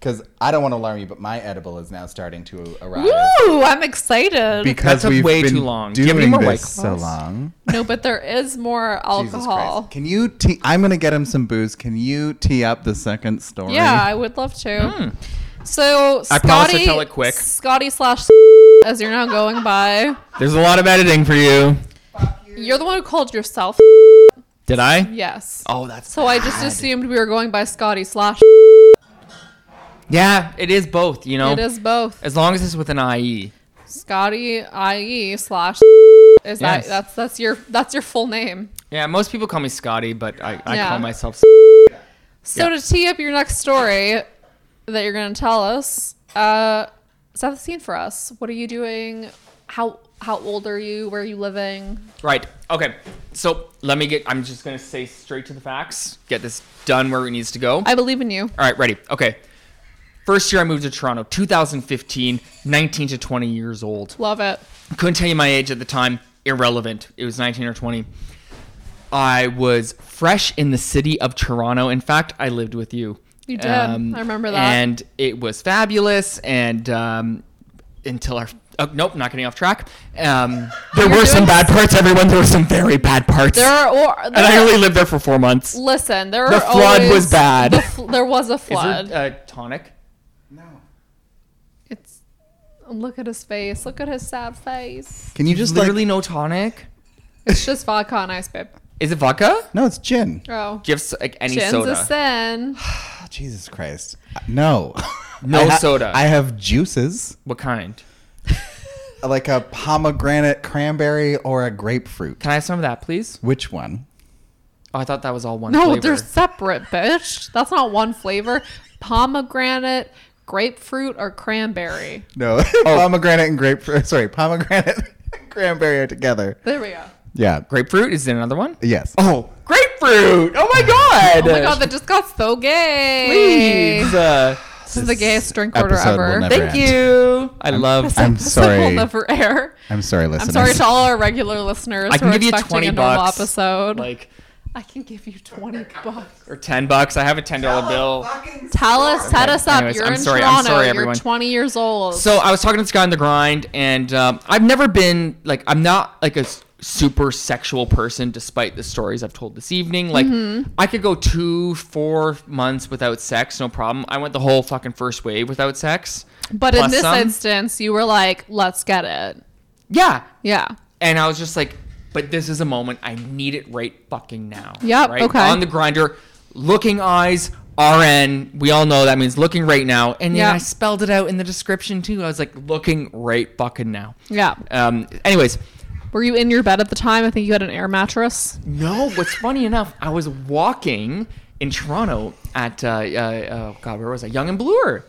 Speaker 3: Because I don't want to alarm you, but my edible is now starting to arrive.
Speaker 2: Woo! I'm excited.
Speaker 3: Because
Speaker 4: took
Speaker 3: we've
Speaker 4: way
Speaker 3: been
Speaker 4: too long. Do
Speaker 3: doing
Speaker 4: you have any more White
Speaker 3: this so
Speaker 4: Claws?
Speaker 3: long.
Speaker 2: no, but there is more
Speaker 3: Jesus
Speaker 2: alcohol.
Speaker 3: Christ. Can you tee? I'm going to get him some booze. Can you tee up the second story?
Speaker 2: Yeah, I would love to. So
Speaker 4: Hmm. I
Speaker 2: Scotty,
Speaker 4: promise to tell it quick.
Speaker 2: Scotty slash as you're now going by.
Speaker 4: There's a lot of editing for you.
Speaker 2: You're the one who called yourself.
Speaker 4: Did I?
Speaker 2: Yes.
Speaker 4: Oh, that's
Speaker 2: So I just assumed we were going by Scotty slash.
Speaker 4: yeah. It is both. You know,
Speaker 2: It is both
Speaker 4: as long as it's with an E. IE.
Speaker 2: Scotty IE slash. Is that
Speaker 4: Yes.
Speaker 2: that's that's your that's your full name?
Speaker 4: Yeah, most people call me Scotty, but I, I
Speaker 2: Yeah.
Speaker 4: call myself.
Speaker 2: So to tee up your next story that you're going to tell us, uh, set the scene for us. What are you doing? How how old are you? Where are you living?
Speaker 4: Right. Okay. So let me get. I'm just gonna say straight to the facts. Get this done where it needs to go.
Speaker 2: I believe in you.
Speaker 4: All right, ready. Okay. First year I moved to Toronto, 2015, 19 to 20 years old.
Speaker 2: Love it.
Speaker 4: couldn't tell you my age at the time irrelevant it was 19 or 20 i was fresh in the city of toronto in fact i lived with you Um,
Speaker 2: You did. I remember that.
Speaker 4: and it was fabulous and um, until our oh, nope not getting off track um, there
Speaker 2: You're
Speaker 4: were some
Speaker 2: doing-
Speaker 4: bad parts everyone there were some very bad parts
Speaker 2: There are or there
Speaker 4: and i
Speaker 2: are-
Speaker 4: only lived there for four months
Speaker 2: listen. There
Speaker 4: The
Speaker 2: are
Speaker 4: flood was
Speaker 2: always-
Speaker 4: bad.
Speaker 2: the fl- there was a flood.
Speaker 4: Is there a tonic
Speaker 3: No.
Speaker 2: It's look at his face. Look at his sad face.
Speaker 3: Can you just
Speaker 4: literally
Speaker 3: like?
Speaker 4: no tonic
Speaker 2: It's just vodka and ice, babe.
Speaker 4: is it vodka
Speaker 3: No, it's gin.
Speaker 2: Oh,
Speaker 4: do you have s- like any
Speaker 2: Jen's
Speaker 4: soda
Speaker 2: a sin.
Speaker 3: Oh, Jesus Christ. No.
Speaker 4: No
Speaker 3: I ha-
Speaker 4: soda.
Speaker 3: I have juices,
Speaker 4: what kind
Speaker 3: like a pomegranate, cranberry, or a grapefruit.
Speaker 4: can i have some of that please
Speaker 3: Which one?
Speaker 4: oh i thought that was all one
Speaker 2: No,
Speaker 4: flavor.
Speaker 2: they're separate, bitch. That's not one flavor. Pomegranate, grapefruit, or cranberry.
Speaker 3: No,
Speaker 4: Oh.
Speaker 3: pomegranate and grapefruit. Sorry, pomegranate and cranberry are together.
Speaker 2: There we go. Oh
Speaker 3: Yeah.
Speaker 4: Grapefruit? Is there another one?
Speaker 3: Yes.
Speaker 4: Oh, grapefruit! Oh my god!
Speaker 2: Oh my god, that just got so gay.
Speaker 4: Please! Uh,
Speaker 2: This is the gayest drink order
Speaker 3: episode will
Speaker 2: ever.
Speaker 3: never-
Speaker 4: thank you. I love.
Speaker 3: I'm
Speaker 2: This thing will
Speaker 3: sorry.
Speaker 2: never air.
Speaker 3: I'm sorry,
Speaker 2: I'm
Speaker 3: listeners.
Speaker 2: sorry to all our regular listeners
Speaker 4: I
Speaker 2: who
Speaker 4: can
Speaker 2: are
Speaker 4: give you
Speaker 2: expecting
Speaker 4: twenty
Speaker 2: a normal
Speaker 4: bucks.
Speaker 2: episode.
Speaker 4: Like
Speaker 2: I can give you 20 bucks.
Speaker 4: or ten bucks. I have a ten dollar bill.
Speaker 2: Tell us, set us up.
Speaker 4: Anyways,
Speaker 2: You're
Speaker 4: I'm
Speaker 2: in
Speaker 4: sorry- I'm
Speaker 2: Toronto.
Speaker 4: sorry,
Speaker 2: You're
Speaker 4: everyone.
Speaker 2: 20 years old.
Speaker 4: So I was talking to this guy on the grind, and um, I've never been like I'm not like a s- super sexual person, despite the stories I've told this evening. Like
Speaker 2: Mm-hmm.
Speaker 4: I could go two, four months without sex, no problem. I went the whole fucking first wave without sex.
Speaker 2: but in
Speaker 4: plus
Speaker 2: this
Speaker 4: some.
Speaker 2: instance, you were like, let's get it.
Speaker 4: Yeah,
Speaker 2: Yeah.
Speaker 4: And I was just like, but this is a moment I need it right fucking now.
Speaker 2: Yep,
Speaker 4: Right?
Speaker 2: okay.
Speaker 4: On the grinder, looking eyes, RN. We all know that means looking right now. And yeah,
Speaker 2: Yeah.
Speaker 4: I spelled it out in the description too. I was like, looking right fucking now.
Speaker 2: Yeah.
Speaker 4: Um. Anyways,
Speaker 2: Were you in your bed at the time? I think you had an air mattress.
Speaker 4: no. What's funny enough, I was walking in Toronto at uh, uh oh god, where was I? Young and Bluer.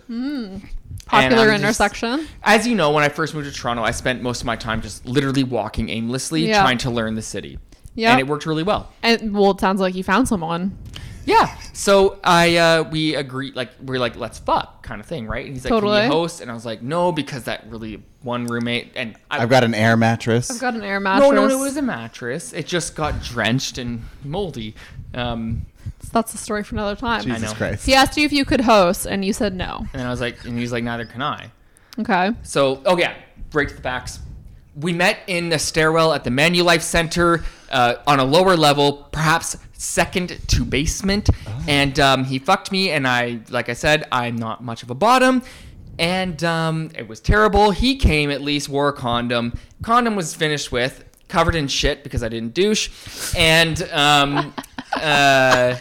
Speaker 2: Popular
Speaker 4: I'm just-
Speaker 2: intersection.
Speaker 4: As you know, when I first moved to Toronto, I spent most of my time just literally walking aimlessly,
Speaker 2: Yeah.
Speaker 4: trying to learn the city.
Speaker 2: Yep.
Speaker 4: And it worked really well.
Speaker 2: and well, it sounds like you found someone.
Speaker 4: Yeah. So I uh, we agreed like we're like let's fuck kind of thing, right? And he's like,
Speaker 2: Totally.
Speaker 4: can you host? And I was like, no, because that really one roommate and I,
Speaker 3: I've got an air mattress.
Speaker 2: I've got an air mattress.
Speaker 4: no no it was a mattress. It just got drenched and moldy. Um,
Speaker 2: that's the story for another time.
Speaker 3: Jesus
Speaker 4: know.
Speaker 3: Christ.
Speaker 2: He asked you if you could host, and you said no.
Speaker 4: And then I was like, and he's like, neither can I.
Speaker 2: Okay.
Speaker 4: So, oh yeah, break to the facts. We met in a stairwell at the Manulife Center uh, on a lower level, perhaps second to basement. And um, he fucked me, and I, like I said, I'm not much of a bottom. And um, it was terrible. He came, at least, wore a condom. Condom was finished with, covered in shit because I didn't douche. And um, uh,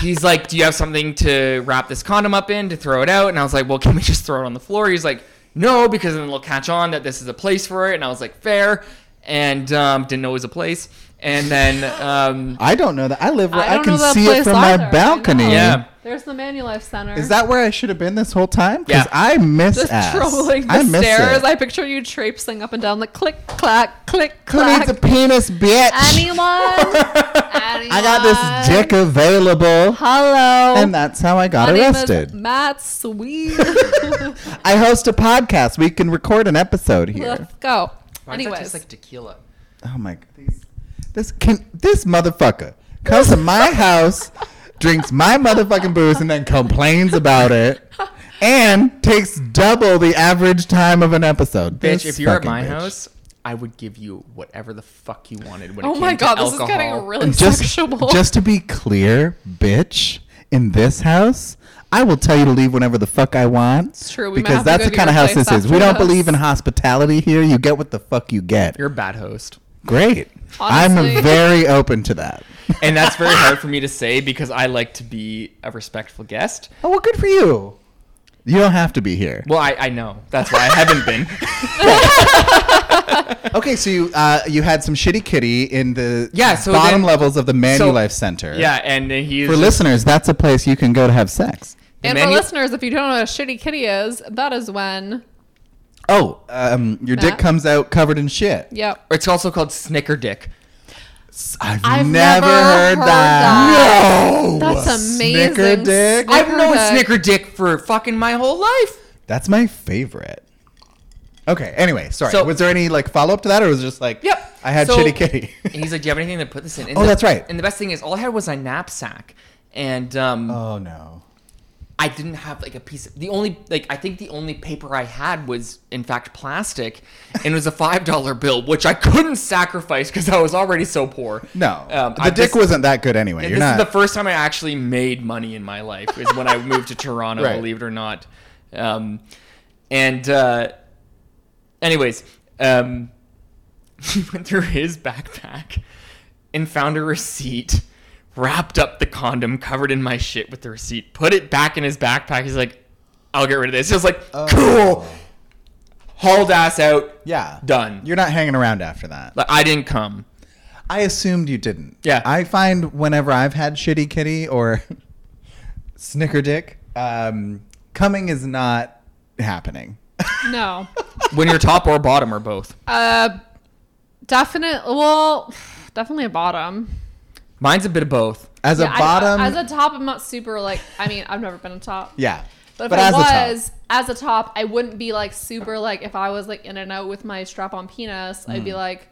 Speaker 4: he's like, "Do you have something to wrap this condom up in to throw it out?" And I was like, "Well, can we just throw it on the floor?" He's like, "No, because then they'll catch on that this is a place for it." And I was like, "Fair," and um, didn't know it was a place. And then um,
Speaker 3: I don't know that. I live where
Speaker 2: I
Speaker 3: I,
Speaker 2: don't
Speaker 3: can
Speaker 2: know that
Speaker 3: see it
Speaker 2: place
Speaker 3: from
Speaker 2: either.
Speaker 3: my
Speaker 2: I
Speaker 3: balcony.
Speaker 2: know.
Speaker 4: yeah,
Speaker 2: There's the Manulife Center.
Speaker 3: Is that where I should have been this whole time? Because
Speaker 4: Yeah.
Speaker 3: I miss
Speaker 2: just
Speaker 3: ass.
Speaker 2: trolling the
Speaker 3: I miss
Speaker 2: stairs?
Speaker 3: it.
Speaker 2: I picture you traipsing up and down like click clack click
Speaker 3: Who
Speaker 2: clack.
Speaker 3: needs a penis, bitch?
Speaker 2: Anyone?
Speaker 3: I got this dick available.
Speaker 2: Hello.
Speaker 3: And that's how I got
Speaker 2: My name is
Speaker 3: arrested.
Speaker 2: Matt Sweet.
Speaker 3: I host a podcast. We can record an episode here.
Speaker 2: Let's go.
Speaker 4: Why does that
Speaker 2: Anyways,
Speaker 4: taste like tequila?
Speaker 3: Oh my god. This can this motherfucker comes to my house, drinks my motherfucking booze, and then complains about it. And takes double the average time of an episode.
Speaker 4: Bitch,
Speaker 3: This
Speaker 4: if you're at
Speaker 3: fucking
Speaker 4: my
Speaker 3: bitch.
Speaker 4: house, I would give you whatever the fuck you wanted when it
Speaker 2: oh
Speaker 4: came
Speaker 2: my god,
Speaker 4: to
Speaker 2: this
Speaker 4: alcohol.
Speaker 2: is getting really
Speaker 3: And just,
Speaker 2: sexual.
Speaker 3: just to be clear, bitch, in this house, I will tell you to leave whenever the fuck I want. It's
Speaker 2: true. We might
Speaker 3: because
Speaker 2: have to
Speaker 3: that's
Speaker 2: go
Speaker 3: the
Speaker 2: to
Speaker 3: kind of
Speaker 2: your
Speaker 3: house
Speaker 2: place
Speaker 3: this is. We
Speaker 2: after
Speaker 3: don't
Speaker 2: this.
Speaker 3: believe in hospitality here. You get what the fuck you get.
Speaker 4: You're a bad host.
Speaker 3: Great.
Speaker 2: Honestly.
Speaker 3: I'm very open to that.
Speaker 4: And that's very hard for me to say because I like to be a respectful guest.
Speaker 3: Oh, well, good for you. You don't have to be here.
Speaker 4: Well, I, I know. That's why I haven't been.
Speaker 3: Okay, so you uh, you had some shitty kitty in the
Speaker 4: Yeah, so
Speaker 3: bottom
Speaker 4: then-
Speaker 3: levels of the
Speaker 4: so-
Speaker 3: Manulife Center.
Speaker 4: Yeah, and he's
Speaker 3: For listeners, that's a place you can go to have sex.
Speaker 4: the
Speaker 2: and for
Speaker 4: menu-
Speaker 2: listeners, if you don't know what a shitty kitty is, that is when.
Speaker 3: Oh, um, your dick
Speaker 2: Matt?
Speaker 3: comes out covered in shit.
Speaker 2: Yep.
Speaker 4: It's also called Snicker Dick.
Speaker 3: I've,
Speaker 2: I've never
Speaker 3: never, heard,
Speaker 2: heard
Speaker 3: that.
Speaker 2: that.
Speaker 3: No.
Speaker 2: That's amazing.
Speaker 3: Snicker dick.
Speaker 2: Snick-
Speaker 4: I've known
Speaker 2: Dick.
Speaker 4: Snicker Dick for fucking my whole life.
Speaker 3: That's my favorite. Okay. Anyway, sorry.
Speaker 4: So-
Speaker 3: was there any like follow up to that, or was it just like,
Speaker 4: Yep.
Speaker 3: I had
Speaker 4: So-
Speaker 3: shitty kitty.
Speaker 4: And he's like, "Do you have anything to put this in?" And
Speaker 3: Oh, that's right.
Speaker 4: And the best thing is, all I had was my knapsack, and um,
Speaker 3: oh no.
Speaker 4: I didn't have like a piece. Of, the only like I think the only paper I had was in fact plastic, and it was a five dollar bill, which I couldn't sacrifice because I was already so poor.
Speaker 3: No.
Speaker 4: Um,
Speaker 3: the
Speaker 4: I
Speaker 3: dick
Speaker 4: just-
Speaker 3: wasn't that good anyway. You're
Speaker 4: this
Speaker 3: not.
Speaker 4: is the first time I actually made money in my life is when I moved to Toronto,
Speaker 3: Right.
Speaker 4: believe it or not. Um, and uh, anyways, um, he went through his backpack and found a receipt, wrapped up the condom, covered in my shit with the receipt, put it back in his backpack. He's like, "I'll get rid of this." I was like,
Speaker 3: Oh,
Speaker 4: "Cool." Hauled ass out.
Speaker 3: Uh, yeah.
Speaker 4: Done.
Speaker 3: You're not hanging around after that.
Speaker 4: Like I didn't come.
Speaker 3: I assumed you didn't.
Speaker 4: Yeah.
Speaker 3: I find whenever I've had shitty kitty or snicker dick, um, coming is not happening.
Speaker 2: No.
Speaker 4: When you're top or bottom or both.
Speaker 2: Uh, definite. Well, definitely a bottom.
Speaker 4: Mine's a bit of both.
Speaker 3: As
Speaker 2: Yeah,
Speaker 3: a
Speaker 2: I-
Speaker 3: bottom.
Speaker 2: as a top, I'm not super like. I mean, I've never been a top.
Speaker 3: yeah.
Speaker 2: But if
Speaker 3: But
Speaker 2: I
Speaker 3: as a top.
Speaker 2: was as a top, I wouldn't be like super like if I was like in and out with my strap on penis, I'd
Speaker 3: Mm.
Speaker 2: be like,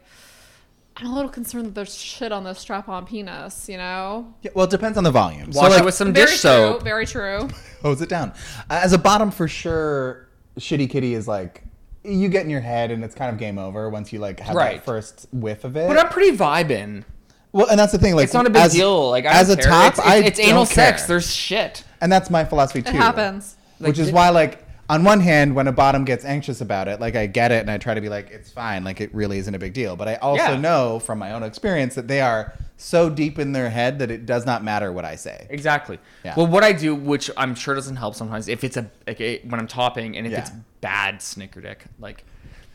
Speaker 2: I'm a little concerned that there's shit on this strap on penis, you know?
Speaker 3: Yeah, well, it depends on the volume.
Speaker 4: Wash
Speaker 3: so,
Speaker 4: it
Speaker 3: like,
Speaker 4: with some
Speaker 2: Very
Speaker 4: dish soap.
Speaker 2: true, very true.
Speaker 3: hose it down. Uh, as a bottom, for sure, Shitty Kitty is like you get in your head and it's kind of game over once you like have
Speaker 4: Right.
Speaker 3: that first whiff of it.
Speaker 4: But I'm pretty vibing.
Speaker 3: well, and that's the thing. Like
Speaker 4: It's not a big
Speaker 3: as-
Speaker 4: deal. Like I
Speaker 3: as
Speaker 4: don't
Speaker 3: a
Speaker 4: care.
Speaker 3: top,
Speaker 4: it's,
Speaker 3: I
Speaker 4: it's, it's anal
Speaker 3: don't care.
Speaker 4: sex. There's shit.
Speaker 3: and that's my philosophy too.
Speaker 2: It happens.
Speaker 3: which is why like. On one hand, when a bottom gets anxious about it, like I get it and I try to be like, it's fine, like it really isn't a big deal. But I also
Speaker 4: Yeah.
Speaker 3: know from my own experience that they are so deep in their head that it does not matter what I say.
Speaker 4: Exactly.
Speaker 3: Yeah.
Speaker 4: Well, what I do, which I'm sure doesn't help sometimes, if it's a like, it- when I'm topping and if
Speaker 3: Yeah.
Speaker 4: it's bad snickerdick, like,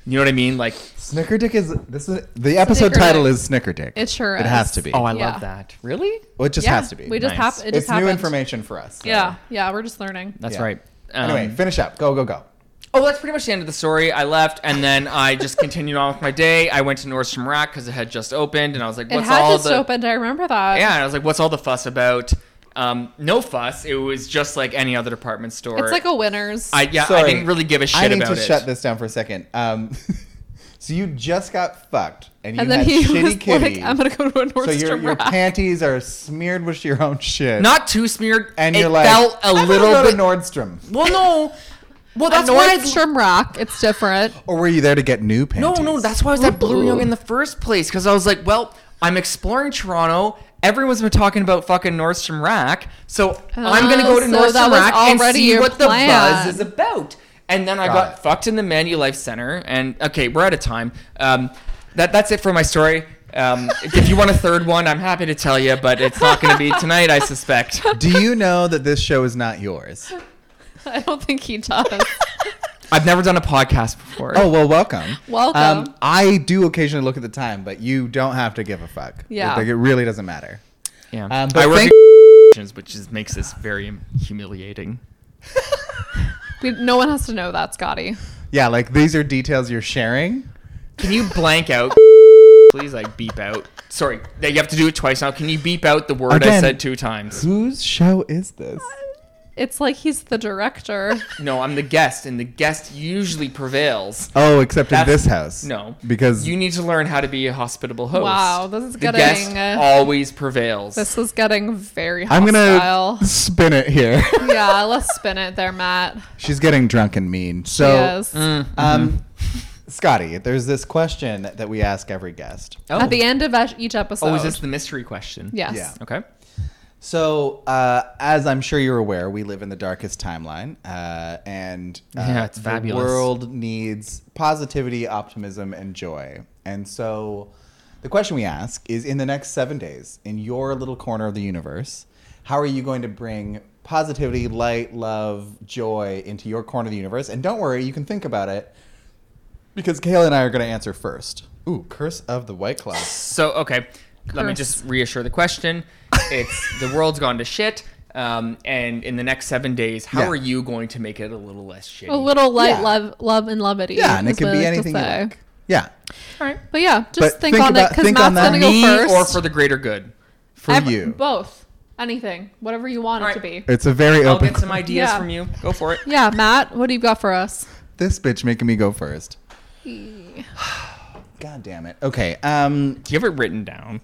Speaker 4: you know what I mean? Like,
Speaker 3: Snicker Dick is this is the episode
Speaker 2: Snicker
Speaker 3: title
Speaker 2: Dick.
Speaker 3: is Snicker Dick.
Speaker 2: It sure
Speaker 3: It
Speaker 2: is.
Speaker 3: has to be.
Speaker 4: oh, I
Speaker 2: Yeah.
Speaker 4: love that. Really?
Speaker 3: Well, it just
Speaker 2: yeah,
Speaker 3: has to be.
Speaker 2: We just
Speaker 4: Nice.
Speaker 2: have it just
Speaker 3: it's new
Speaker 2: happened.
Speaker 3: information for us. so-
Speaker 2: Yeah, yeah, we're just learning.
Speaker 4: That's
Speaker 3: Yeah.
Speaker 4: right. Um,
Speaker 3: Anyway, finish up. Go, go, go.
Speaker 4: Oh, that's pretty much the end of the story. I left, and then I just continued on with my day. I went to Nordstrom Rack because it had just opened, and I was like,
Speaker 2: It
Speaker 4: "What's
Speaker 2: had
Speaker 4: all
Speaker 2: just
Speaker 4: the?"
Speaker 2: opened, I remember that.
Speaker 4: Yeah, and I was like, "What's all the fuss about?" Um, no fuss. It was just like any other department store.
Speaker 2: It's like a winner's.
Speaker 4: I yeah, I
Speaker 3: Sorry.
Speaker 4: didn't really give a shit
Speaker 3: I need
Speaker 4: about
Speaker 3: to
Speaker 4: it.
Speaker 3: shut this down for a second. Um, So you just got fucked, and you
Speaker 2: and then
Speaker 3: had
Speaker 2: he
Speaker 3: shitty
Speaker 2: was
Speaker 3: kitty.
Speaker 2: like, "I'm gonna go to a Nordstrom
Speaker 3: so your your
Speaker 2: rack."
Speaker 3: panties are smeared with your own shit.
Speaker 4: Not too smeared.
Speaker 3: and
Speaker 4: it
Speaker 3: you're like
Speaker 4: felt a
Speaker 3: "I'm gonna
Speaker 4: little
Speaker 3: go to
Speaker 4: bit.
Speaker 3: Nordstrom.
Speaker 4: well, no. Well,
Speaker 2: A
Speaker 4: that's why. I-
Speaker 2: Nordstrom rack. It's different.
Speaker 3: Or were you there to get new
Speaker 4: No,
Speaker 3: panties?
Speaker 4: no, that's why I was at Blue
Speaker 2: Ooh.
Speaker 4: Young in the first place because I was like, well, I'm exploring Toronto. Everyone's been talking about fucking Nordstrom Rack, so I'm gonna go to
Speaker 2: Oh, so that
Speaker 4: Nordstrom
Speaker 2: was
Speaker 4: Rack and
Speaker 2: already
Speaker 4: see
Speaker 2: your
Speaker 4: what the
Speaker 2: plan.
Speaker 4: buzz is about. And then I
Speaker 3: Got
Speaker 4: got,
Speaker 3: it.
Speaker 4: fucked in the Manulife Center, and okay, we're out of time. Um, that that's it for my story. Um, if you want a third one, I'm happy to tell you, but it's not gonna be tonight, I suspect.
Speaker 3: Do you know that this show is not yours?
Speaker 2: I don't think he does.
Speaker 4: I've never done a podcast before.
Speaker 3: Oh well, welcome.
Speaker 2: Welcome.
Speaker 3: Um, I do occasionally look at the time, but you don't have to give a fuck.
Speaker 2: Yeah.
Speaker 3: like it really doesn't matter.
Speaker 4: yeah.
Speaker 3: Um, but
Speaker 4: I work
Speaker 3: thank-
Speaker 4: at which is, makes this very humiliating.
Speaker 2: we, no one has to know that, Scotty.
Speaker 3: Yeah, like these are details you're sharing.
Speaker 4: Can you blank out? Please, like beep out. Sorry, you have to do it twice now. Can you beep out the word I
Speaker 3: Again.
Speaker 4: said two times?
Speaker 3: Whose show is this?
Speaker 2: It's like he's the director.
Speaker 4: No, I'm the guest, and the guest usually prevails.
Speaker 3: Oh, except in
Speaker 4: That's-
Speaker 3: this house.
Speaker 4: No,
Speaker 3: because
Speaker 4: you need to learn how to be a hospitable host.
Speaker 2: Wow, this is
Speaker 4: the
Speaker 2: getting,
Speaker 4: guest
Speaker 2: uh,
Speaker 4: always prevails.
Speaker 2: This is getting very
Speaker 3: I'm
Speaker 2: hostile.
Speaker 3: gonna spin it here.
Speaker 2: yeah, let's spin it there, Matt.
Speaker 3: She's getting drunk and mean. So,
Speaker 2: yes.
Speaker 4: Mm,
Speaker 3: um, Scotty, there's this question that we ask every guest.
Speaker 4: oh.
Speaker 2: At the end of each- each episode.
Speaker 4: oh, is this the mystery question?
Speaker 2: Yes.
Speaker 3: Yeah.
Speaker 4: Okay.
Speaker 3: So, uh, as I'm sure you're aware, we live in the darkest timeline, uh, and uh,
Speaker 4: Yeah, it's fabulous.
Speaker 3: The world needs positivity, optimism, and joy. And so, the question we ask is: In the next seven days, in your little corner of the universe, how are you going to bring positivity, light, love, joy into your corner of the universe? And don't worry, you can think about it because Kayla and I are going to answer first. Ooh, curse of the white claw.
Speaker 4: So okay, let me
Speaker 2: Curse.
Speaker 4: just reassure the question. It's the world's gone to shit. Um, and in the next seven days, how
Speaker 3: Yeah.
Speaker 4: are you going to make it a little less shitty?
Speaker 2: A little light
Speaker 3: Yeah.
Speaker 2: love, love and levity.
Speaker 3: Yeah, and it
Speaker 2: is
Speaker 3: can
Speaker 2: what I
Speaker 3: be
Speaker 2: like to
Speaker 3: anything you
Speaker 2: say.
Speaker 3: like. Yeah,
Speaker 2: But yeah, just
Speaker 3: But
Speaker 2: think,
Speaker 3: think
Speaker 2: on
Speaker 3: about-
Speaker 2: it because
Speaker 3: think
Speaker 2: Matt's
Speaker 3: on that.
Speaker 2: gonna go
Speaker 4: me
Speaker 2: first.
Speaker 4: or for the greater good.
Speaker 3: for
Speaker 2: Ever-
Speaker 3: you.
Speaker 2: Both. Anything. Whatever you want
Speaker 4: All
Speaker 2: it to
Speaker 4: right.
Speaker 2: be.
Speaker 3: It's a very
Speaker 4: I'll
Speaker 3: open.
Speaker 4: get some ideas
Speaker 2: Yeah.
Speaker 4: from you. Go for it.
Speaker 2: Yeah, Matt, what do you got for us?
Speaker 3: This bitch making me go first. God damn it. Okay. Um,
Speaker 4: Do you have it written down?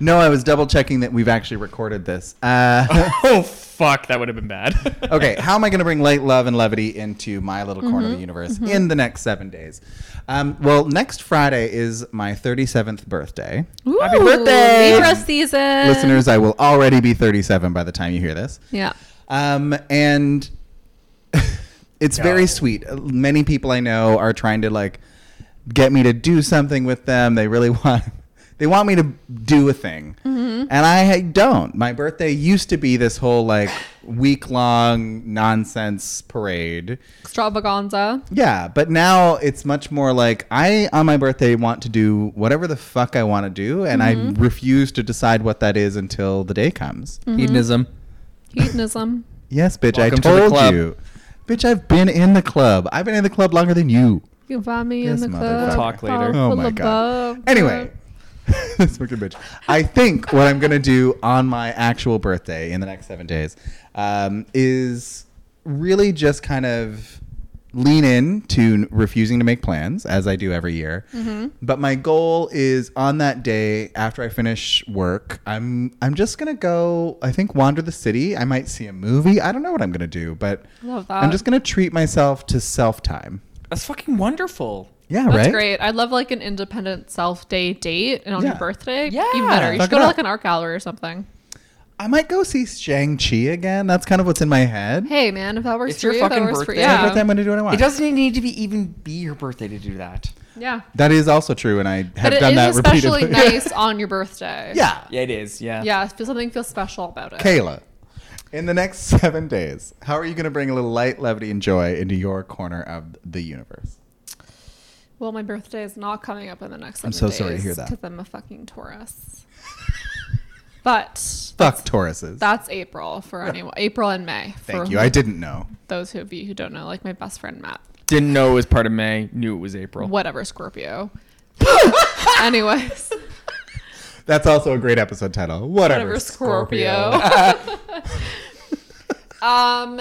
Speaker 3: no, I was double checking that we've actually recorded this. Uh,
Speaker 4: Oh fuck, that would have been bad.
Speaker 3: okay. How am I going to bring light, love, and levity into my little corner of the universe in the next seven days? Um, well, next Friday is my 37th birthday.
Speaker 4: Happy
Speaker 2: Ooh,
Speaker 4: birthday!
Speaker 2: Libra season.
Speaker 3: Listeners, I will already be 37 by the time you hear this.
Speaker 2: Yeah.
Speaker 3: Um, and it's
Speaker 4: No.
Speaker 3: very sweet. Uh, Many people I know are trying to like get me to do something with them. They really want they want me to do a thing, and I don't. My birthday used to be this whole like week long nonsense parade.
Speaker 2: Extravaganza.
Speaker 3: Yeah, but now it's much more like I on my birthday want to do whatever the fuck I want to do, and I refuse to decide what that is until the day comes.
Speaker 2: Mm-hmm.
Speaker 4: Hedonism.
Speaker 2: Hedonism.
Speaker 3: Yes, bitch,
Speaker 4: Welcome
Speaker 3: I
Speaker 4: to the
Speaker 3: told
Speaker 4: club.
Speaker 3: you. Bitch, I've been in the club. I've been in the club longer than you.
Speaker 2: You can find me
Speaker 3: This
Speaker 2: in the
Speaker 3: motherfucker.
Speaker 2: club.
Speaker 4: Talk later.
Speaker 2: Fall
Speaker 3: Oh
Speaker 2: for
Speaker 3: my
Speaker 2: the
Speaker 3: god.
Speaker 2: bug.
Speaker 3: Anyway, this fucking bitch. I think what I'm gonna do on my actual birthday in the next seven days um, is really just kind of lean in to refusing to make plans as I do every year.
Speaker 2: Mm-hmm.
Speaker 3: But my goal is on that day after I finish work, I'm I'm just gonna go. I think wander the city. I might see a movie. I don't know what I'm gonna do, but
Speaker 2: Love that.
Speaker 3: I'm just gonna treat myself to self time.
Speaker 4: That's fucking wonderful.
Speaker 3: Yeah,
Speaker 2: That's
Speaker 3: right.
Speaker 2: great. I'd love like an independent self day date and on
Speaker 3: Yeah.
Speaker 2: your birthday.
Speaker 4: Yeah.
Speaker 2: Even better. You should
Speaker 3: Fuck
Speaker 2: go
Speaker 3: it
Speaker 2: to
Speaker 3: up.
Speaker 2: like an art gallery or something.
Speaker 3: I might go see Shang Chi again. That's kind of what's in my head.
Speaker 2: Hey man, if that works
Speaker 4: It's
Speaker 2: for
Speaker 4: your
Speaker 2: you, that
Speaker 4: fucking
Speaker 2: works for
Speaker 4: birthday.
Speaker 2: you.
Speaker 4: It's
Speaker 3: But then
Speaker 4: your
Speaker 3: I'm
Speaker 2: Yeah.
Speaker 3: going to do what I want.
Speaker 4: It doesn't need to be even be your birthday to do that.
Speaker 2: yeah.
Speaker 3: that is also true, and I have
Speaker 2: But it
Speaker 3: done that
Speaker 2: is especially
Speaker 3: repeatedly.
Speaker 2: nice on your birthday.
Speaker 3: yeah.
Speaker 4: Yeah, it is. Yeah.
Speaker 2: Yeah. Feel something feels special about it.
Speaker 3: Kayla, in the next seven days, how are you going to bring a little light, levity, and joy into your corner of the universe?
Speaker 2: Well, my birthday is not coming up in the next.
Speaker 3: I'm
Speaker 2: seven
Speaker 3: so sorry to
Speaker 2: days
Speaker 3: hear that.
Speaker 2: Because I'm a fucking Taurus. but
Speaker 3: Fuck Tauruses.
Speaker 2: that's April for anyone. April and May. For
Speaker 3: Thank you. I didn't know.
Speaker 2: those of you who don't know, like my best friend Matt.
Speaker 4: Didn't know it was part of May. Knew it was April.
Speaker 2: Whatever, Scorpio. Anyways,
Speaker 3: That's also a great episode title. Whatever,
Speaker 2: whatever, Scorpio. um,
Speaker 4: Hmm.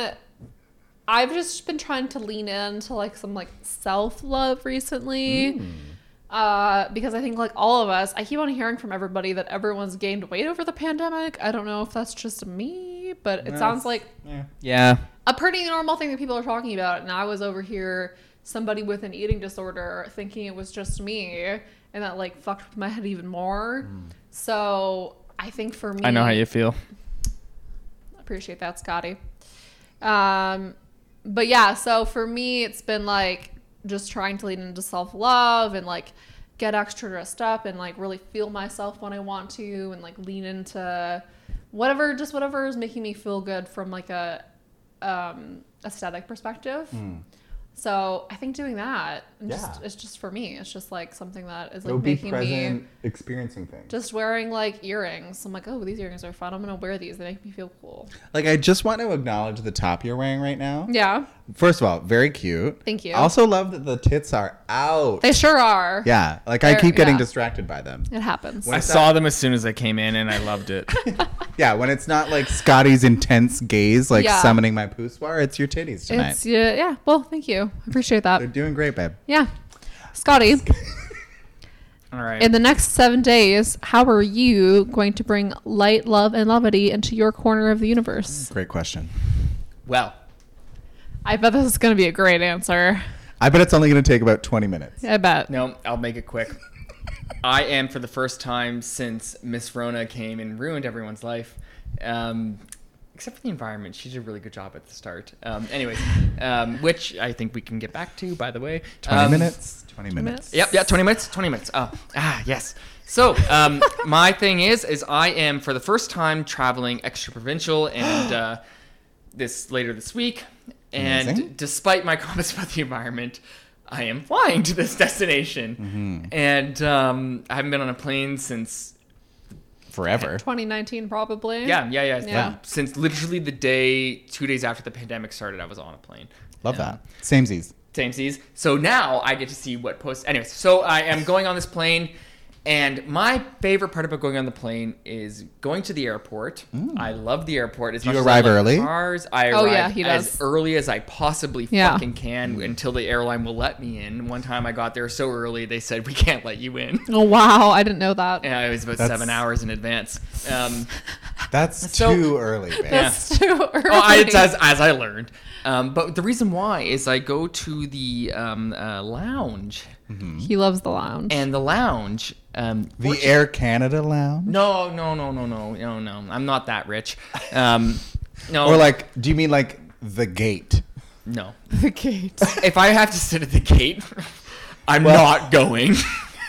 Speaker 2: I've just been trying to lean into like some like self love recently. uh, because I think like all of us, I keep on hearing from everybody that everyone's gained weight over the pandemic. I don't know if that's just me, but it
Speaker 3: No,
Speaker 2: sounds
Speaker 3: it's-
Speaker 2: like
Speaker 3: Yeah.
Speaker 4: Yeah.
Speaker 2: a pretty normal thing that people are talking about. And I was over here, somebody with an eating disorder, thinking it was just me, and that like fucked with my head even more. So I think for me,
Speaker 4: Hmm. I know how you feel.
Speaker 2: appreciate that, Scotty. Um, but yeah, so for me, it's been like just trying to lean into self love and like get extra dressed up and like really feel myself when I want to and like lean into whatever, just whatever is making me feel good from like a um, aesthetic perspective. So I think doing that, and just,
Speaker 3: Hmm. Yeah.
Speaker 2: it's just for me. It's just like something that is like
Speaker 3: Go be
Speaker 2: making
Speaker 3: present,
Speaker 2: me
Speaker 3: experiencing things.
Speaker 2: just wearing like earrings. I'm like, oh, these earrings are fun. I'm gonna wear these. They make me feel cool.
Speaker 3: like I just want to acknowledge the top you're wearing right now.
Speaker 2: Yeah.
Speaker 3: First of all, very cute.
Speaker 2: Thank you.
Speaker 3: Also love that the tits are out.
Speaker 2: They sure are.
Speaker 3: yeah, like I
Speaker 2: They're-
Speaker 3: keep getting
Speaker 2: yeah.
Speaker 3: distracted by them.
Speaker 2: It happens.
Speaker 3: When-
Speaker 4: I saw them as soon as I came in and I loved it.
Speaker 3: Yeah, when it's not like Scotty's intense gaze, like
Speaker 2: Yeah.
Speaker 3: summoning my poussoir, it's your titties tonight.
Speaker 2: It's yeah, yeah. Well, thank you. I appreciate
Speaker 3: They're
Speaker 2: that.
Speaker 3: doing great, babe.
Speaker 2: Yeah. Scotty,
Speaker 4: All right.
Speaker 2: in the next seven days, how are you going to bring light, love, and levity into your corner of the universe?
Speaker 3: Great question.
Speaker 4: well,
Speaker 2: I bet this is going to be a great answer.
Speaker 3: I bet it's only going to take about 20 minutes.
Speaker 2: I bet.
Speaker 4: no, I'll make it quick. I am for the first time since Miss Rona came and ruined everyone's life, um, except for the environment. She did a really good job at the start. Um, anyways, um, which I think we can get back to, by the way.
Speaker 3: 20
Speaker 4: Um,
Speaker 3: minutes? 20 minutes.
Speaker 2: minutes.
Speaker 4: Yep, yeah, 20 minutes, 20 minutes. Oh, ah, yes. So, um, my thing is, is I am for the first time traveling extra-provincial and uh, this later this week. And
Speaker 3: Amazing.
Speaker 4: despite my comments about the environment, I am flying to this destination.
Speaker 3: Mm-hmm.
Speaker 4: And um, I haven't been on a plane since,
Speaker 3: Forever.
Speaker 2: 2019, probably.
Speaker 4: yeah, yeah, yeah,
Speaker 2: Yeah.
Speaker 4: Since literally the day, two days after the pandemic started, I was on a plane.
Speaker 3: Love
Speaker 4: Um,
Speaker 3: that. Samesies.
Speaker 4: Samesies. So now I get to see what post. Anyways, so I am going on this plane, and my favorite part about going on the plane is going to the airport. I love the airport. As
Speaker 3: Mm. Do you
Speaker 4: much as I
Speaker 3: arrive
Speaker 4: love
Speaker 3: early?
Speaker 4: Cars. I
Speaker 2: Oh,
Speaker 4: arrive
Speaker 2: yeah, he
Speaker 4: as
Speaker 2: does.
Speaker 4: early as I possibly
Speaker 2: Yeah.
Speaker 4: fucking can until the airline will let me in. One time I got there so early they said we can't let you in.
Speaker 2: Oh, wow. I didn't know that.
Speaker 4: And I was about
Speaker 3: That's-
Speaker 4: seven hours in advance. Um,
Speaker 3: That's
Speaker 4: So-
Speaker 3: too early, babe.
Speaker 2: That's too early.
Speaker 4: Oh, I, it's as, as I learned. Um, but the reason why is I go to the um, uh, lounge
Speaker 2: he loves the lounge.
Speaker 4: and the lounge. Um,
Speaker 3: The Air Canada lounge?
Speaker 4: no, no, no, no, no, no, no. I'm not that rich. Um, no,
Speaker 3: Or like, do you mean like the gate?
Speaker 4: no.
Speaker 2: the gate.
Speaker 4: If I have to sit at the gate, I'm
Speaker 3: Well-
Speaker 4: not going.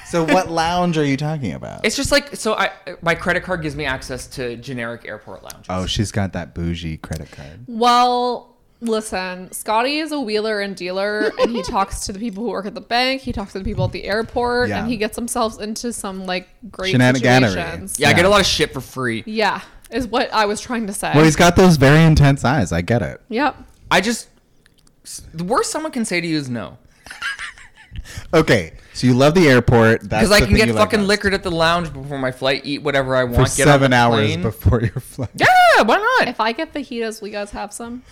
Speaker 3: So what lounge are you talking about?
Speaker 4: it's just like so. I my credit card gives me access to generic airport lounges.
Speaker 3: oh, she's got that bougie credit card.
Speaker 2: Mm. Well, listen, Scotty is a wheeler and dealer, and he talks to the people who work at the bank. He talks to the people at the airport,
Speaker 3: Yeah.
Speaker 2: and he gets himselves into some like great
Speaker 3: Shenaniganery.
Speaker 2: situations.
Speaker 4: yeah, I
Speaker 3: yeah.
Speaker 4: get a lot of shit for free.
Speaker 2: yeah, is what I was trying to say.
Speaker 3: Well, he's got those very intense eyes. I get it.
Speaker 2: yep.
Speaker 4: I just the worst someone can say to you is no,
Speaker 3: Okay, so you love the airport. That's
Speaker 4: because I
Speaker 3: the
Speaker 4: can
Speaker 3: thing
Speaker 4: get
Speaker 3: you like
Speaker 4: fucking
Speaker 3: most.
Speaker 4: liquored at the lounge before my flight, eat whatever I
Speaker 3: for
Speaker 4: want, get on
Speaker 3: seven
Speaker 4: the
Speaker 3: hours
Speaker 4: plane.
Speaker 3: before your flight.
Speaker 4: Yeah, why not?
Speaker 2: If I get the Hitas, will you guys have some?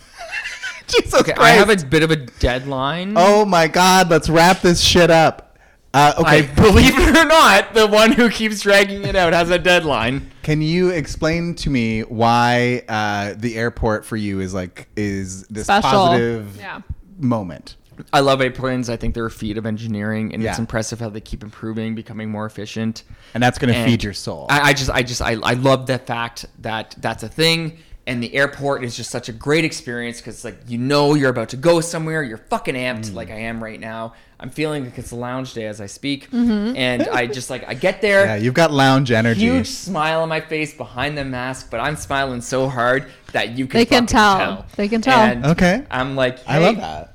Speaker 3: Jesus
Speaker 4: Okay, I have a bit of a deadline.
Speaker 3: Oh my God! Let's wrap this shit up. Uh,
Speaker 4: I
Speaker 3: okay,
Speaker 4: believe it or not, the one who keeps dragging it out has a deadline.
Speaker 3: can you explain to me why uh, the airport for you is like is this
Speaker 2: Special.
Speaker 3: positive
Speaker 2: Yeah.
Speaker 3: moment?
Speaker 4: I love airplanes. I think they're a feat of engineering, and it's
Speaker 3: Yeah.
Speaker 4: impressive how they keep improving, becoming more efficient.
Speaker 3: And that's gonna
Speaker 4: And
Speaker 3: feed your soul.
Speaker 4: I, I just, I just, I, I love the fact that that's a thing. And the airport is just such a great experience because, like, you know, you're about to go somewhere. You're fucking amped, like I am right now. I'm feeling like it's a lounge day as I speak, and I just like I get there.
Speaker 3: yeah, you've got lounge energy.
Speaker 4: huge smile on my face behind the mask, but I'm smiling so hard that you can
Speaker 2: They can
Speaker 4: fucking
Speaker 2: tell. They can tell.
Speaker 4: And
Speaker 3: Okay.
Speaker 4: I'm like,
Speaker 3: I love
Speaker 4: "Hey,
Speaker 3: that.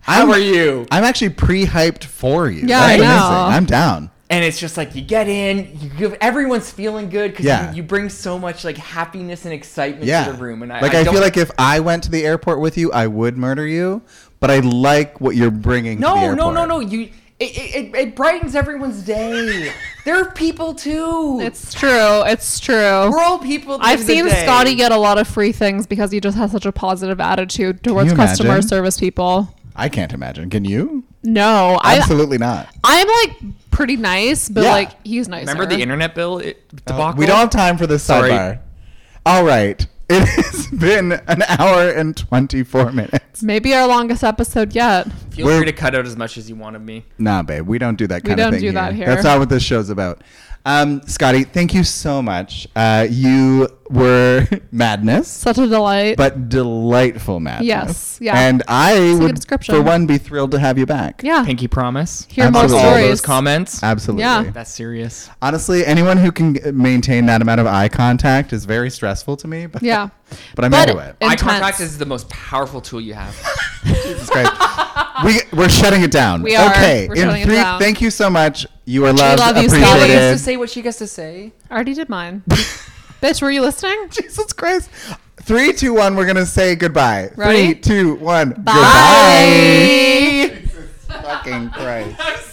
Speaker 4: How
Speaker 3: I'm-
Speaker 4: are you?
Speaker 3: I'm actually pre-hyped for you.
Speaker 2: Yeah,
Speaker 3: That's
Speaker 2: I know.
Speaker 3: amazing. I'm down.
Speaker 4: And it's just like you get in, you give everyone's feeling good because
Speaker 3: Yeah.
Speaker 4: you, you bring so much like happiness and excitement
Speaker 3: Yeah.
Speaker 4: to the room. And I
Speaker 3: like I,
Speaker 4: don't,
Speaker 3: feel like if I went to the airport with you, I would murder you. But I like what you're bringing. to the
Speaker 4: no,
Speaker 3: airport.
Speaker 4: no, no, no. You it, it, it- it brightens everyone's day. there are people too.
Speaker 2: It's true. It's true.
Speaker 4: we're all people. at the
Speaker 2: I've
Speaker 4: end of the
Speaker 2: seen
Speaker 4: day.
Speaker 2: Scotty get a lot of free things because he just has such a positive attitude
Speaker 3: you
Speaker 2: towards
Speaker 3: imagine?
Speaker 2: customer service people.
Speaker 3: I can't imagine. Can you?
Speaker 2: No, I
Speaker 3: Absolutely not.
Speaker 2: I'm like pretty nice, but
Speaker 3: Yeah.
Speaker 2: like he's nice.
Speaker 4: Remember the internet bill it, debacle?
Speaker 3: Uh, We don't have time for this
Speaker 4: Sorry.
Speaker 3: sidebar. All right. It has been an hour and 24 minutes.
Speaker 2: Maybe our longest episode yet.
Speaker 4: Feel
Speaker 3: We're-
Speaker 4: free to cut out as much as you want of me.
Speaker 3: Nah, babe, we don't do that
Speaker 2: We
Speaker 3: kind
Speaker 2: don't
Speaker 3: of thing.
Speaker 2: do that here.
Speaker 3: That's not what this show's about. Um, Scotty, thank you so much. Uh, you were madness,
Speaker 2: Such a delight.
Speaker 3: but delightful madness.
Speaker 2: Yes, yeah.
Speaker 3: And I
Speaker 2: good
Speaker 3: would,
Speaker 2: description.
Speaker 3: for one, be thrilled to have you back.
Speaker 2: yeah,
Speaker 4: Pinky promise.
Speaker 2: hear more
Speaker 3: Absolutely.
Speaker 2: stories.
Speaker 4: All those comments.
Speaker 3: Absolutely.
Speaker 2: Yeah.
Speaker 4: That's serious.
Speaker 3: Honestly, anyone who can maintain that amount of eye contact is very stressful to me. But
Speaker 2: Yeah.
Speaker 3: but I'm
Speaker 2: But
Speaker 3: into it.
Speaker 2: Intense.
Speaker 4: Eye contact is the most powerful tool you have.
Speaker 3: Jesus Christ. we we're shutting it down.
Speaker 2: We are.
Speaker 3: Okay.
Speaker 2: We're
Speaker 3: In
Speaker 2: shutting it
Speaker 3: three-
Speaker 2: down.
Speaker 3: Thank you so much. You are loved.
Speaker 2: love you, Scotty.
Speaker 3: appreciated.
Speaker 4: Gets to say what she gets to say.
Speaker 2: I already did mine. Bitch, were you listening?
Speaker 3: Jesus Christ. Three, two, one. We're gonna say goodbye.
Speaker 2: Ready?
Speaker 3: Three, two, one.
Speaker 2: Bye.
Speaker 3: Goodbye. Fucking Christ.
Speaker 4: I'm